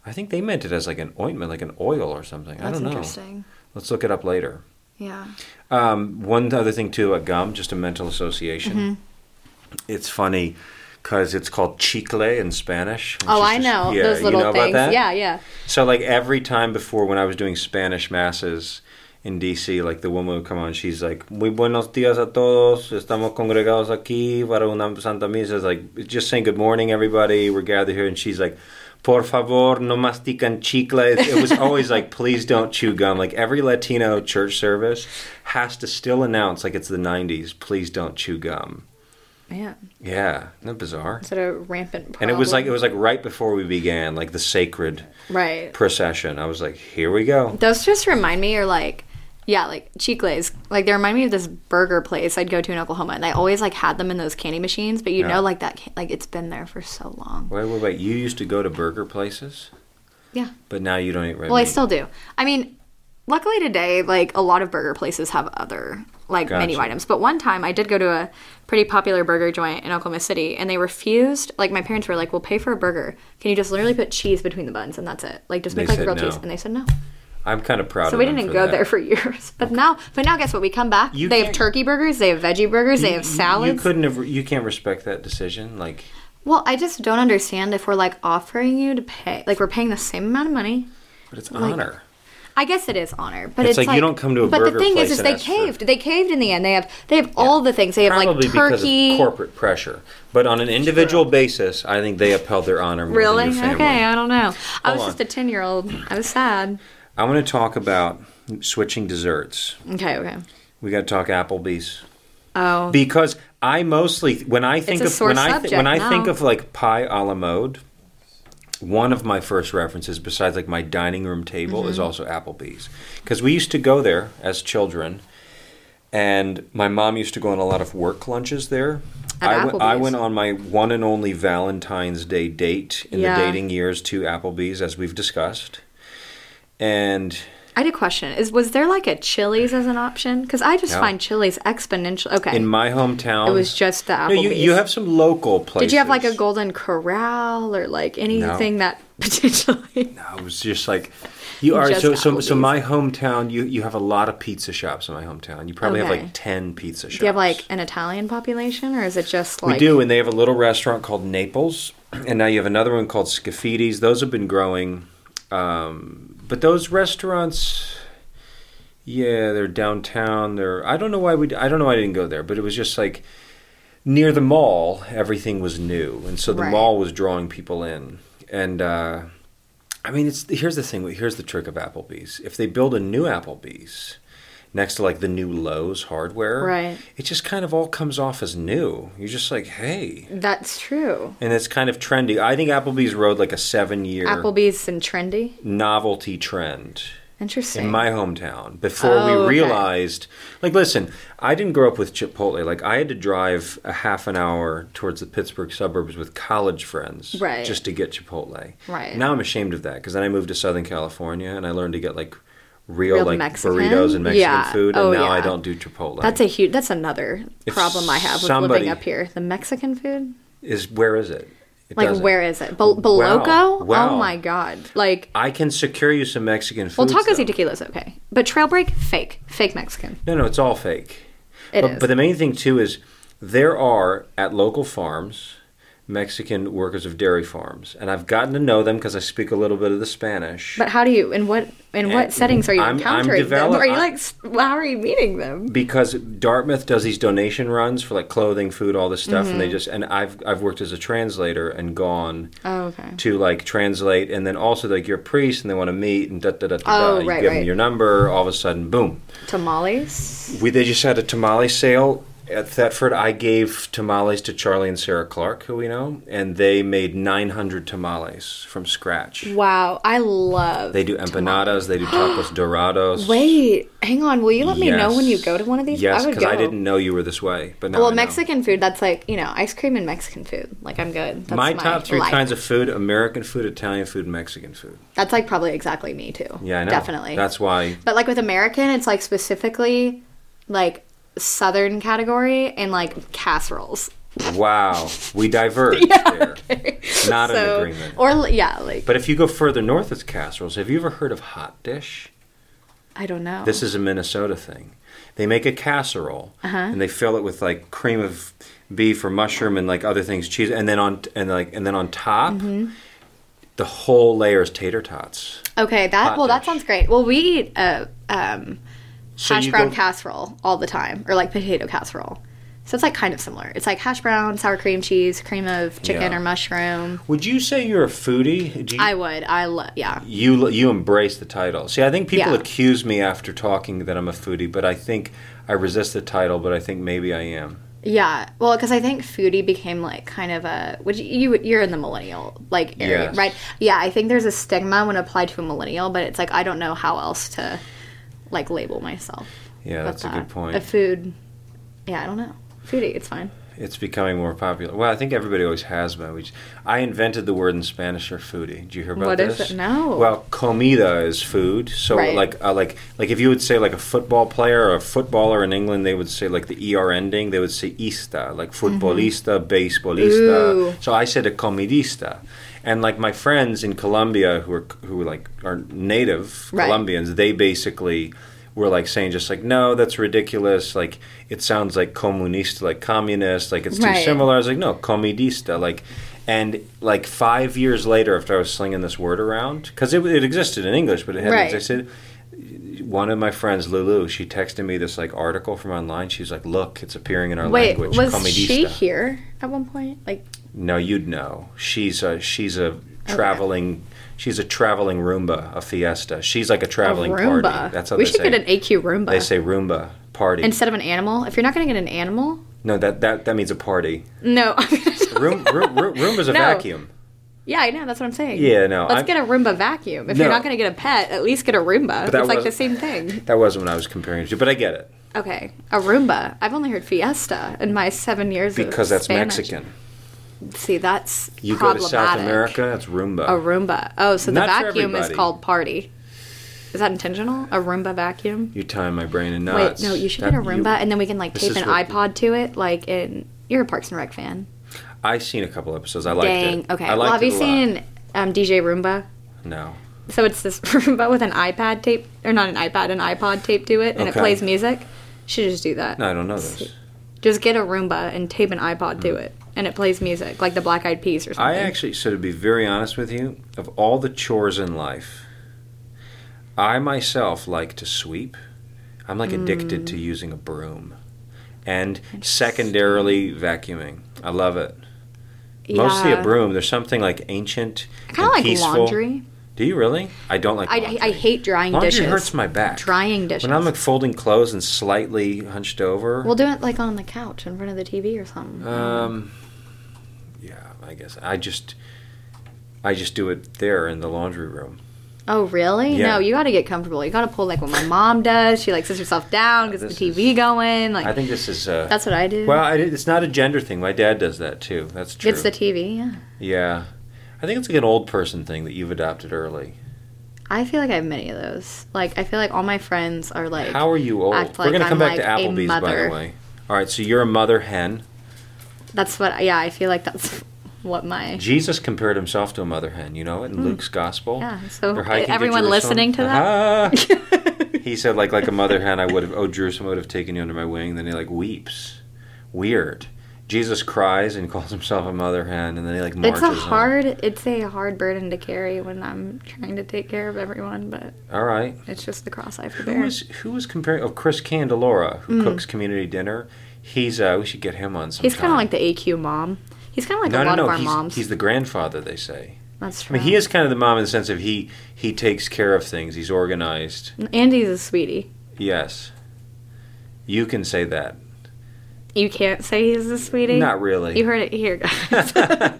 Speaker 1: I think they meant it as like an ointment, like an oil or something. I
Speaker 2: That's
Speaker 1: don't know.
Speaker 2: interesting.
Speaker 1: Let's look it up later.
Speaker 2: Yeah.
Speaker 1: Um, one other thing too about gum, just a mental association.
Speaker 2: Mm-hmm.
Speaker 1: It's funny because it's called chicle in Spanish. which
Speaker 2: Oh,
Speaker 1: is
Speaker 2: I
Speaker 1: just-
Speaker 2: know
Speaker 1: yeah,
Speaker 2: those
Speaker 1: you
Speaker 2: little
Speaker 1: know about
Speaker 2: things.
Speaker 1: that?
Speaker 2: Yeah, yeah.
Speaker 1: So like every time before when I was doing Spanish masses in DC, like the woman would come on, she's like, "Muy buenos días a todos. Estamos congregados aquí para una santa misa." It's like just saying good morning, everybody. We're gathered here, and she's like. Por favor, no mastican chicle. It, it was always like, please don't chew gum. Like every Latino church service has to still announce, like it's the '90s, please don't chew gum.
Speaker 2: Yeah.
Speaker 1: Yeah, isn't that bizarre?
Speaker 2: It's a rampant problem.
Speaker 1: And it was like it was like right before we began, like the sacred
Speaker 2: Right.
Speaker 1: procession. I was like, here we go.
Speaker 2: Those just remind me or like yeah, like chicles. Like they remind me of this burger place I'd go to in Oklahoma and they always like had them in those candy machines, but you
Speaker 1: Yeah.
Speaker 2: know like that can- like it's been there for so long.
Speaker 1: Wait, wait, wait. You used to go to burger places,
Speaker 2: Yeah.
Speaker 1: but now you don't eat red
Speaker 2: Well,
Speaker 1: meat.
Speaker 2: I still do. I mean, luckily today, like a lot of burger places have other like menu
Speaker 1: Gotcha.
Speaker 2: items. But one time I did go to a pretty popular burger joint in Oklahoma City and they refused, like my parents were like, "We'll pay for a burger. Can you just literally put cheese between the buns and that's it? Like just
Speaker 1: They
Speaker 2: make like
Speaker 1: said
Speaker 2: grilled cheese."
Speaker 1: no.
Speaker 2: And they said no.
Speaker 1: I'm kind of proud.
Speaker 2: So
Speaker 1: of
Speaker 2: we
Speaker 1: them
Speaker 2: didn't
Speaker 1: for
Speaker 2: go
Speaker 1: that.
Speaker 2: there for [laughs] years. But now, but now guess what? We come back.
Speaker 1: You
Speaker 2: they have
Speaker 1: can't-
Speaker 2: turkey burgers, they have veggie burgers, they
Speaker 1: You-
Speaker 2: have
Speaker 1: you-
Speaker 2: salads.
Speaker 1: You couldn't have. You can't respect that decision. Like,
Speaker 2: well, I just don't understand if we're like offering you to pay, like we're paying the same amount of money.
Speaker 1: but it's
Speaker 2: Like-
Speaker 1: honor.
Speaker 2: I guess it is honor, but
Speaker 1: It's
Speaker 2: it's,
Speaker 1: like you don't come to a
Speaker 2: But
Speaker 1: burger
Speaker 2: the thing
Speaker 1: place
Speaker 2: is, is
Speaker 1: and
Speaker 2: they
Speaker 1: ask for-
Speaker 2: caved. They caved in the end. They have they have all the things. They have
Speaker 1: Probably
Speaker 2: like turkey.
Speaker 1: because of corporate pressure, but on an individual basis, I think they upheld their honor. More
Speaker 2: really?
Speaker 1: Than your family.
Speaker 2: Okay, I don't know. I
Speaker 1: Hold
Speaker 2: was
Speaker 1: on.
Speaker 2: just a ten year old. I was sad.
Speaker 1: I want to talk about switching desserts.
Speaker 2: Okay, okay.
Speaker 1: We got to talk Applebee's.
Speaker 2: Oh,
Speaker 1: because I mostly when I think
Speaker 2: a
Speaker 1: of
Speaker 2: sore
Speaker 1: when I
Speaker 2: subject
Speaker 1: when I think
Speaker 2: now.
Speaker 1: of like pie a la mode, one of my first references besides like my dining room table is
Speaker 2: Mm-hmm.
Speaker 1: also Applebee's because we used to go there as children, and my mom used to go on a lot of work lunches there.
Speaker 2: At
Speaker 1: I went- I
Speaker 2: Applebee's.
Speaker 1: went on my one and only Valentine's Day date in
Speaker 2: Yeah.
Speaker 1: the dating years to Applebee's, as we've discussed, and
Speaker 2: I did question. Is was there like a Chili's as an option? Because I just
Speaker 1: No.
Speaker 2: find Chili's exponential. Okay,
Speaker 1: in my hometown,
Speaker 2: it was just the Applebee's.
Speaker 1: No, you, you have some local places.
Speaker 2: Did you have like a Golden Corral or like anything that [laughs] potentially?
Speaker 1: I was just like, you are
Speaker 2: Just
Speaker 1: so so, so.
Speaker 2: Applebee's.
Speaker 1: My hometown, you you have a lot of pizza shops in my hometown. You probably have
Speaker 2: Okay.
Speaker 1: like ten pizza shops.
Speaker 2: Do you have like an Italian population, or is it just like
Speaker 1: we do, and they have a little restaurant called Naples, [clears throat] and now you have another one called Scafidi's. Those have been growing, um, but those restaurants, yeah, they're downtown. They're I don't know why we I don't know why I didn't go there, but it was just like near the mall. Everything was new, and so the
Speaker 2: Right.
Speaker 1: mall was drawing people in, and. uh I mean, it's here's the thing. Here's the trick of Applebee's. If they build a new Applebee's next to like the new Lowe's hardware,
Speaker 2: Right.
Speaker 1: It just kind of all comes off as new. You're just like, hey,
Speaker 2: That's true.
Speaker 1: and it's kind of trendy. I think Applebee's rode like a seven year
Speaker 2: Applebee's and trendy.
Speaker 1: novelty trend,
Speaker 2: Interesting.
Speaker 1: in my hometown before
Speaker 2: Oh,
Speaker 1: we
Speaker 2: okay.
Speaker 1: realized like listen i didn't grow up with chipotle like i had to drive a half an hour towards the pittsburgh suburbs with college friends
Speaker 2: Right.
Speaker 1: just to get chipotle
Speaker 2: Right.
Speaker 1: now i'm ashamed of that because then i moved to southern california and i learned to get like real,
Speaker 2: Real
Speaker 1: like
Speaker 2: Mexican?
Speaker 1: burritos and mexican
Speaker 2: Yeah.
Speaker 1: food and
Speaker 2: Oh,
Speaker 1: now i
Speaker 2: yeah.
Speaker 1: don't do chipotle
Speaker 2: that's a huge. That's another
Speaker 1: If
Speaker 2: problem I have with
Speaker 1: somebody-
Speaker 2: living up here. The Mexican food.
Speaker 1: is where is it, it
Speaker 2: Like,
Speaker 1: doesn't.
Speaker 2: where is it? Bel-
Speaker 1: Wow.
Speaker 2: Beloco?
Speaker 1: Wow.
Speaker 2: Oh my god! Like,
Speaker 1: i can secure you some mexican food
Speaker 2: well, tacos
Speaker 1: though.
Speaker 2: y tequila's okay, but Trail Break, fake, fake Mexican.
Speaker 1: No, no, it's all fake.
Speaker 2: It
Speaker 1: but,
Speaker 2: is.
Speaker 1: but the main thing too is there are at local farms Mexican workers of dairy farms, and I've gotten to know them because I speak a little bit of the Spanish.
Speaker 2: But how do you? In what? In
Speaker 1: Eh,
Speaker 2: what settings are you
Speaker 1: I'm- I'm
Speaker 2: encountering them?
Speaker 1: develop-
Speaker 2: Are you
Speaker 1: I-
Speaker 2: like? s- How are you meeting them?
Speaker 1: because Dartmouth does these donation runs for like clothing, food, all this stuff, and
Speaker 2: Mm-hmm.
Speaker 1: they just and I've I've worked as a translator and gone
Speaker 2: Oh, okay.
Speaker 1: to like translate, and then also like you're a priest and they want to meet and da da da da.
Speaker 2: Oh,
Speaker 1: da. You
Speaker 2: right,
Speaker 1: give them
Speaker 2: right.
Speaker 1: your number, all of a sudden, boom.
Speaker 2: Tamales.
Speaker 1: We they just had a tamale sale at Thetford. I gave tamales to Charlie and Sarah Clark, who we know, and they made 900 tamales from scratch.
Speaker 2: Wow, I love.
Speaker 1: They do empanadas. They do
Speaker 2: [gasps]
Speaker 1: tacos dorados.
Speaker 2: Wait, hang on. Will you let me know when you
Speaker 1: Yes.
Speaker 2: go to one of these?
Speaker 1: Yes,
Speaker 2: I would
Speaker 1: because
Speaker 2: go.
Speaker 1: I didn't know you were this way, but now
Speaker 2: Well,
Speaker 1: I know.
Speaker 2: Mexican food. That's like you know, ice cream and Mexican food. Like I'm good. That's
Speaker 1: my top three
Speaker 2: life.
Speaker 1: kinds of food: American food, Italian food, Mexican food.
Speaker 2: That's like probably exactly me too.
Speaker 1: Yeah, I know.
Speaker 2: Definitely.
Speaker 1: That's why.
Speaker 2: But like with American, it's like specifically like southern category and like casseroles.
Speaker 1: Wow, we diverge
Speaker 2: [laughs]
Speaker 1: there. Not
Speaker 2: So-
Speaker 1: an agreement.
Speaker 2: Or li- yeah, like
Speaker 1: but if you go further north, it's casseroles. Have you ever heard of hot dish?
Speaker 2: I don't know.
Speaker 1: This is a Minnesota thing. They make a casserole
Speaker 2: Uh-huh.
Speaker 1: and they fill it with like cream of beef or mushroom and like other things, cheese, and then on and like and then on top,
Speaker 2: Mm-hmm.
Speaker 1: the whole layer is tater tots.
Speaker 2: okay. That
Speaker 1: hot
Speaker 2: well, that
Speaker 1: dish.
Speaker 2: sounds great. Well, we eat a um,
Speaker 1: So
Speaker 2: hash
Speaker 1: you
Speaker 2: brown
Speaker 1: go-
Speaker 2: casserole all the time, or like potato casserole. So it's like kind of similar. It's like hash brown, sour cream cheese, cream of chicken
Speaker 1: Yeah.
Speaker 2: or mushroom.
Speaker 1: Would you say you're a foodie? Do you,
Speaker 2: I would. I love. Yeah.
Speaker 1: you you embrace the title. See, I think people
Speaker 2: Yeah.
Speaker 1: accuse me after talking that I'm a foodie, but I think I resist the title. But I think maybe I am.
Speaker 2: Yeah, well, because I think foodie became like kind of a which you you're in the millennial like area,
Speaker 1: Yes.
Speaker 2: right? Yeah, I think there's a stigma when applied to a millennial, but it's like I don't know how else to like label myself.
Speaker 1: Yeah,
Speaker 2: with
Speaker 1: that's a
Speaker 2: that.
Speaker 1: good point.
Speaker 2: A food, yeah, I don't know. Foodie, it's fine.
Speaker 1: it's becoming more popular. Well, I think everybody always has been. We, j- I invented the word in Spanish for foodie. Did you hear about
Speaker 2: What
Speaker 1: this?
Speaker 2: is it? No.
Speaker 1: Well, comida is food. So
Speaker 2: Oh. Right.
Speaker 1: like uh, like like if you would say like a football player or a footballer in England, they would say like the er ending. They would say ista, like futbolista, baseballista.
Speaker 2: Mm-hmm. Ooh.
Speaker 1: So I said a comidista. And like my friends in Colombia who are who like are native
Speaker 2: Right.
Speaker 1: Colombians, they basically were like saying just like no, that's ridiculous. Like it sounds like comunista, like communist, like it's too
Speaker 2: Right.
Speaker 1: similar. I was like no, comidista, like. And like five years later, after I was slinging this word around, because it, it existed in English, but it hadn't
Speaker 2: Right.
Speaker 1: existed. One of my friends, Lulu, she texted me this like article from online. She's like, "Look, it's appearing in our
Speaker 2: Wait,
Speaker 1: language."
Speaker 2: was
Speaker 1: comidista.
Speaker 2: she here at one point? Like,
Speaker 1: No, you'd know. She's a she's a traveling she's a traveling Roomba, a fiesta. She's like a traveling
Speaker 2: a Roomba.
Speaker 1: party. That's how
Speaker 2: we
Speaker 1: they
Speaker 2: should
Speaker 1: say.
Speaker 2: get an AQ Roomba
Speaker 1: they say Roomba party.
Speaker 2: instead of an animal. If you're not going to get an animal,
Speaker 1: no, that, that that means a party.
Speaker 2: no. [laughs]
Speaker 1: Room, room, room Roomba's a
Speaker 2: No.
Speaker 1: vacuum.
Speaker 2: Yeah, I know. That's what I'm saying.
Speaker 1: Yeah, no,
Speaker 2: Let's
Speaker 1: I'm-
Speaker 2: get a Roomba vacuum. If
Speaker 1: No.
Speaker 2: you're not going to get a pet, at least get a Roomba.
Speaker 1: that
Speaker 2: It's like the
Speaker 1: wasn't-
Speaker 2: same thing.
Speaker 1: That wasn't what I was comparing it to, but I get it
Speaker 2: Okay, a Roomba. I've only heard Fiesta in my seven years of
Speaker 1: because that's
Speaker 2: Spanish.
Speaker 1: Mexican.
Speaker 2: See, that's
Speaker 1: You go to
Speaker 2: problematic.
Speaker 1: South America, that's Roomba.
Speaker 2: A Roomba. Oh, so the
Speaker 1: Not for
Speaker 2: vacuum is
Speaker 1: everybody.
Speaker 2: called party. Is that intentional? A Roomba vacuum?
Speaker 1: You're tying my brain in knots.
Speaker 2: Wait, no. You should
Speaker 1: Uh, That-
Speaker 2: get a Roomba, and then we can like
Speaker 1: this
Speaker 2: tape
Speaker 1: is
Speaker 2: an
Speaker 1: what-
Speaker 2: iPod to it, like in. You're a Parks and Rec fan.
Speaker 1: I seen a couple episodes. I liked
Speaker 2: Dang.
Speaker 1: it.
Speaker 2: Okay.
Speaker 1: I liked
Speaker 2: well, have
Speaker 1: it
Speaker 2: you
Speaker 1: a lot.
Speaker 2: seen um, DJ Roomba?
Speaker 1: No.
Speaker 2: So it's this [laughs] Roomba with an iPad tape, or not an iPad, an iPod tape to it, and
Speaker 1: Okay.
Speaker 2: it plays music. Should just do that.
Speaker 1: No, I don't know this.
Speaker 2: Just get a Roomba and tape an iPod to it, and it plays music like the Black Eyed Peas or
Speaker 1: Mm. I
Speaker 2: something.
Speaker 1: actually, so to be very honest with you, of all the chores in life, I myself like to sweep. I'm like addicted
Speaker 2: Mm.
Speaker 1: to using a broom and secondarily vacuuming. I love it. Mostly a
Speaker 2: Yeah.
Speaker 1: broom. There's something like ancient.
Speaker 2: I kind of like
Speaker 1: peaceful.
Speaker 2: laundry.
Speaker 1: Do you really? I don't like
Speaker 2: I,
Speaker 1: laundry.
Speaker 2: I hate drying
Speaker 1: laundry
Speaker 2: dishes.
Speaker 1: hurts my back.
Speaker 2: Drying dishes.
Speaker 1: When I'm like folding clothes and slightly hunched over.
Speaker 2: we'll do it like on the couch in front of the TV or something.
Speaker 1: Um, yeah, I guess I just I just do it there in the laundry room.
Speaker 2: Oh really?
Speaker 1: Yeah.
Speaker 2: No, you got to get comfortable. You got to pull like what my mom does. She like sits herself down, gets
Speaker 1: Uh, This
Speaker 2: the TV going. Like
Speaker 1: I think this is. Uh,
Speaker 2: that's what I do.
Speaker 1: well, I, it's not a gender thing. My dad does that too. That's true.
Speaker 2: gets the TV. Yeah.
Speaker 1: yeah, I think it's like an old person thing that you've adopted early.
Speaker 2: I feel like I have many of those. Like I feel like all my friends are like
Speaker 1: How are you old?
Speaker 2: act
Speaker 1: We're gonna
Speaker 2: like
Speaker 1: come
Speaker 2: I'm
Speaker 1: back
Speaker 2: like
Speaker 1: to
Speaker 2: a
Speaker 1: Applebee's, by
Speaker 2: mother.
Speaker 1: the way. All right, so you're a mother hen.
Speaker 2: that's what yeah, I feel like that's [laughs] what my
Speaker 1: Jesus compared himself to a mother hen. You know, it in Luke's gospel.
Speaker 2: Hmm. yeah, so
Speaker 1: They're hiking to
Speaker 2: Uh, everyone
Speaker 1: Jerusalem.
Speaker 2: listening to that.
Speaker 1: Ah. [laughs] he said like like a mother hen i would have oh jerusalem I would have taken you under my wing then he like weeps weird jesus cries and [laughs] calls himself a mother hen and then he like marches
Speaker 2: [laughs] It's a
Speaker 1: on.
Speaker 2: hard it's a hard burden to carry when I'm trying to take care of everyone, but
Speaker 1: all right
Speaker 2: it's just the cross I have to
Speaker 1: who
Speaker 2: bear. Mm.
Speaker 1: was who was comparing oh chris candelora who cooks community dinner he's uh we should get him on sometime.
Speaker 2: He's kind of like the AQ mom. He's kind of like
Speaker 1: no
Speaker 2: a
Speaker 1: no
Speaker 2: lot
Speaker 1: no
Speaker 2: of our
Speaker 1: he's,
Speaker 2: moms. Oh.
Speaker 1: he's the grandfather they say
Speaker 2: That's
Speaker 1: i
Speaker 2: true.
Speaker 1: mean he is kind of the mom in the sense of he he takes care of things he's organized
Speaker 2: Andy's a sweetie.
Speaker 1: yes you can say that
Speaker 2: You can't say he's a sweetie.
Speaker 1: not really
Speaker 2: You heard it here, guys.
Speaker 1: [laughs]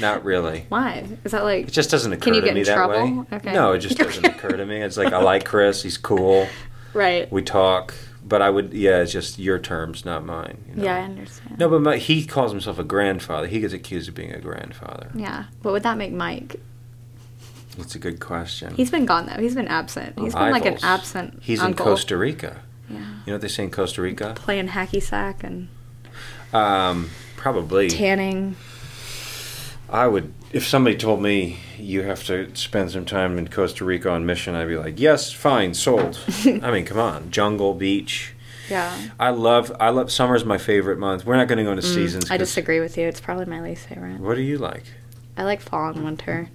Speaker 1: not really
Speaker 2: Why is that like?
Speaker 1: It just doesn't occur
Speaker 2: Can you
Speaker 1: to
Speaker 2: get
Speaker 1: me
Speaker 2: in
Speaker 1: that
Speaker 2: trouble?
Speaker 1: way.
Speaker 2: [laughs] Okay.
Speaker 1: No, it just doesn't occur to me. It's like I like Chris. He's cool.
Speaker 2: Right.
Speaker 1: We talk, but I would yeah. It's just your terms, not mine. you know?
Speaker 2: Yeah, I understand.
Speaker 1: No, but my, he calls himself a grandfather. He gets accused of being a grandfather.
Speaker 2: Yeah. What would that make Mike?
Speaker 1: That's a good question.
Speaker 2: He's been gone though. He's been absent. He's been like an
Speaker 1: Rivals.
Speaker 2: absent.
Speaker 1: He's
Speaker 2: uncle.
Speaker 1: in Costa Rica.
Speaker 2: Yeah.
Speaker 1: You know what they say in Costa Rica?
Speaker 2: Playing hacky sack and
Speaker 1: Um, probably.
Speaker 2: tanning.
Speaker 1: I would, if somebody told me you have to spend some time in Costa Rica on mission, I'd be like, yes, fine, sold.
Speaker 2: [laughs]
Speaker 1: I mean, come on, jungle, beach.
Speaker 2: Yeah.
Speaker 1: I love I love summer's my favorite month. We're not going to go into seasons.
Speaker 2: Mm, I
Speaker 1: 'cause-
Speaker 2: disagree with you. It's probably my least favorite.
Speaker 1: What do you like?
Speaker 2: I like fall and winter.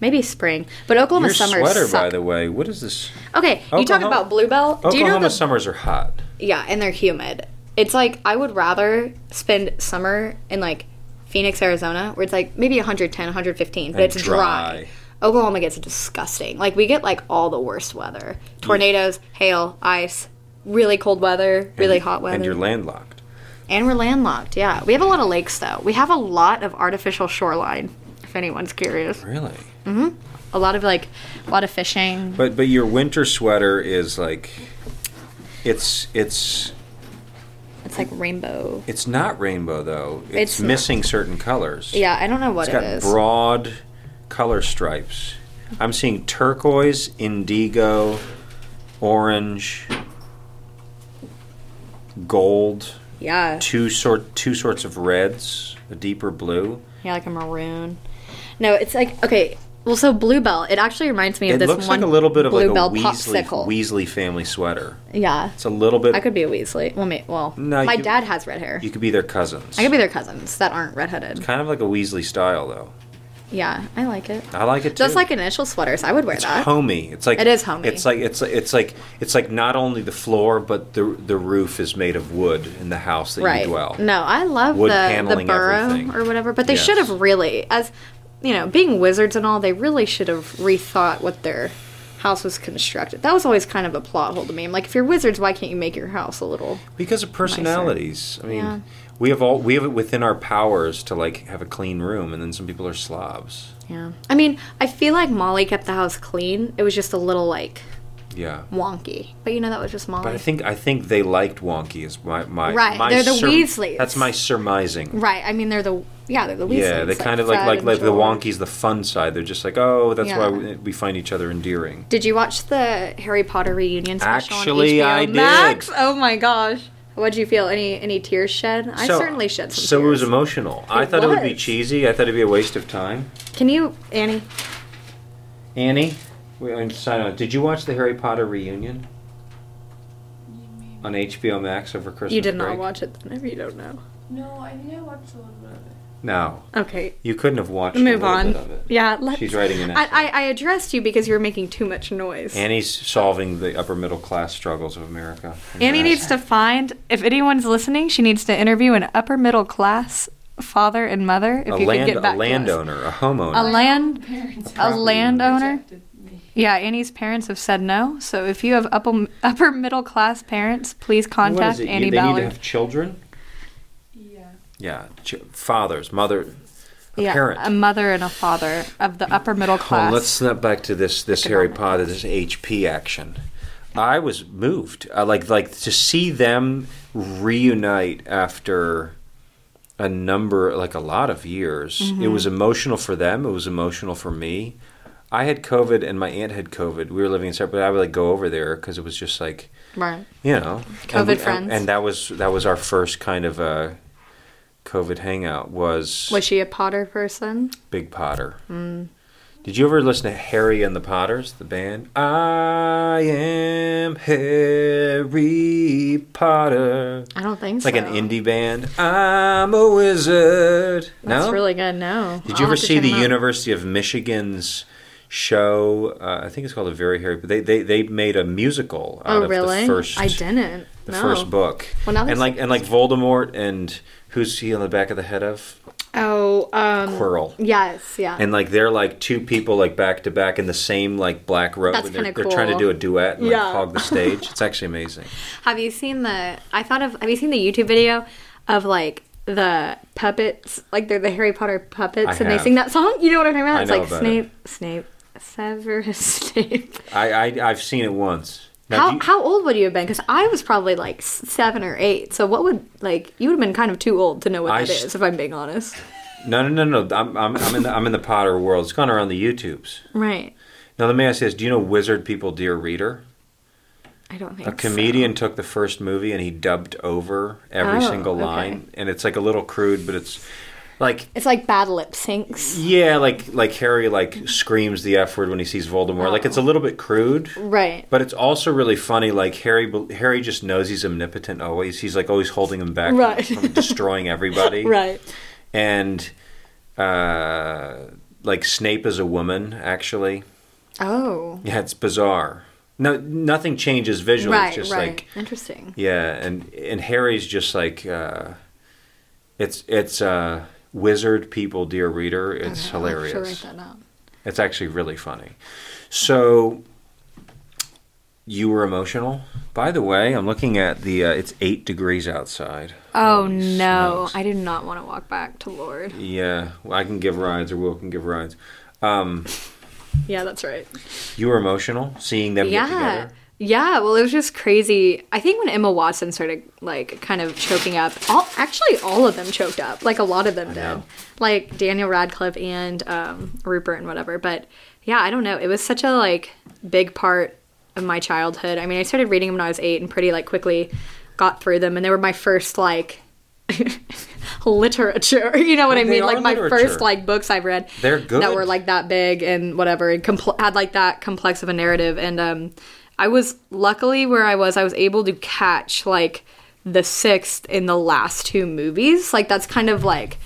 Speaker 2: Maybe spring, but
Speaker 1: Hmm.
Speaker 2: Oklahoma
Speaker 1: Your
Speaker 2: summers
Speaker 1: sweater,
Speaker 2: suck.
Speaker 1: by the way. What is this?
Speaker 2: okay, you talk
Speaker 1: Oklahoma-
Speaker 2: about bluebell. Do you
Speaker 1: Oklahoma
Speaker 2: know the
Speaker 1: summers are hot.
Speaker 2: Yeah, and they're humid. It's like I would rather spend summer in like Phoenix, Arizona, where it's like maybe 110, 115, but
Speaker 1: And
Speaker 2: it's dry.
Speaker 1: dry.
Speaker 2: Oklahoma gets disgusting. Like we get like all the worst weather: tornadoes, hail, ice, really cold weather, really hot weather,
Speaker 1: And you're landlocked.
Speaker 2: And we're landlocked. Yeah, we have a lot of lakes though. We have a lot of artificial shoreline. If anyone's curious,
Speaker 1: Really?
Speaker 2: a lot of like a lot of fishing.
Speaker 1: But but your winter sweater is like, it's it's
Speaker 2: It's like rainbow.
Speaker 1: it's not rainbow though. It's,
Speaker 2: It's not.
Speaker 1: missing certain colors.
Speaker 2: Yeah, I don't know what
Speaker 1: It's
Speaker 2: it
Speaker 1: got
Speaker 2: is.
Speaker 1: broad color stripes. I'm seeing turquoise, indigo, orange, gold.
Speaker 2: yeah.
Speaker 1: two sort two sorts of reds, a deeper blue.
Speaker 2: Yeah, like a maroon. No, it's like okay. Well, so bluebell. It actually reminds me of
Speaker 1: It
Speaker 2: this
Speaker 1: looks
Speaker 2: one.
Speaker 1: like a little bit of like a
Speaker 2: bluebell
Speaker 1: Weasley,
Speaker 2: popsicle.
Speaker 1: Weasley family sweater.
Speaker 2: yeah,
Speaker 1: It's a little bit.
Speaker 2: I could be a Weasley. Well, me, well,
Speaker 1: No,
Speaker 2: my
Speaker 1: you-
Speaker 2: dad has red hair.
Speaker 1: you could be their cousins.
Speaker 2: I could be their cousins that aren't redheaded.
Speaker 1: kind of like a Weasley style though.
Speaker 2: Yeah, I like it.
Speaker 1: I like it too.
Speaker 2: Just like initial sweaters, I would wear
Speaker 1: it's
Speaker 2: that.
Speaker 1: homey. It's like
Speaker 2: It is homey.
Speaker 1: It's like it's it's like it's like not only the floor but the the roof is made of wood in the house that
Speaker 2: right.
Speaker 1: you dwell.
Speaker 2: No, I love
Speaker 1: Wood
Speaker 2: the the
Speaker 1: paneling,
Speaker 2: burrow
Speaker 1: everything.
Speaker 2: or whatever. But they
Speaker 1: Yes.
Speaker 2: should have really, as you know, being wizards and all, they really should have rethought what their house was constructed. That was always kind of a plot hole to me. I'm like, if you're wizards, why can't you make your house a little?
Speaker 1: because of personalities. I mean,
Speaker 2: Yeah.
Speaker 1: we have all we have it within our powers to like have a clean room, and then some people are slobs.
Speaker 2: Yeah. I mean, I feel like Molly kept the house clean. It was just a little like
Speaker 1: Yeah.
Speaker 2: wonky. But you know that was just Molly.
Speaker 1: But I think I think they liked Wonky is my my
Speaker 2: Right,
Speaker 1: my
Speaker 2: they're the Weasleys.
Speaker 1: That's my surmising.
Speaker 2: right. I mean, they're the yeah, they're the Weasleys.
Speaker 1: Yeah, they kind of like
Speaker 2: Fred
Speaker 1: like
Speaker 2: and
Speaker 1: like the
Speaker 2: George.
Speaker 1: Wonky's the fun side. They're just like, oh, that's why
Speaker 2: Yeah.
Speaker 1: we, we find each other endearing.
Speaker 2: Did you watch the Harry Potter reunion special
Speaker 1: Actually,
Speaker 2: on HBO
Speaker 1: I did.
Speaker 2: Max? Oh my gosh. What'd you feel? Any any tears shed? I
Speaker 1: So-
Speaker 2: certainly shed some
Speaker 1: So
Speaker 2: tears.
Speaker 1: it was emotional. I
Speaker 2: It
Speaker 1: thought it would be
Speaker 2: was.
Speaker 1: cheesy. I thought it'd be a waste of time.
Speaker 2: Can you, Annie?
Speaker 1: Annie, we, and sign on. Did you watch the Harry Potter reunion on HBO Max over Christmas?
Speaker 2: You did not
Speaker 1: break?
Speaker 2: watch it then if you don't know.
Speaker 4: No, I think I watched a little bit of it.
Speaker 1: No,
Speaker 2: Okay.
Speaker 1: you couldn't have watched.
Speaker 2: Move
Speaker 1: a little
Speaker 2: on.
Speaker 1: Bit of it.
Speaker 2: Yeah, let's.
Speaker 1: She's writing an
Speaker 2: I,
Speaker 1: essay.
Speaker 2: I, I addressed you because you were making too much noise.
Speaker 1: Annie's solving the upper middle class struggles of America.
Speaker 2: Annie needs to find, if anyone's listening, she needs to interview an upper middle class father and mother. If
Speaker 1: a
Speaker 2: you
Speaker 1: land,
Speaker 2: could get back
Speaker 1: a
Speaker 2: to us.
Speaker 1: landowner, a homeowner.
Speaker 2: a land,
Speaker 4: Parents
Speaker 2: a landowner.
Speaker 4: rejected me.
Speaker 2: Yeah, Annie's parents have said no. So if you have upper [laughs] upper middle class parents, please contact
Speaker 1: You- they need
Speaker 2: Annie
Speaker 1: to
Speaker 2: Ballard.
Speaker 1: have children.
Speaker 4: Yeah.
Speaker 1: Yeah, ch- fathers, mother, a
Speaker 2: yeah,
Speaker 1: parent.
Speaker 2: a mother and a father of the upper middle
Speaker 1: Hold on,
Speaker 2: class.
Speaker 1: Oh, let's snap back to this this Harry
Speaker 2: Economic
Speaker 1: Potter, this HP action. I was moved. I like like to see them reunite after a number like a lot of years. It was
Speaker 2: Mm-hmm.
Speaker 1: emotional for them, it was emotional for me. I had COVID and my aunt had COVID. We were living in separate. I would like go over there because it was just like
Speaker 2: Right.
Speaker 1: you know,
Speaker 2: COVID
Speaker 1: and we-
Speaker 2: friends.
Speaker 1: and that was that was our first kind of a COVID hangout was
Speaker 2: Was she a Potter person?
Speaker 1: Big Potter. Did you ever listen to Harry and the Potters, the band? I am Harry Potter.
Speaker 2: I don't think
Speaker 1: It's
Speaker 2: so.
Speaker 1: like an indie band. I'm a wizard.
Speaker 2: That's
Speaker 1: no?
Speaker 2: really good. No.
Speaker 1: Did
Speaker 2: I'll
Speaker 1: you ever
Speaker 2: have to
Speaker 1: see
Speaker 2: check
Speaker 1: the
Speaker 2: them out.
Speaker 1: University of Michigan's show? Uh, I think it's called A Very Harry. But they, they they made a musical out
Speaker 2: Oh
Speaker 1: of
Speaker 2: really?
Speaker 1: the first
Speaker 2: I didn't.
Speaker 1: the
Speaker 2: no.
Speaker 1: first book.
Speaker 2: Well, now
Speaker 1: and
Speaker 2: there's-
Speaker 1: like and like Voldemort and who's he on the back of the head of?
Speaker 2: Oh, um
Speaker 1: Quirrell.
Speaker 2: Yes, yeah.
Speaker 1: and like they're like two people like back to back in the same like black robe
Speaker 2: That's
Speaker 1: and they're,
Speaker 2: kinda
Speaker 1: they're trying to
Speaker 2: cool.
Speaker 1: do a duet and
Speaker 2: Yeah.
Speaker 1: like hog the stage it's actually amazing
Speaker 2: Have you seen the? I thought of. Have you seen the YouTube video of like the puppets? Like they're the Harry Potter puppets,
Speaker 1: I
Speaker 2: and
Speaker 1: have.
Speaker 2: they sing that song. You know what I'm talking about?
Speaker 1: I
Speaker 2: it's
Speaker 1: know
Speaker 2: like
Speaker 1: about
Speaker 2: Snape, Snape, Severus [laughs] Snape.
Speaker 1: i, I i've seen it once Now,
Speaker 2: how
Speaker 1: do you-
Speaker 2: how old would you have been? Because I was probably like s- seven or eight. So what would like you would have been kind of too old to know what
Speaker 1: I
Speaker 2: that is,
Speaker 1: s-
Speaker 2: if I'm being honest.
Speaker 1: no no no no i'm i'm, I'm in the i'm in the potter world it's gone around the youtubes
Speaker 2: Right.
Speaker 1: now let me ask you this do you know wizard people dear reader
Speaker 2: I don't think
Speaker 1: a comedian took the first movie and he dubbed over every
Speaker 2: Oh,
Speaker 1: single
Speaker 2: okay.
Speaker 1: line and it's like a little crude but it's like
Speaker 2: It's like bad lip syncs.
Speaker 1: yeah like like harry like screams the f word when he sees voldemort like it's a little bit crude
Speaker 2: Right.
Speaker 1: But it's also really funny. Like Harry, Harry just knows he's omnipotent. Always, he's like always holding him back
Speaker 2: Right. [laughs]
Speaker 1: from destroying everybody.
Speaker 2: Right.
Speaker 1: And uh, like Snape is a woman, actually.
Speaker 2: Oh.
Speaker 1: Yeah, it's bizarre. No, nothing changes visually.
Speaker 2: Right.
Speaker 1: it's just
Speaker 2: right.
Speaker 1: like
Speaker 2: Interesting.
Speaker 1: yeah, and and Harry's just like uh, it's it's uh, wizard people, dear reader. It's
Speaker 2: I'll have to
Speaker 1: hilarious.
Speaker 2: write that out.
Speaker 1: It's actually really funny. So you were emotional. By the way, I'm looking at the. Uh, it's eight degrees outside.
Speaker 2: Oh
Speaker 1: Holy
Speaker 2: no,
Speaker 1: smokes.
Speaker 2: I do not want to walk back to Lord.
Speaker 1: Yeah, well, I can give rides, or Will can give rides. Um,
Speaker 2: Yeah, that's right.
Speaker 1: you were emotional seeing them get
Speaker 2: Yeah.
Speaker 1: together.
Speaker 2: Yeah, well, it was just crazy. I think when Emma Watson started like kind of choking up, all actually all of them choked up. Like a lot of them did.
Speaker 1: know.
Speaker 2: Like Daniel Radcliffe and um, Rupert and whatever. But yeah, I don't know. It was such a like big part of my childhood. I mean, I started reading them when I was eight and pretty like quickly got through them, and they were my first like. [laughs] literature [laughs] you know what i
Speaker 1: They
Speaker 2: mean
Speaker 1: are
Speaker 2: like my
Speaker 1: literature.
Speaker 2: first like books i've read
Speaker 1: They're
Speaker 2: that were
Speaker 1: good.
Speaker 2: like like that big and whatever and compl- had like that complex of a narrative and um i was luckily where i was i was able to catch like the sixth in the last two movies like that's kind of like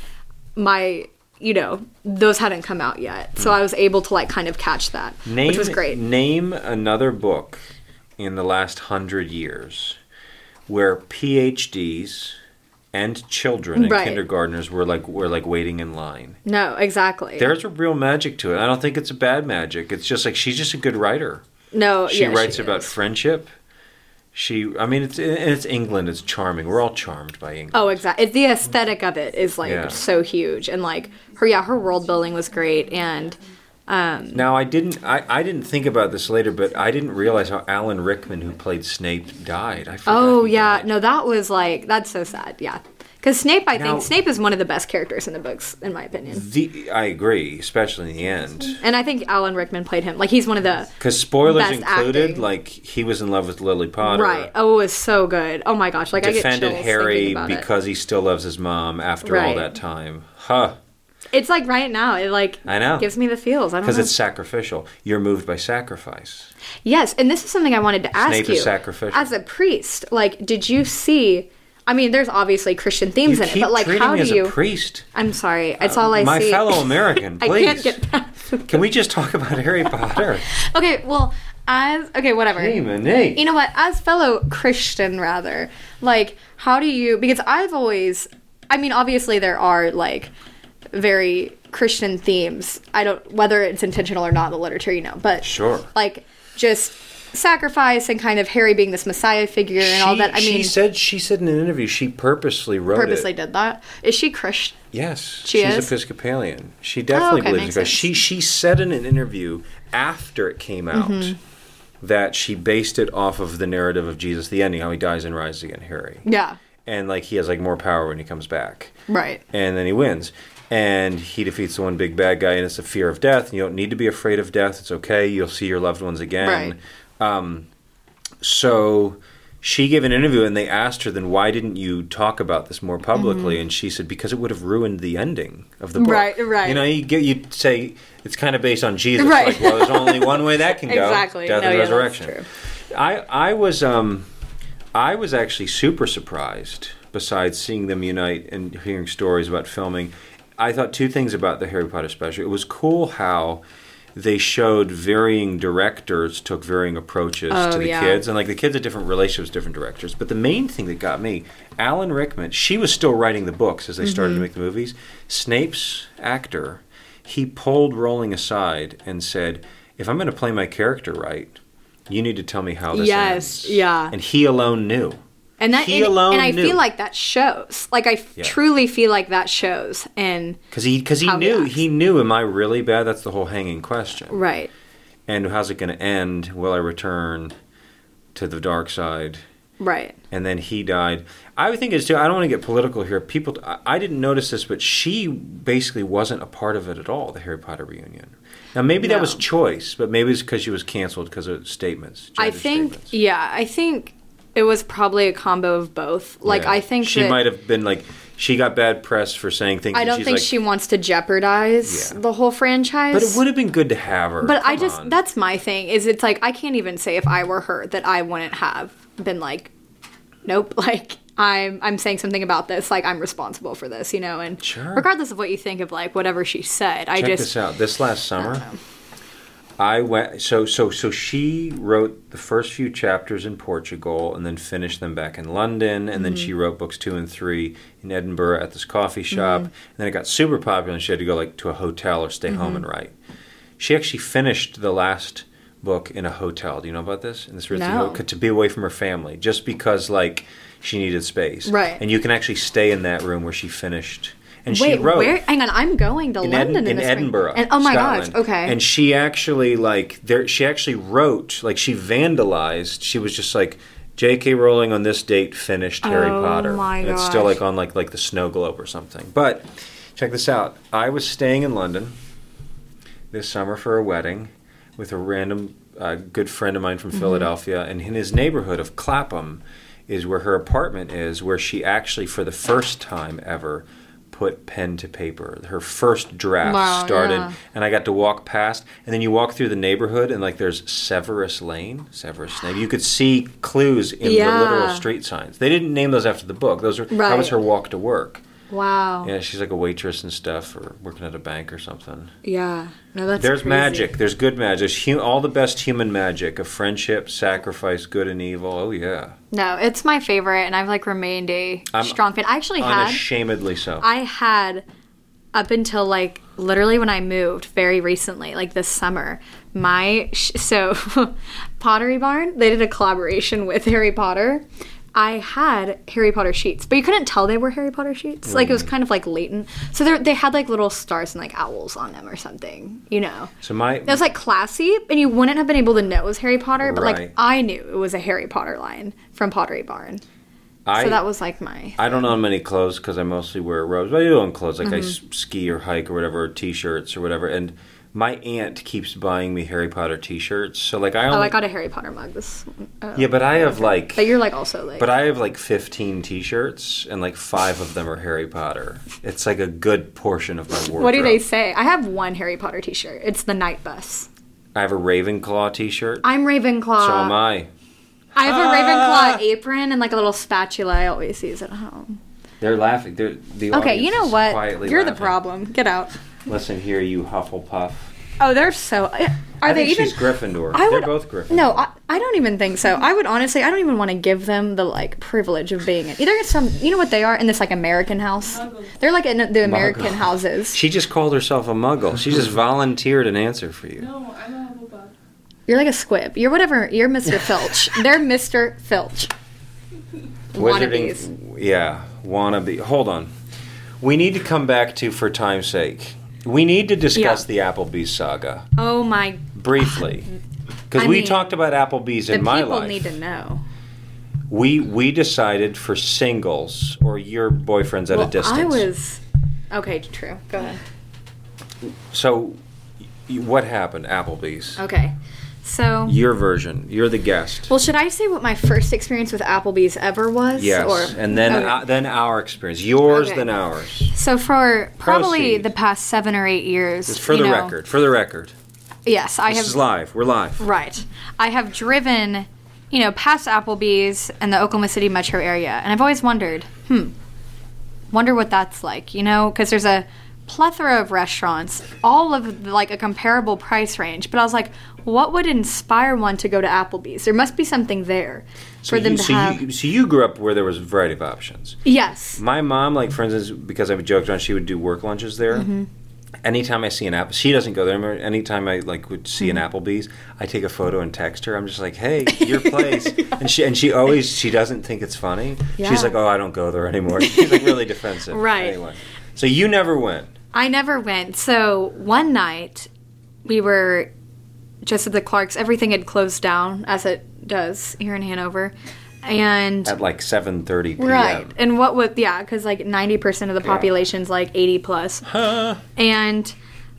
Speaker 2: my you know those hadn't come out yet so i was able to like kind of catch that
Speaker 1: Mm. Name,
Speaker 2: which was great
Speaker 1: Name another book in the last hundred years where PhDs and children and
Speaker 2: Right.
Speaker 1: kindergartners were like were like waiting in line.
Speaker 2: no exactly
Speaker 1: There's a real magic to it. I don't think it's a bad magic. It's just like she's just a good writer.
Speaker 2: no
Speaker 1: She
Speaker 2: yeah,
Speaker 1: writes about
Speaker 2: is.
Speaker 1: friendship. She, I mean, it's and it's England. It's charming. We're all charmed by England.
Speaker 2: Oh, exactly. The aesthetic of it is like
Speaker 1: Yeah.
Speaker 2: so huge, and like her, yeah, her world building was great, and
Speaker 1: Now I didn't, I, I didn't think about this later, but I didn't realize how Alan Rickman, who played Snape, died. I forgot
Speaker 2: Oh
Speaker 1: he
Speaker 2: yeah,
Speaker 1: died.
Speaker 2: no, that was like that's so sad. Yeah, because Snape, I
Speaker 1: Now-
Speaker 2: think Snape is one of the best characters in the books, in my opinion.
Speaker 1: The, I agree, especially in the end,
Speaker 2: And I think Alan Rickman played him. Like he's one of the
Speaker 1: because spoilers
Speaker 2: Best
Speaker 1: included.
Speaker 2: acting.
Speaker 1: Like he was in love with Lily Potter.
Speaker 2: right. Oh, it was so good. Oh my gosh, like I
Speaker 1: Defended
Speaker 2: get chills
Speaker 1: Harry
Speaker 2: thinking about it.
Speaker 1: because he still loves his mom after all
Speaker 2: Right.
Speaker 1: that time. Huh.
Speaker 2: it's like right now, it like
Speaker 1: I know.
Speaker 2: gives me the feels. I don't
Speaker 1: Because
Speaker 2: know.
Speaker 1: it's sacrificial. You're moved by sacrifice.
Speaker 2: Yes, and this is something I wanted to ask
Speaker 1: Snape
Speaker 2: you.
Speaker 1: is sacrificial.
Speaker 2: As a priest, like, did you see? I mean, there's obviously Christian themes
Speaker 1: you
Speaker 2: in
Speaker 1: keep
Speaker 2: it, but like,
Speaker 1: treating
Speaker 2: how
Speaker 1: me
Speaker 2: do
Speaker 1: as
Speaker 2: you?
Speaker 1: a priest. Uh,
Speaker 2: I'm sorry, it's all I
Speaker 1: My
Speaker 2: see. [laughs]
Speaker 1: fellow American,
Speaker 2: I
Speaker 1: please.
Speaker 2: can't get past.
Speaker 1: Can we just talk about
Speaker 2: [laughs]
Speaker 1: Harry Potter?
Speaker 2: Okay, well, as okay, whatever.
Speaker 1: hey, Monet.
Speaker 2: you know what as fellow christian rather like how do you because i've always i mean obviously there are like very christian themes i don't whether it's intentional or not in the literature you know but
Speaker 1: Sure.
Speaker 2: like just sacrifice and kind of Harry being this messiah figure and all
Speaker 1: She-
Speaker 2: that. I
Speaker 1: she
Speaker 2: mean,
Speaker 1: said she said in an interview she purposely wrote
Speaker 2: purposely
Speaker 1: it.
Speaker 2: did that. Is she Christian?
Speaker 1: Yes,
Speaker 2: She
Speaker 1: she's
Speaker 2: is?
Speaker 1: Episcopalian. She definitely
Speaker 2: okay,
Speaker 1: believes in
Speaker 2: makes
Speaker 1: God.
Speaker 2: sense.
Speaker 1: She she said in an interview after it came out
Speaker 2: Mm-hmm.
Speaker 1: that she based it off of the narrative of Jesus, the ending, how he dies and rises again, Harry,
Speaker 2: Yeah.
Speaker 1: and like he has like more power when he comes back.
Speaker 2: Right.
Speaker 1: and then he wins. And he defeats the one big bad guy, and it's the fear of death. You don't need to be afraid of death. It's okay. You'll see your loved ones again.
Speaker 2: Right.
Speaker 1: Um, so she gave an interview, and they asked her, then why didn't you talk about this more publicly? And she said, because it would have ruined the ending of the book.
Speaker 2: Mm-hmm. Right, right.
Speaker 1: You know, you get, you say it's kind of based on Jesus.
Speaker 2: Right.
Speaker 1: Like, well, there's only one way that can go.
Speaker 2: [laughs] Exactly.
Speaker 1: Death
Speaker 2: No,
Speaker 1: and
Speaker 2: yeah, that's
Speaker 1: resurrection.
Speaker 2: true.
Speaker 1: I I was um I was actually super surprised besides seeing them unite and hearing stories about filming. I thought two things about the Harry Potter special. It was cool how they showed varying directors took varying approaches to the
Speaker 2: yeah.
Speaker 1: kids and like the kids had different relationships with different directors but the main thing that got me alan rickman she was still writing the books as they started to make the movies snape's actor he pulled rolling aside and said if i'm going to play my character right you need to tell me how this
Speaker 2: Yes,
Speaker 1: ends.
Speaker 2: yeah.
Speaker 1: and he alone knew
Speaker 2: And that
Speaker 1: He
Speaker 2: and,
Speaker 1: alone
Speaker 2: and I
Speaker 1: knew.
Speaker 2: feel like that shows. Like I f-
Speaker 1: Yeah.
Speaker 2: truly feel like that shows. And
Speaker 1: because he because he
Speaker 2: How he
Speaker 1: knew
Speaker 2: acts.
Speaker 1: he knew am i really bad that's the whole hanging question
Speaker 2: right.
Speaker 1: and how's it going to end will i return to the dark side
Speaker 2: Right.
Speaker 1: and then he died. I would think it's too. I don't want to get political here. People, I I didn't notice this, but she basically wasn't a part of it at all. The Harry Potter reunion. Now maybe that was
Speaker 2: No.
Speaker 1: choice, but maybe it's because she was canceled because of statements.
Speaker 2: I
Speaker 1: judges'
Speaker 2: think
Speaker 1: statements.
Speaker 2: yeah, I think it was probably a combo of both. Like
Speaker 1: Yeah.
Speaker 2: I think
Speaker 1: she
Speaker 2: that
Speaker 1: might have been like she got bad press for saying things.
Speaker 2: I
Speaker 1: and
Speaker 2: don't
Speaker 1: she's
Speaker 2: think
Speaker 1: like,
Speaker 2: she wants to jeopardize
Speaker 1: Yeah.
Speaker 2: the whole franchise.
Speaker 1: But it would have been good to have her.
Speaker 2: But I
Speaker 1: Come
Speaker 2: just
Speaker 1: on.
Speaker 2: that's my thing is it's like I can't even say if I were her that I wouldn't have been like nope, [laughs] like I'm I'm saying something about this, like I'm responsible for this, you know, and
Speaker 1: Sure.
Speaker 2: regardless of what you think of like whatever she said, I
Speaker 1: Check
Speaker 2: just
Speaker 1: this out. This last summer, I went. So so so she wrote the first few chapters in Portugal, and then finished them back in London, and then she
Speaker 2: Mm-hmm.
Speaker 1: wrote books two and three in Edinburgh at this coffee shop, and then it got super popular, and she had to go like to a hotel or stay
Speaker 2: Mm-hmm.
Speaker 1: home and write. She actually finished the last book in a hotel. Do you know about this? In this ritzy
Speaker 2: No.
Speaker 1: hotel, to be away from her family, just because like she needed space.
Speaker 2: Right.
Speaker 1: And you can actually stay in that room where she finished. And
Speaker 2: Wait,
Speaker 1: she wrote
Speaker 2: where? Hang on, I'm going to
Speaker 1: in, Ed-
Speaker 2: London in,
Speaker 1: in
Speaker 2: the spring.
Speaker 1: Edinburgh.
Speaker 2: And, oh my
Speaker 1: Scotland.
Speaker 2: gosh, okay.
Speaker 1: And she actually like there she actually wrote like she vandalized. She was just like J.K. Rowling on this date finished Harry
Speaker 2: Oh
Speaker 1: Potter.
Speaker 2: my
Speaker 1: and it's still
Speaker 2: gosh.
Speaker 1: like on like like the snow globe or something. But check this out. I was staying in London this summer for a wedding with a random uh, good friend of mine from
Speaker 2: Mm-hmm.
Speaker 1: Philadelphia, and in his neighborhood of Clapham is where her apartment is, where she actually, for the first time ever, put pen to paper. Her first draft
Speaker 2: Wow,
Speaker 1: started,
Speaker 2: yeah.
Speaker 1: and I got to walk past, and then you walk through the neighborhood, and like there's Severus Lane, Severus Lane. You could see clues in the literal
Speaker 2: Yeah.
Speaker 1: street signs. They didn't name those after the book. Those are that was
Speaker 2: Right.
Speaker 1: her
Speaker 2: Oh.
Speaker 1: walk to work.
Speaker 2: wow. Yeah.
Speaker 1: Yeah, she's like a waitress and stuff, or working at a bank or something.
Speaker 2: No, that's
Speaker 1: There's
Speaker 2: crazy.
Speaker 1: magic. There's good magic. There's hu- all the best human magic of friendship, sacrifice, good and evil. Oh yeah,
Speaker 2: No, it's my favorite and I've like remained a
Speaker 1: I'm
Speaker 2: strong fan. I actually had
Speaker 1: unashamedly so.
Speaker 2: I had up until like literally when I moved very recently, like this summer. My sh- so [laughs] Pottery Barn, they did a collaboration with Harry Potter. I had Harry Potter sheets, but you couldn't tell they were Harry Potter sheets. Like it was kind of like latent. So they they had like little stars and like owls on them or something, you know.
Speaker 1: so my
Speaker 2: It was like classy, and you wouldn't have been able to know it was Harry Potter, but
Speaker 1: Right.
Speaker 2: like I knew it was a Harry Potter line from Pottery Barn.
Speaker 1: I
Speaker 2: so that was like my
Speaker 1: I don't own many clothes because I mostly wear robes. But I do own clothes, like I s
Speaker 2: Mm-hmm.
Speaker 1: I ski or hike or whatever, or t-shirts or whatever. And my aunt keeps buying me Harry Potter t-shirts. So like I
Speaker 2: Oh,
Speaker 1: only
Speaker 2: I got a Harry Potter mug. This, oh.
Speaker 1: yeah, but I have like
Speaker 2: but you're like also like.
Speaker 1: But I have like 15 t-shirts and like 5 of them are Harry Potter. It's like a good portion of my wardrobe.
Speaker 2: what do they say? I have one Harry Potter T-shirt. It's the Night Bus.
Speaker 1: I have a Ravenclaw t-shirt.
Speaker 2: I'm Ravenclaw. Ah.
Speaker 1: so am I.
Speaker 2: I have a Ravenclaw apron and like a little spatula. I always use at home.
Speaker 1: They're laughing. They're the
Speaker 2: Okay, you
Speaker 1: audience
Speaker 2: know
Speaker 1: is
Speaker 2: what?
Speaker 1: quietly
Speaker 2: You're the
Speaker 1: laughing.
Speaker 2: problem. Get out.
Speaker 1: Listen here, you Hufflepuff.
Speaker 2: Oh, they're so. Are
Speaker 1: I
Speaker 2: they
Speaker 1: think
Speaker 2: even?
Speaker 1: she's Gryffindor.
Speaker 2: I
Speaker 1: They're
Speaker 2: would-
Speaker 1: both Gryffindor.
Speaker 2: No, I, I don't even think so. I would honestly, I don't even want to give them the like privilege of being in either some. You know what they are in this like American house? They're like in the American
Speaker 1: Muggle.
Speaker 2: houses.
Speaker 1: She just called herself a muggle. She just volunteered an answer for you.
Speaker 4: No, I'm a Hufflepuff.
Speaker 2: You're like a squib. You're whatever. You're
Speaker 1: [laughs]
Speaker 2: Mr. Filch. They're Mr. Filch. Wannabes.
Speaker 1: Wizarding, yeah, wannabe. Hold on. We need to come back to, for time's sake, we need to discuss the Applebee's saga
Speaker 2: Oh my. [sighs]
Speaker 1: briefly. Because
Speaker 2: I
Speaker 1: we
Speaker 2: mean,
Speaker 1: talked about Applebee's
Speaker 2: The
Speaker 1: in my
Speaker 2: people
Speaker 1: life.
Speaker 2: need to know.
Speaker 1: we we decided for singles or your boyfriends at
Speaker 2: well,
Speaker 1: a distance.
Speaker 2: I was. Okay, true. Go ahead.
Speaker 1: So, y- what happened? Applebee's.
Speaker 2: Okay. So.
Speaker 1: Your version. You're the guest.
Speaker 2: Well, should I say what my first experience with Applebee's ever was?
Speaker 1: yes,
Speaker 2: Or,
Speaker 1: and then
Speaker 2: Okay.
Speaker 1: uh, then our experience. Yours,
Speaker 2: Okay.
Speaker 1: then ours.
Speaker 2: so for probably
Speaker 1: Proceed.
Speaker 2: the past seven or eight years,
Speaker 1: It's for
Speaker 2: you
Speaker 1: the
Speaker 2: know-
Speaker 1: record. For the record.
Speaker 2: Yes, I
Speaker 1: This
Speaker 2: have
Speaker 1: is live. We're live.
Speaker 2: Right. I have driven, you know, past Applebee's and the Oklahoma City metro area, and I've always wondered, hmm, wonder what that's like, you know, because there's a plethora of restaurants, all of like a comparable price range. But I was like, what would inspire one to go to Applebee's? There must be something there for
Speaker 1: so
Speaker 2: them
Speaker 1: you,
Speaker 2: to
Speaker 1: so,
Speaker 2: have.
Speaker 1: you, so you grew up where there was a variety of options.
Speaker 2: yes.
Speaker 1: My mom, like for instance, because I've joked on, she would do work lunches there.
Speaker 2: Mm-hmm.
Speaker 1: Anytime I see an apple, she doesn't go there. Remember, Anytime I like would see an
Speaker 2: Mm-hmm.
Speaker 1: Applebee's, I take a photo and text her. I'm just like,
Speaker 2: [laughs]
Speaker 1: "Hey, your place," and she and she always she doesn't think it's funny.
Speaker 2: Yeah.
Speaker 1: She's like, "Oh, I don't go there anymore." She's like really defensive.
Speaker 2: [laughs] Right.
Speaker 1: Anyway, so you never went.
Speaker 2: I never went. So one night, we were just at the Clarks. Everything had closed down, as it does here in Hanover. And
Speaker 1: at like 7:30 p.m.
Speaker 2: Right. And what would, yeah, because like 90% of the population's like 80 plus. And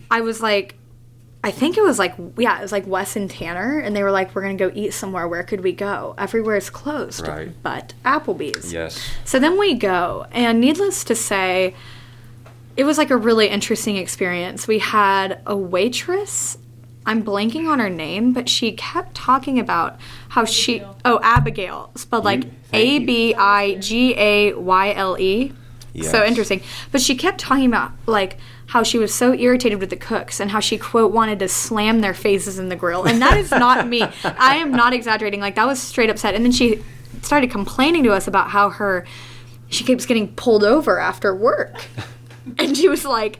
Speaker 2: I was like, I think it was like, yeah, it was like Wes and Tanner, and they were like, we're going to go eat somewhere. Where could we go? Everywhere is closed,
Speaker 1: Right.
Speaker 2: but Applebee's.
Speaker 1: Yes.
Speaker 2: So then we go, and needless to say, it was like a really interesting experience. We had a waitress. I'm blanking on her name, but she kept talking about how she oh Abigail spelled like A B I G A Y L E.
Speaker 1: Yes.
Speaker 2: So interesting. But she kept talking about like how she was so irritated with the cooks and how she quote wanted to slam their faces in the grill. And that is not me. I am not exaggerating. Like that was straight upset. And then she started complaining to us about how her she keeps getting pulled over after
Speaker 1: [laughs]
Speaker 2: work. and she was like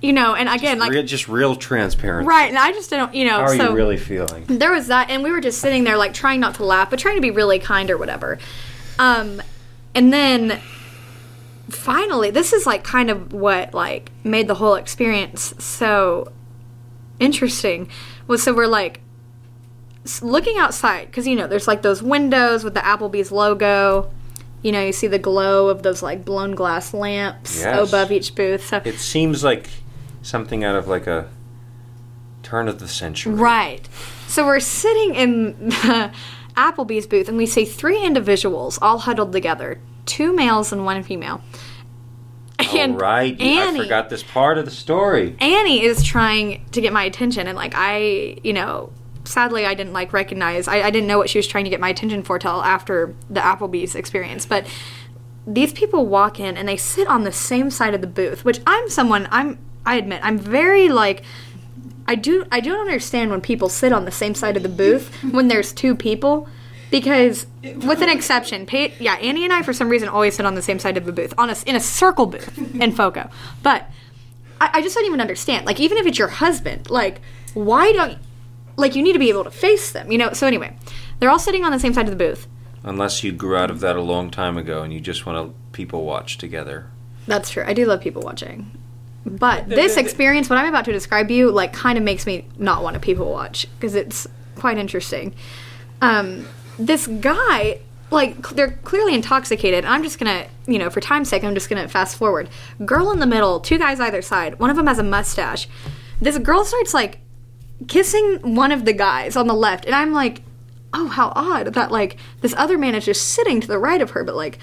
Speaker 2: you know, and again like
Speaker 1: Real- just real transparent.
Speaker 2: right, and I just don't you know
Speaker 1: How are
Speaker 2: so
Speaker 1: you really feeling?
Speaker 2: [laughs] there was that and we were just sitting there like trying not to laugh but trying to be really kind or whatever um and then finally this is like kind of what like made the whole experience so interesting was so we're like s- looking outside because you know there's like those windows with the applebee's logo you know you see the glow of those like blown glass lamps
Speaker 1: Yes.
Speaker 2: above each booth so
Speaker 1: It seems like something out of like a turn of the century.
Speaker 2: Right. So we're sitting in the Applebee's booth and we see three individuals all huddled together two males and one female.
Speaker 1: All right. you-
Speaker 2: Annie-
Speaker 1: I forgot this part of the story.
Speaker 2: Annie is trying to get my attention, and like I, you know, sadly I didn't like recognize. I, I didn't know what she was trying to get my attention for till after the Applebee's experience. But these people walk in and they sit on the same side of the booth, which I'm someone I'm. I admit I'm very like. I do I don't understand when people sit on the same side of the booth when there's two people because with an exception, pa yeah, Annie and I for some reason always sit on the same side of the booth on a, in a circle booth in FOCO. But I, I just don't even understand. Like, even if it's your husband, like, why don't, like, you need to be able to face them, you know? So, anyway, they're all sitting on the same side of the booth.
Speaker 1: Unless you grew out of that a long time ago and you just want to people watch together.
Speaker 2: That's true. I do love people watching. But this experience, what I'm about to describe you, like, kind of makes me not want to people watch because it's quite interesting. Um, this guy, like, cl- they're clearly intoxicated. I'm just gonna, you know, for time's sake, I'm just gonna fast forward. Girl in the middle, two guys either side. One of them has a mustache. This girl starts like kissing one of the guys on the left, and I'm like, oh, how odd that like this other man is just sitting to the right of her, but like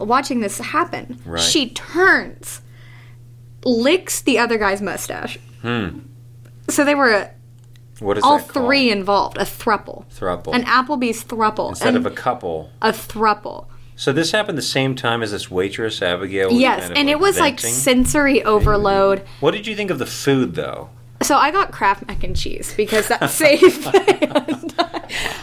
Speaker 2: watching this happen.
Speaker 1: Right.
Speaker 2: She turns, licks the other guy's mustache. So they were uh,
Speaker 1: What is
Speaker 2: all
Speaker 1: Hmm. that called?
Speaker 2: three involved, a thruple.
Speaker 1: Thruple.
Speaker 2: An Applebee's thruple.
Speaker 1: Instead
Speaker 2: and
Speaker 1: of a couple.
Speaker 2: a thruple.
Speaker 1: So this happened the same time as this waitress, Abigail. was
Speaker 2: Yes,
Speaker 1: kind of,
Speaker 2: and it was like
Speaker 1: venting.
Speaker 2: sensory overload.
Speaker 1: What did you think of the food, though?
Speaker 2: So I got Kraft mac and cheese
Speaker 1: [laughs]
Speaker 2: because that's safe. And [laughs]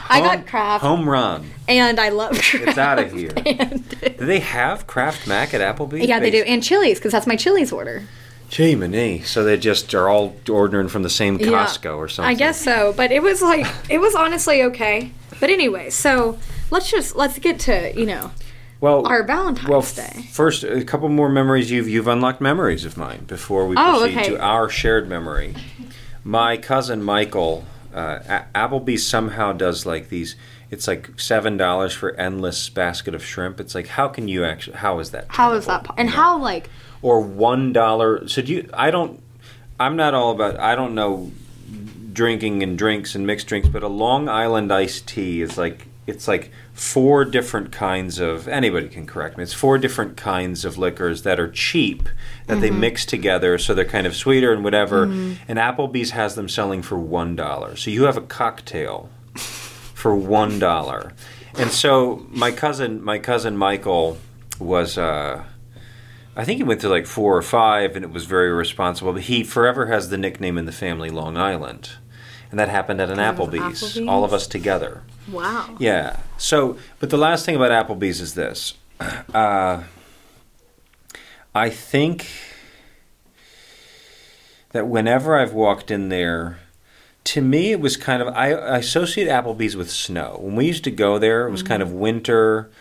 Speaker 2: I got
Speaker 1: Home-
Speaker 2: Kraft,
Speaker 1: Home run.
Speaker 2: and I love Kraft.
Speaker 1: It's out of here. Do
Speaker 2: [laughs] And-
Speaker 1: they have Kraft Mac at Applebee's?
Speaker 2: yeah, they do, and Chili's because that's my Chili's order.
Speaker 1: Gee, So they just are all ordering from the same
Speaker 2: Yeah.
Speaker 1: Costco or something.
Speaker 2: I guess so, but it was like it was honestly okay. But anyway, so let's just let's get to you know
Speaker 1: Well,
Speaker 2: our Valentine's
Speaker 1: well,
Speaker 2: Day.
Speaker 1: First, a couple more memories. You've you've unlocked memories of mine before we
Speaker 2: Oh,
Speaker 1: proceed
Speaker 2: okay.
Speaker 1: to our shared memory. My cousin Michael, uh, A- Applebee's somehow does like these. It's like seven dollars for endless basket of shrimp. It's like how can you actually? How is that?
Speaker 2: How is that
Speaker 1: tenable,
Speaker 2: po- and
Speaker 1: you know?
Speaker 2: how like
Speaker 1: or one dollar. So do you? I don't. I'm not all about. I don't know drinking and drinks and mixed drinks, but a Long Island iced tea is like it's like four different kinds of. Anybody can correct me. It's four different kinds of liquors that are cheap that they mix together, so they're kind of sweeter and whatever. And Applebee's has them selling for one dollar. So you have a cocktail for one dollar. And so my cousin, my cousin Michael, was. Uh, I think he went to like four or five, and it was very responsible. But he forever has the nickname in the family Long Island, and that happened at an Applebee's,
Speaker 2: Applebee's?
Speaker 1: All of us together.
Speaker 2: wow
Speaker 1: Yeah. So, but the last thing about Applebee's is this. Uh, I think that whenever I've walked in there, to me it was kind of I, I associate Applebee's with snow. When we used to go there, it was kind of
Speaker 2: Mm-hmm.
Speaker 1: winter.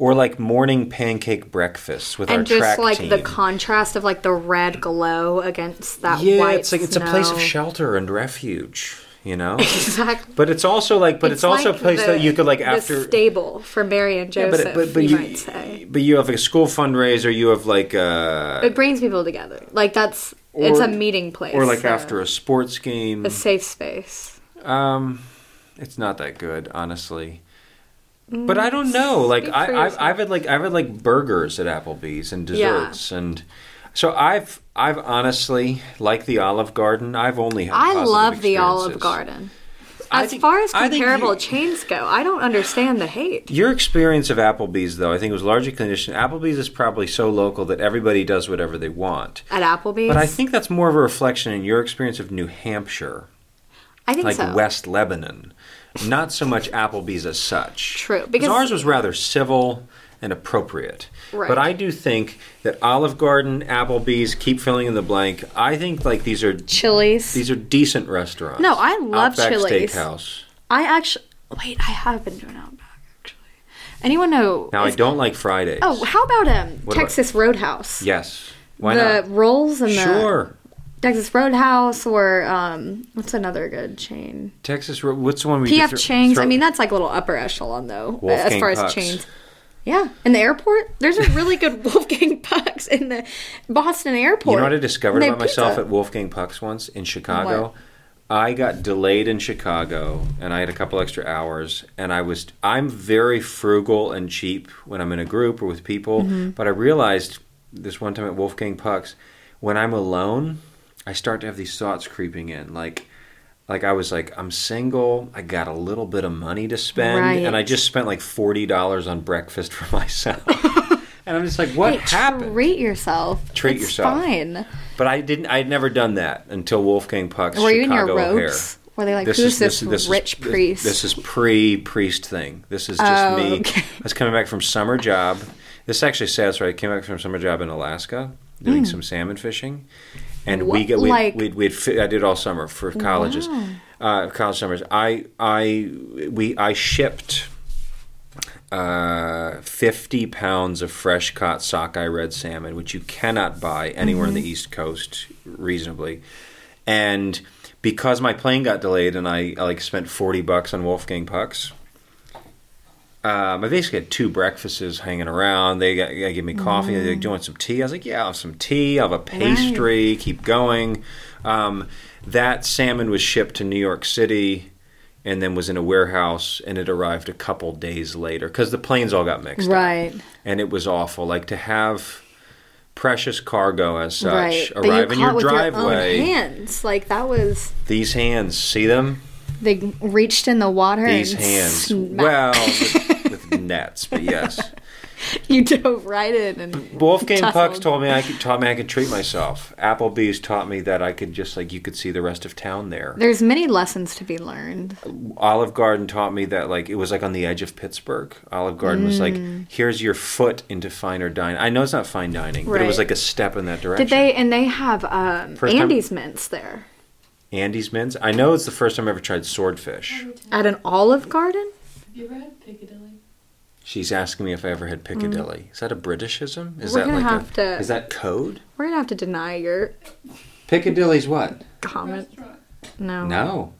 Speaker 1: Or like morning pancake breakfasts with our
Speaker 2: and
Speaker 1: track
Speaker 2: just like the
Speaker 1: team.
Speaker 2: contrast of like the red glow against that
Speaker 1: yeah,
Speaker 2: white
Speaker 1: it's like it's a place of
Speaker 2: snow.
Speaker 1: shelter and refuge, you know.
Speaker 2: [laughs] exactly
Speaker 1: but it's also like, but it's, also
Speaker 2: like
Speaker 1: a place
Speaker 2: the-
Speaker 1: that you could like
Speaker 2: the
Speaker 1: after
Speaker 2: stable for Mary and
Speaker 1: Yeah,
Speaker 2: Joseph you,
Speaker 1: you,
Speaker 2: might say
Speaker 1: but you have a school fundraiser. You have like uh
Speaker 2: it brings people together like that's it's
Speaker 1: Or-
Speaker 2: a meeting place
Speaker 1: or like
Speaker 2: so
Speaker 1: after a sports game.
Speaker 2: a safe space
Speaker 1: Um, it's not that good, honestly.
Speaker 2: Mm,
Speaker 1: But I don't know. Like
Speaker 2: speak for
Speaker 1: I, I've,
Speaker 2: yourself.
Speaker 1: I've had like I've had like burgers at Applebee's and desserts and. So I've I've honestly like the Olive Garden. I've only had.
Speaker 2: I
Speaker 1: positive
Speaker 2: love the Olive
Speaker 1: experiences.
Speaker 2: Garden
Speaker 1: I
Speaker 2: as
Speaker 1: think-
Speaker 2: far as
Speaker 1: I think you-
Speaker 2: comparable chains go I don't understand the hate
Speaker 1: Your experience of Applebee's, though, I think was largely conditioned. Applebee's is probably so local that everybody does whatever they want.
Speaker 2: at Applebee's.
Speaker 1: But I think that's more of a reflection in your experience of New Hampshire,
Speaker 2: I think
Speaker 1: like
Speaker 2: so.
Speaker 1: West Lebanon, not so much Applebee's as such.
Speaker 2: True, because-
Speaker 1: ours was rather civil and appropriate.
Speaker 2: Right.
Speaker 1: But I do think that Olive Garden, Applebee's, keep filling in the blank. I think like these are
Speaker 2: Chili's.
Speaker 1: these are decent restaurants.
Speaker 2: No, I love
Speaker 1: Outback
Speaker 2: Chili's.
Speaker 1: Steakhouse.
Speaker 2: I actually wait. I have been doing Outback actually. Anyone know?
Speaker 1: Now
Speaker 2: is-
Speaker 1: I don't like Fridays.
Speaker 2: Oh, how about um
Speaker 1: What do I-
Speaker 2: Texas Roadhouse?
Speaker 1: yes. Why
Speaker 2: the
Speaker 1: not?
Speaker 2: rolls and
Speaker 1: Sure.
Speaker 2: the Texas Roadhouse, or um, what's another good chain?
Speaker 1: Texas. Ro- What's the one we
Speaker 2: PF Chang's. I mean, that's like a little upper echelon though, uh, as
Speaker 1: Wolfgang
Speaker 2: far as
Speaker 1: Puck's.
Speaker 2: chains. Yeah, in the airport, there's a really good [laughs] Wolfgang Pucks in the Boston airport.
Speaker 1: You know what I discovered
Speaker 2: And they
Speaker 1: about
Speaker 2: have
Speaker 1: myself
Speaker 2: pizza.
Speaker 1: at Wolfgang Puck's once in Chicago? I got delayed in Chicago and I had a couple extra hours and I was I'm very frugal and cheap when I'm in a group or with people,
Speaker 2: Mm-hmm.
Speaker 1: but I realized this one time at Wolfgang Puck's when I'm alone, I start to have these thoughts creeping in like like I was like I'm single, I got a little bit of money to spend and I
Speaker 2: Right.
Speaker 1: just spent like $40 on breakfast [laughs] for
Speaker 2: [laughs]
Speaker 1: myself. and I'm just like what
Speaker 2: Hey,
Speaker 1: happened?
Speaker 2: Treat yourself.
Speaker 1: Treat
Speaker 2: It's
Speaker 1: yourself.
Speaker 2: Fine.
Speaker 1: But I didn't. I had never done that until Wolfgang Puck's
Speaker 2: Were you in your
Speaker 1: Chicago
Speaker 2: robes?
Speaker 1: hair.
Speaker 2: Were they like, who's this, rich
Speaker 1: this-
Speaker 2: priest?
Speaker 1: This, is pre-priest thing. This is just
Speaker 2: Oh,
Speaker 1: me.
Speaker 2: okay.
Speaker 1: I was coming back from summer job. This actually says right. I came back from summer job in Alaska
Speaker 2: Hmm.
Speaker 1: doing some salmon fishing, and we
Speaker 2: What-
Speaker 1: get we
Speaker 2: like- Oh,
Speaker 1: we we'd fi- I did all summer for colleges, uh, college summers. I I we I shipped uh, 50 pounds of fresh caught sockeye red salmon, which you cannot buy anywhere on
Speaker 2: Mm-hmm.
Speaker 1: the East Coast reasonably. And because my plane got delayed and I, I like spent 40 bucks on Wolfgang Pucks, um, I basically had two breakfasts hanging around. They, got, they gave me coffee. They're like, "Do you want some tea?" I was like, "Yeah, I'll have some tea. I'll have a pastry. Keep going." Um, that salmon was shipped to New York City, and then was in a warehouse, and it arrived a couple days later because the planes all got mixed
Speaker 2: Right.
Speaker 1: up, and it was awful. Like to have precious cargo as such
Speaker 2: right. that you
Speaker 1: arrive in
Speaker 2: caught
Speaker 1: your
Speaker 2: with
Speaker 1: driveway.
Speaker 2: Your own hands. Like that was
Speaker 1: These hands, see them?
Speaker 2: they reached in the water.
Speaker 1: These
Speaker 2: and
Speaker 1: hands.
Speaker 2: smacked.
Speaker 1: Well, with, with nets, but yes.
Speaker 2: [laughs] you dove right
Speaker 1: [laughs]
Speaker 2: in and [laughs]
Speaker 1: Wolfgang Pucks
Speaker 2: Tussled.
Speaker 1: told me I could, taught me I could treat myself. Applebee's taught me that I could just like you could see the rest of town there.
Speaker 2: there's many lessons to be learned.
Speaker 1: Olive Garden taught me that like it was like on the edge of Pittsburgh. Olive Garden was like
Speaker 2: Mm.
Speaker 1: here's your foot into finer dining. I know it's not fine dining, but it was
Speaker 2: Right.
Speaker 1: like a step in that direction.
Speaker 2: Did they and they have um,
Speaker 1: First time-
Speaker 2: Andy's mints there
Speaker 1: Andy's Mints. I know it's the first time I ever tried swordfish.
Speaker 2: at an Olive Garden?
Speaker 4: Have you ever had Piccadilly?
Speaker 1: She's asking me if I ever had Piccadilly. Is that a Britishism? Is
Speaker 2: Mm. We're
Speaker 1: that
Speaker 2: gonna
Speaker 1: like
Speaker 2: have
Speaker 1: a,
Speaker 2: to-
Speaker 1: is that code?
Speaker 2: We're gonna have to deny your
Speaker 1: Piccadilly's what?
Speaker 2: comment.
Speaker 4: Restaurant.
Speaker 2: No.
Speaker 1: No.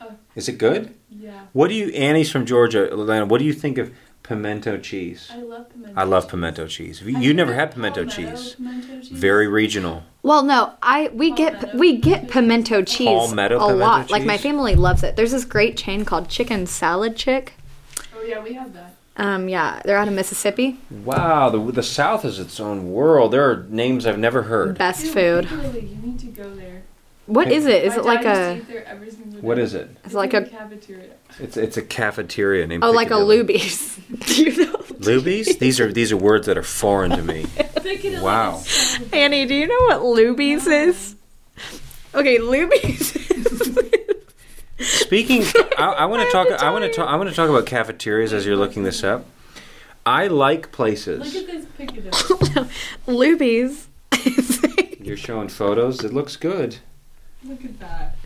Speaker 4: Oh.
Speaker 1: Is it good?
Speaker 4: Yeah.
Speaker 1: What do you, Annie's from Georgia, Atlanta, what do you think of pimento cheese?
Speaker 4: I love pimento.
Speaker 1: I love pimento cheese. You,
Speaker 4: I
Speaker 1: you
Speaker 4: think
Speaker 1: never
Speaker 4: it's
Speaker 1: had pimento
Speaker 4: palmetto
Speaker 1: cheese.
Speaker 4: pimento cheese.
Speaker 1: Very regional.
Speaker 2: Well, no. I we get we get pimento cheese
Speaker 1: Palmetto
Speaker 2: a
Speaker 1: pimento
Speaker 2: lot. Like
Speaker 1: cheese?
Speaker 2: my family loves it. There's this great chain called Chicken Salad Chick.
Speaker 4: Oh yeah, we have that.
Speaker 2: Um, yeah, they're out of Mississippi.
Speaker 1: Wow, the, the South is its own world. There are names I've never heard.
Speaker 2: Best
Speaker 4: Ew,
Speaker 2: food.
Speaker 4: Piccadilly, you need to go there.
Speaker 2: What is it? Is
Speaker 4: My
Speaker 2: it like
Speaker 4: dad used
Speaker 2: a
Speaker 4: to eat there every single
Speaker 1: What
Speaker 4: day.
Speaker 1: is it?
Speaker 4: It's
Speaker 2: it like
Speaker 4: in
Speaker 2: a-
Speaker 4: the cafeteria.
Speaker 1: It's it's a cafeteria named
Speaker 2: oh like a
Speaker 1: Piccadilly.
Speaker 2: Luby's? [laughs] Do you know?
Speaker 1: Lubies? These are these are words that are foreign to me.
Speaker 4: Piccadilly
Speaker 1: Wow.
Speaker 4: is so good.
Speaker 2: Annie, do you know what Luby's is? Okay, Luby's.
Speaker 1: Speaking, I, I
Speaker 2: [laughs]
Speaker 1: want to talk. I want to
Speaker 2: you.
Speaker 1: talk. I want to talk about cafeterias as you're looking this up. I like
Speaker 4: Look
Speaker 1: places.
Speaker 4: at this Piccadilly.
Speaker 2: Luby's.
Speaker 1: You're showing photos. It looks good.
Speaker 4: Look at that.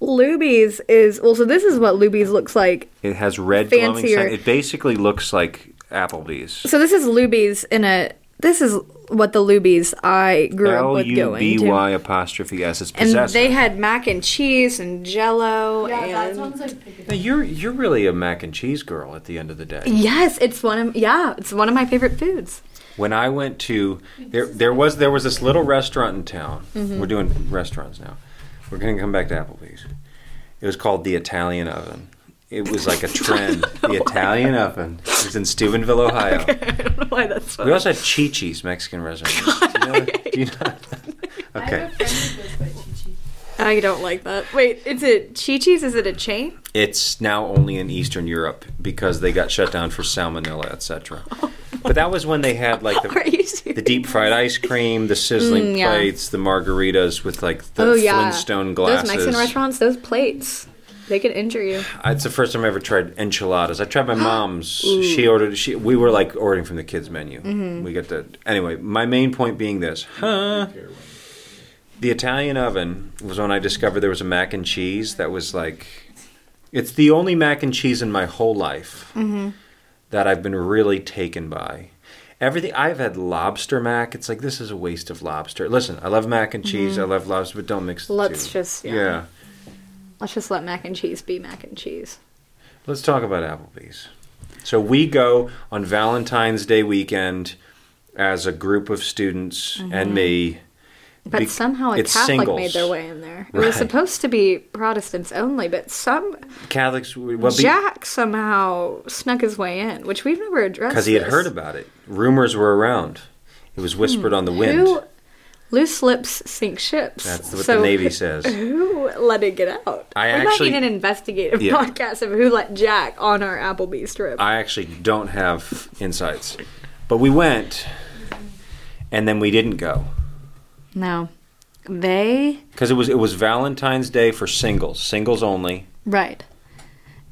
Speaker 2: Luby's is well. So this is what Luby's looks like.
Speaker 1: It has red glowing
Speaker 2: Fancier.
Speaker 1: sign. It basically looks like Applebee's.
Speaker 2: So this is Luby's in a. This is what the Luby's I grew up
Speaker 1: L
Speaker 2: with
Speaker 1: U B
Speaker 2: going to.
Speaker 1: Y apostrophe S. It's
Speaker 2: And
Speaker 1: possessive.
Speaker 2: they had mac and cheese and Jello
Speaker 4: Yeah, that
Speaker 2: and
Speaker 4: sounds like
Speaker 1: Now,
Speaker 4: Piccadilly.
Speaker 1: you're you're really a mac and cheese girl at the end of the day.
Speaker 2: yes, it's one of yeah, it's one of my favorite foods.
Speaker 1: When I went to there there was there was this little restaurant in town.
Speaker 2: Mm-hmm.
Speaker 1: We're doing restaurants now. We're going to come back to Applebee's. It was called the Italian Oven. It was
Speaker 2: [laughs]
Speaker 1: like a trend. the Italian Oven. It was in Steubenville, Ohio.
Speaker 2: I don't know [laughs] why that's
Speaker 1: We also had Chi Chi's Mexican restaurant. Do
Speaker 2: [laughs]
Speaker 1: you know- do you know-
Speaker 4: I have
Speaker 1: Okay.
Speaker 4: a friend who goes by Chi Chi.
Speaker 2: I don't like that. Wait, is it Chi Chi's? Is it a chain?
Speaker 1: It's now only in Eastern Europe because they got shut down for salmonella, etc. But that was when they had like
Speaker 2: [laughs]
Speaker 1: the
Speaker 2: Are you serious?
Speaker 1: the deep fried ice cream, the sizzling
Speaker 2: Mm, yeah.
Speaker 1: plates, the margaritas with like the
Speaker 2: oh yeah,
Speaker 1: Flintstone glasses.
Speaker 2: Those Mexican restaurants, those plates, they can injure you.
Speaker 1: It's the first time I ever tried enchiladas. I tried my mom's. she ordered. She we were like ordering from the kids menu. We got the anyway. My main point being this, huh? The Italian oven was when I discovered there was a mac and cheese that was like, it's the only mac and cheese in my whole life that I've been really taken by. Everything I've had lobster mac. It's like this is a waste of lobster. Listen, I love mac and cheese. I love lobster, but don't mix the
Speaker 2: Let's
Speaker 1: two.
Speaker 2: just yeah,
Speaker 1: yeah.
Speaker 2: Let's just let mac and cheese be mac and cheese.
Speaker 1: Let's talk about Applebee's. So we go on Valentine's Day weekend as a group of students
Speaker 2: Mm-hmm.
Speaker 1: and me.
Speaker 2: But
Speaker 1: Be-
Speaker 2: somehow a
Speaker 1: it's
Speaker 2: Catholic made
Speaker 1: singles.
Speaker 2: their way in there. It
Speaker 1: Right.
Speaker 2: was supposed to be Protestants only, but some
Speaker 1: Catholics, well,
Speaker 2: Jack somehow snuck his way in, which we've never addressed.
Speaker 1: because he had
Speaker 2: this.
Speaker 1: heard about it. Rumors were around. It was whispered on the wind.
Speaker 2: Hmm. Who loose lips sink ships.
Speaker 1: That's what
Speaker 2: So
Speaker 1: the Navy says.
Speaker 2: [laughs] Who let it get out?
Speaker 1: I
Speaker 2: we
Speaker 1: actually-
Speaker 2: might need an investigative
Speaker 1: Yeah.
Speaker 2: [laughs] podcast of who let Jack on our Applebee's trip.
Speaker 1: I actually don't have insights, but we went, and then we didn't go
Speaker 2: no, they
Speaker 1: because it was it was Valentine's Day for singles, singles only.
Speaker 2: Right.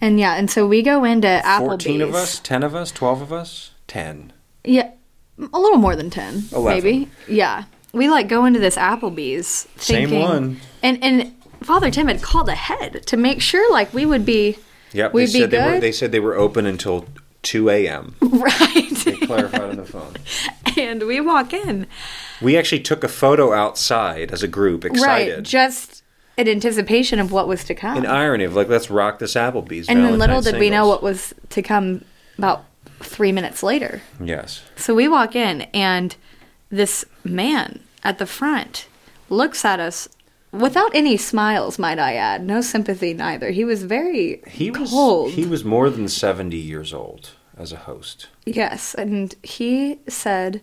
Speaker 2: And yeah, and so we go into Applebee's.
Speaker 1: Fourteen of us, ten of us, twelve of us, ten.
Speaker 2: Yeah. A little more than 10,
Speaker 1: Eleven.
Speaker 2: maybe. Yeah. We like go into this Applebee's
Speaker 1: Same
Speaker 2: thinking
Speaker 1: one.
Speaker 2: And and Father Tim had called ahead to make sure like we would be [laughs]
Speaker 1: Yep,
Speaker 2: We'd
Speaker 1: they
Speaker 2: be
Speaker 1: said they were
Speaker 2: good?
Speaker 1: they said they were open until two AM.
Speaker 2: [laughs] right.
Speaker 1: Clarified on the phone.
Speaker 2: and we walk in.
Speaker 1: We actually took a photo outside as a group, excited.
Speaker 2: Right. Just in anticipation of what was to come.
Speaker 1: in irony of like, let's rock this Applebee's.
Speaker 2: and then little
Speaker 1: Valentine's
Speaker 2: did we know what
Speaker 1: singles.
Speaker 2: was to come about 3 minutes later.
Speaker 1: Yes.
Speaker 2: So we walk in, and this man at the front looks at us without any smiles, might I add. No sympathy, neither. He was very
Speaker 1: He was
Speaker 2: cold.
Speaker 1: he was more than seventy years old as a host.
Speaker 2: yes, and he said,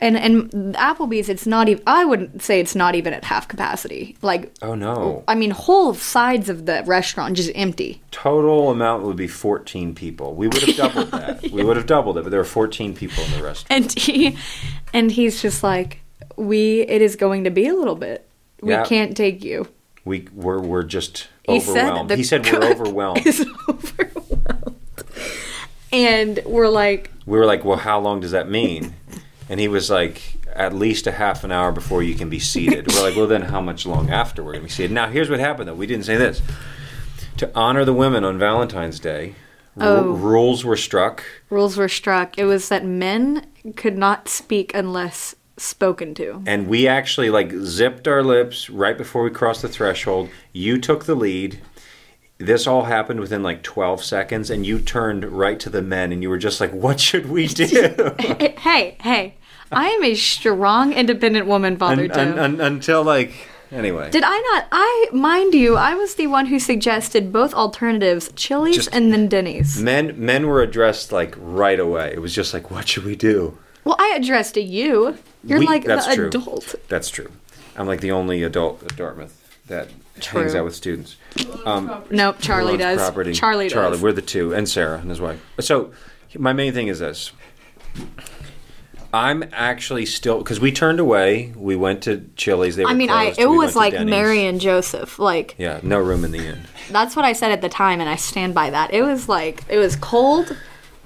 Speaker 2: And and Applebee's, it's not even. I would say it's not even at half capacity. Like,
Speaker 1: Oh no.
Speaker 2: I mean, whole sides of the restaurant just empty. [laughs]
Speaker 1: Total amount would be 14 people. We would have doubled
Speaker 2: [laughs]
Speaker 1: that. We would have doubled it, but there were 14 people in the restaurant.
Speaker 2: And he, and he's just like, we. It is going to be a little bit. We
Speaker 1: Yeah.
Speaker 2: can't take you.
Speaker 1: We were we're just
Speaker 2: He said
Speaker 1: overwhelmed.
Speaker 2: the
Speaker 1: he said we're
Speaker 2: cook [laughs]
Speaker 1: overwhelmed.
Speaker 2: Is overwhelmed. And we're like,
Speaker 1: we were like, "Well, how long does that mean?" And he was like, "At least a half an hour before you can be seated." We're like, "Well, then how much long after we're going to be seated?" Now, here's what happened though. We didn't say this. To honor the women on Valentine's Day, ru-
Speaker 2: Oh.
Speaker 1: rules were struck.
Speaker 2: rules were struck. It was that men could not speak unless spoken to.
Speaker 1: and we actually like zipped our lips right before we crossed the threshold. You took the lead. This all happened within like 12 seconds, and you turned right to the men, and you were just like, "What should we do?"
Speaker 2: hey, hey, I am a strong, independent woman, Father
Speaker 1: [laughs] Un-
Speaker 2: Tim.
Speaker 1: un- un- until like anyway,
Speaker 2: Did I not? I mind you, I was the one who suggested both alternatives: Chili's
Speaker 1: Just-
Speaker 2: and then Denny's.
Speaker 1: men men were addressed like right away. It was just like, "What should we do?"
Speaker 2: Well, I addressed to you. You're
Speaker 1: We-
Speaker 2: like the
Speaker 1: that's true.
Speaker 2: adult.
Speaker 1: That's true. I'm like the only adult at Dartmouth that hangs
Speaker 2: True.
Speaker 1: out with students.
Speaker 2: Nope, Charlie
Speaker 1: Who owns
Speaker 2: does.
Speaker 1: property.
Speaker 2: Charlie does.
Speaker 1: Charlie, we're the two, and Sarah and his wife. So, my main thing is this: I'm actually still because we turned away. We went to Chili's. They were
Speaker 2: I mean, I
Speaker 1: closed.
Speaker 2: it
Speaker 1: We went
Speaker 2: was
Speaker 1: to
Speaker 2: like
Speaker 1: Denny's.
Speaker 2: Mary and Joseph. Like
Speaker 1: Yeah, no room in the inn.
Speaker 2: that's what I said at the time, and I stand by that. It was like it was cold.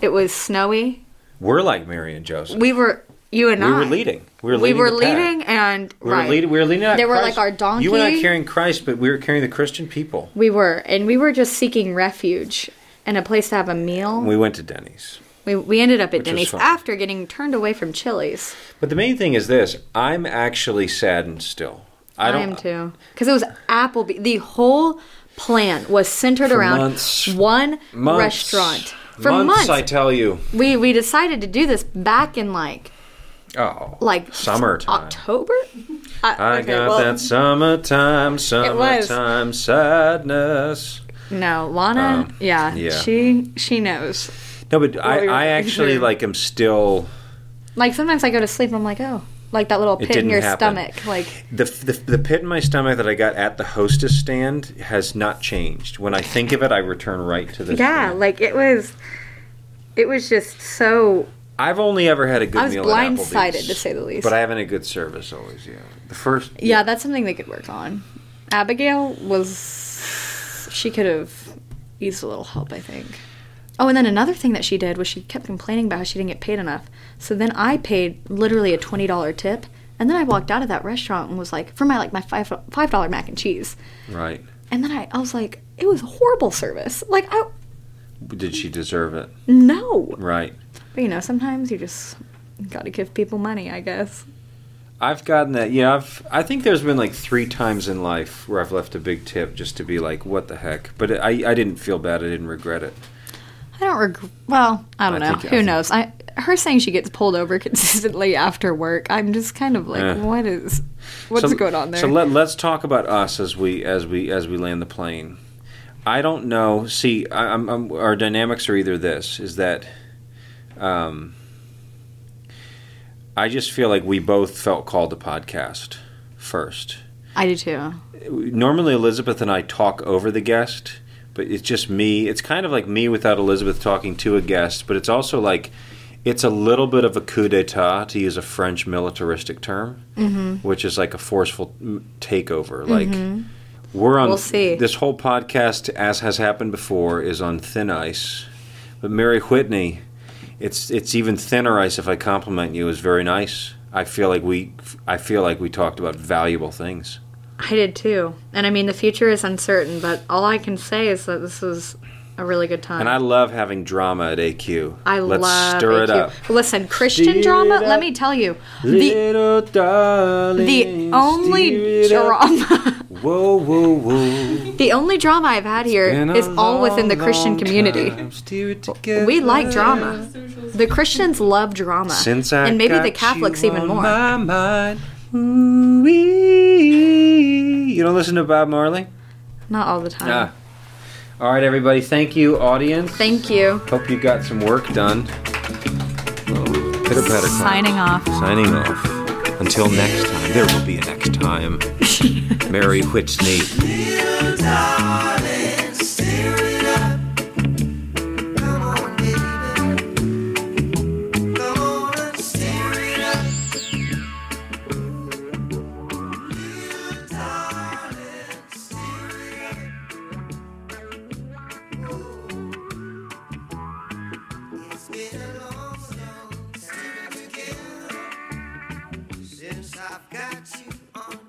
Speaker 2: It was snowy.
Speaker 1: We're like Mary and Joseph.
Speaker 2: We were you and
Speaker 1: We
Speaker 2: I.
Speaker 1: were leading. We were
Speaker 2: We
Speaker 1: leading.
Speaker 2: were
Speaker 1: the pack.
Speaker 2: leading, and
Speaker 1: We were
Speaker 2: right.
Speaker 1: leading. We were leading. out
Speaker 2: They were
Speaker 1: Christ.
Speaker 2: like our donkey.
Speaker 1: You were not carrying Christ, but we were carrying the Christian people.
Speaker 2: We were, and we were just seeking refuge and a place to have a meal.
Speaker 1: We went to Denny's.
Speaker 2: We, we ended up at
Speaker 1: was
Speaker 2: Denny's
Speaker 1: fun.
Speaker 2: after getting turned away from Chili's.
Speaker 1: But the main thing is this: I'm actually saddened still. I
Speaker 2: I,
Speaker 1: don't.
Speaker 2: am too. Because it was Applebee. The whole plan was centered
Speaker 1: For
Speaker 2: around
Speaker 1: months.
Speaker 2: one
Speaker 1: Months.
Speaker 2: restaurant. For months,
Speaker 1: months, I tell you.
Speaker 2: we, we decided to do this back in like
Speaker 1: Oh,
Speaker 2: like
Speaker 1: summertime.
Speaker 2: October. Uh,
Speaker 1: I
Speaker 2: okay,
Speaker 1: got
Speaker 2: well-
Speaker 1: that summertime, summertime sadness.
Speaker 2: No, Lana.
Speaker 1: Um,
Speaker 2: yeah,
Speaker 1: yeah.
Speaker 2: she she knows.
Speaker 1: No, but I,
Speaker 2: you're- [laughs]
Speaker 1: I actually like am still
Speaker 2: Like sometimes I go to sleep. and I'm like, oh, like that little pit in
Speaker 1: didn't
Speaker 2: your
Speaker 1: happen.
Speaker 2: stomach. Like
Speaker 1: the, the the pit in my stomach that I got at the hostess stand has not changed. When I think of it, I return right to this.
Speaker 2: yeah,
Speaker 1: thing.
Speaker 2: like it was. It was just so.
Speaker 1: I've only ever had a good
Speaker 2: I was
Speaker 1: meal. at
Speaker 2: blindsided
Speaker 1: Applebee's,
Speaker 2: to say the least.
Speaker 1: But I haven't a good service always. Yeah, the first.
Speaker 2: Yeah, that's something they could work on. Abigail was. She could have used a little help, I think. Oh, and then another thing that she did was she kept complaining about how she didn't get paid enough. So then I paid literally a twenty dollar tip, and then I walked out of that restaurant and was like, for my like my five five dollar mac and cheese.
Speaker 1: Right.
Speaker 2: And then I, I was like, it was horrible service. Like I
Speaker 1: Did she deserve it?
Speaker 2: no,
Speaker 1: Right.
Speaker 2: but you know sometimes you just gotta give people money, I guess.
Speaker 1: I've gotten that. Yeah, I've. I think there's been like three times in life where I've left a big tip just to be like, "What the heck?" But I, I didn't feel bad. I didn't regret it.
Speaker 2: I don't regret. Well, I don't
Speaker 1: I
Speaker 2: know.
Speaker 1: think- I
Speaker 2: Who
Speaker 1: think-
Speaker 2: knows? I her saying she gets pulled over [laughs] consistently after work. I'm just kind of like,
Speaker 1: Yeah.
Speaker 2: what is, what's
Speaker 1: Eh. so,
Speaker 2: going on there?
Speaker 1: So let, let's talk about us as we as we as we land the plane. I don't know. See, I, I'm, I'm, our dynamics are either this is that. Um, I just feel like we both felt called to podcast first.
Speaker 2: I do too.
Speaker 1: normally Elizabeth and I talk over the guest, but it's just me. It's kind of like me without Elizabeth talking to a guest, but it's also like it's a little bit of a coup d'etat to use a French militaristic term,
Speaker 2: Mm-hmm.
Speaker 1: which is like a forceful mm, takeover. Like we're on
Speaker 2: Mm-hmm. We'll see.
Speaker 1: this whole podcast, as has happened before, is on thin ice. But Mary Whitney, it's it's even thinner ice. If I compliment you, is very nice. I feel like we, I feel like we talked about valuable things.
Speaker 2: I did too. And I mean, the future is uncertain, but all I can say is that this was a really good time.
Speaker 1: And I love having drama at AQ.
Speaker 2: I
Speaker 1: Let's
Speaker 2: love
Speaker 1: stir it
Speaker 2: AQ.
Speaker 1: up.
Speaker 2: Listen, Christian
Speaker 1: Stir it
Speaker 2: drama.
Speaker 1: up.
Speaker 2: Let me tell you, the
Speaker 1: Little darling,
Speaker 2: the
Speaker 1: stir
Speaker 2: only
Speaker 1: it up.
Speaker 2: drama, [laughs]
Speaker 1: Whoa, whoa, whoa!
Speaker 2: the only drama I've had here
Speaker 1: Been a
Speaker 2: is all within the
Speaker 1: long,
Speaker 2: Christian
Speaker 1: long
Speaker 2: community.
Speaker 1: time. Stir it together.
Speaker 2: We like drama.
Speaker 4: Socials.
Speaker 2: The Christians love drama,
Speaker 1: Since I
Speaker 2: and maybe
Speaker 1: got
Speaker 2: the Catholics
Speaker 1: you
Speaker 2: even
Speaker 1: on
Speaker 2: more.
Speaker 1: My mind. Ooh-wee. You don't listen to Bob Marley?
Speaker 2: Not all the time.
Speaker 1: Ah. All right, everybody. Thank you, audience.
Speaker 2: Thank you.
Speaker 1: Hope you got some work done. Little Pitter patter time.
Speaker 2: Signing off.
Speaker 1: Signing off. Until next time, there will be a next time. Mary Whitney.
Speaker 5: Since I've got you on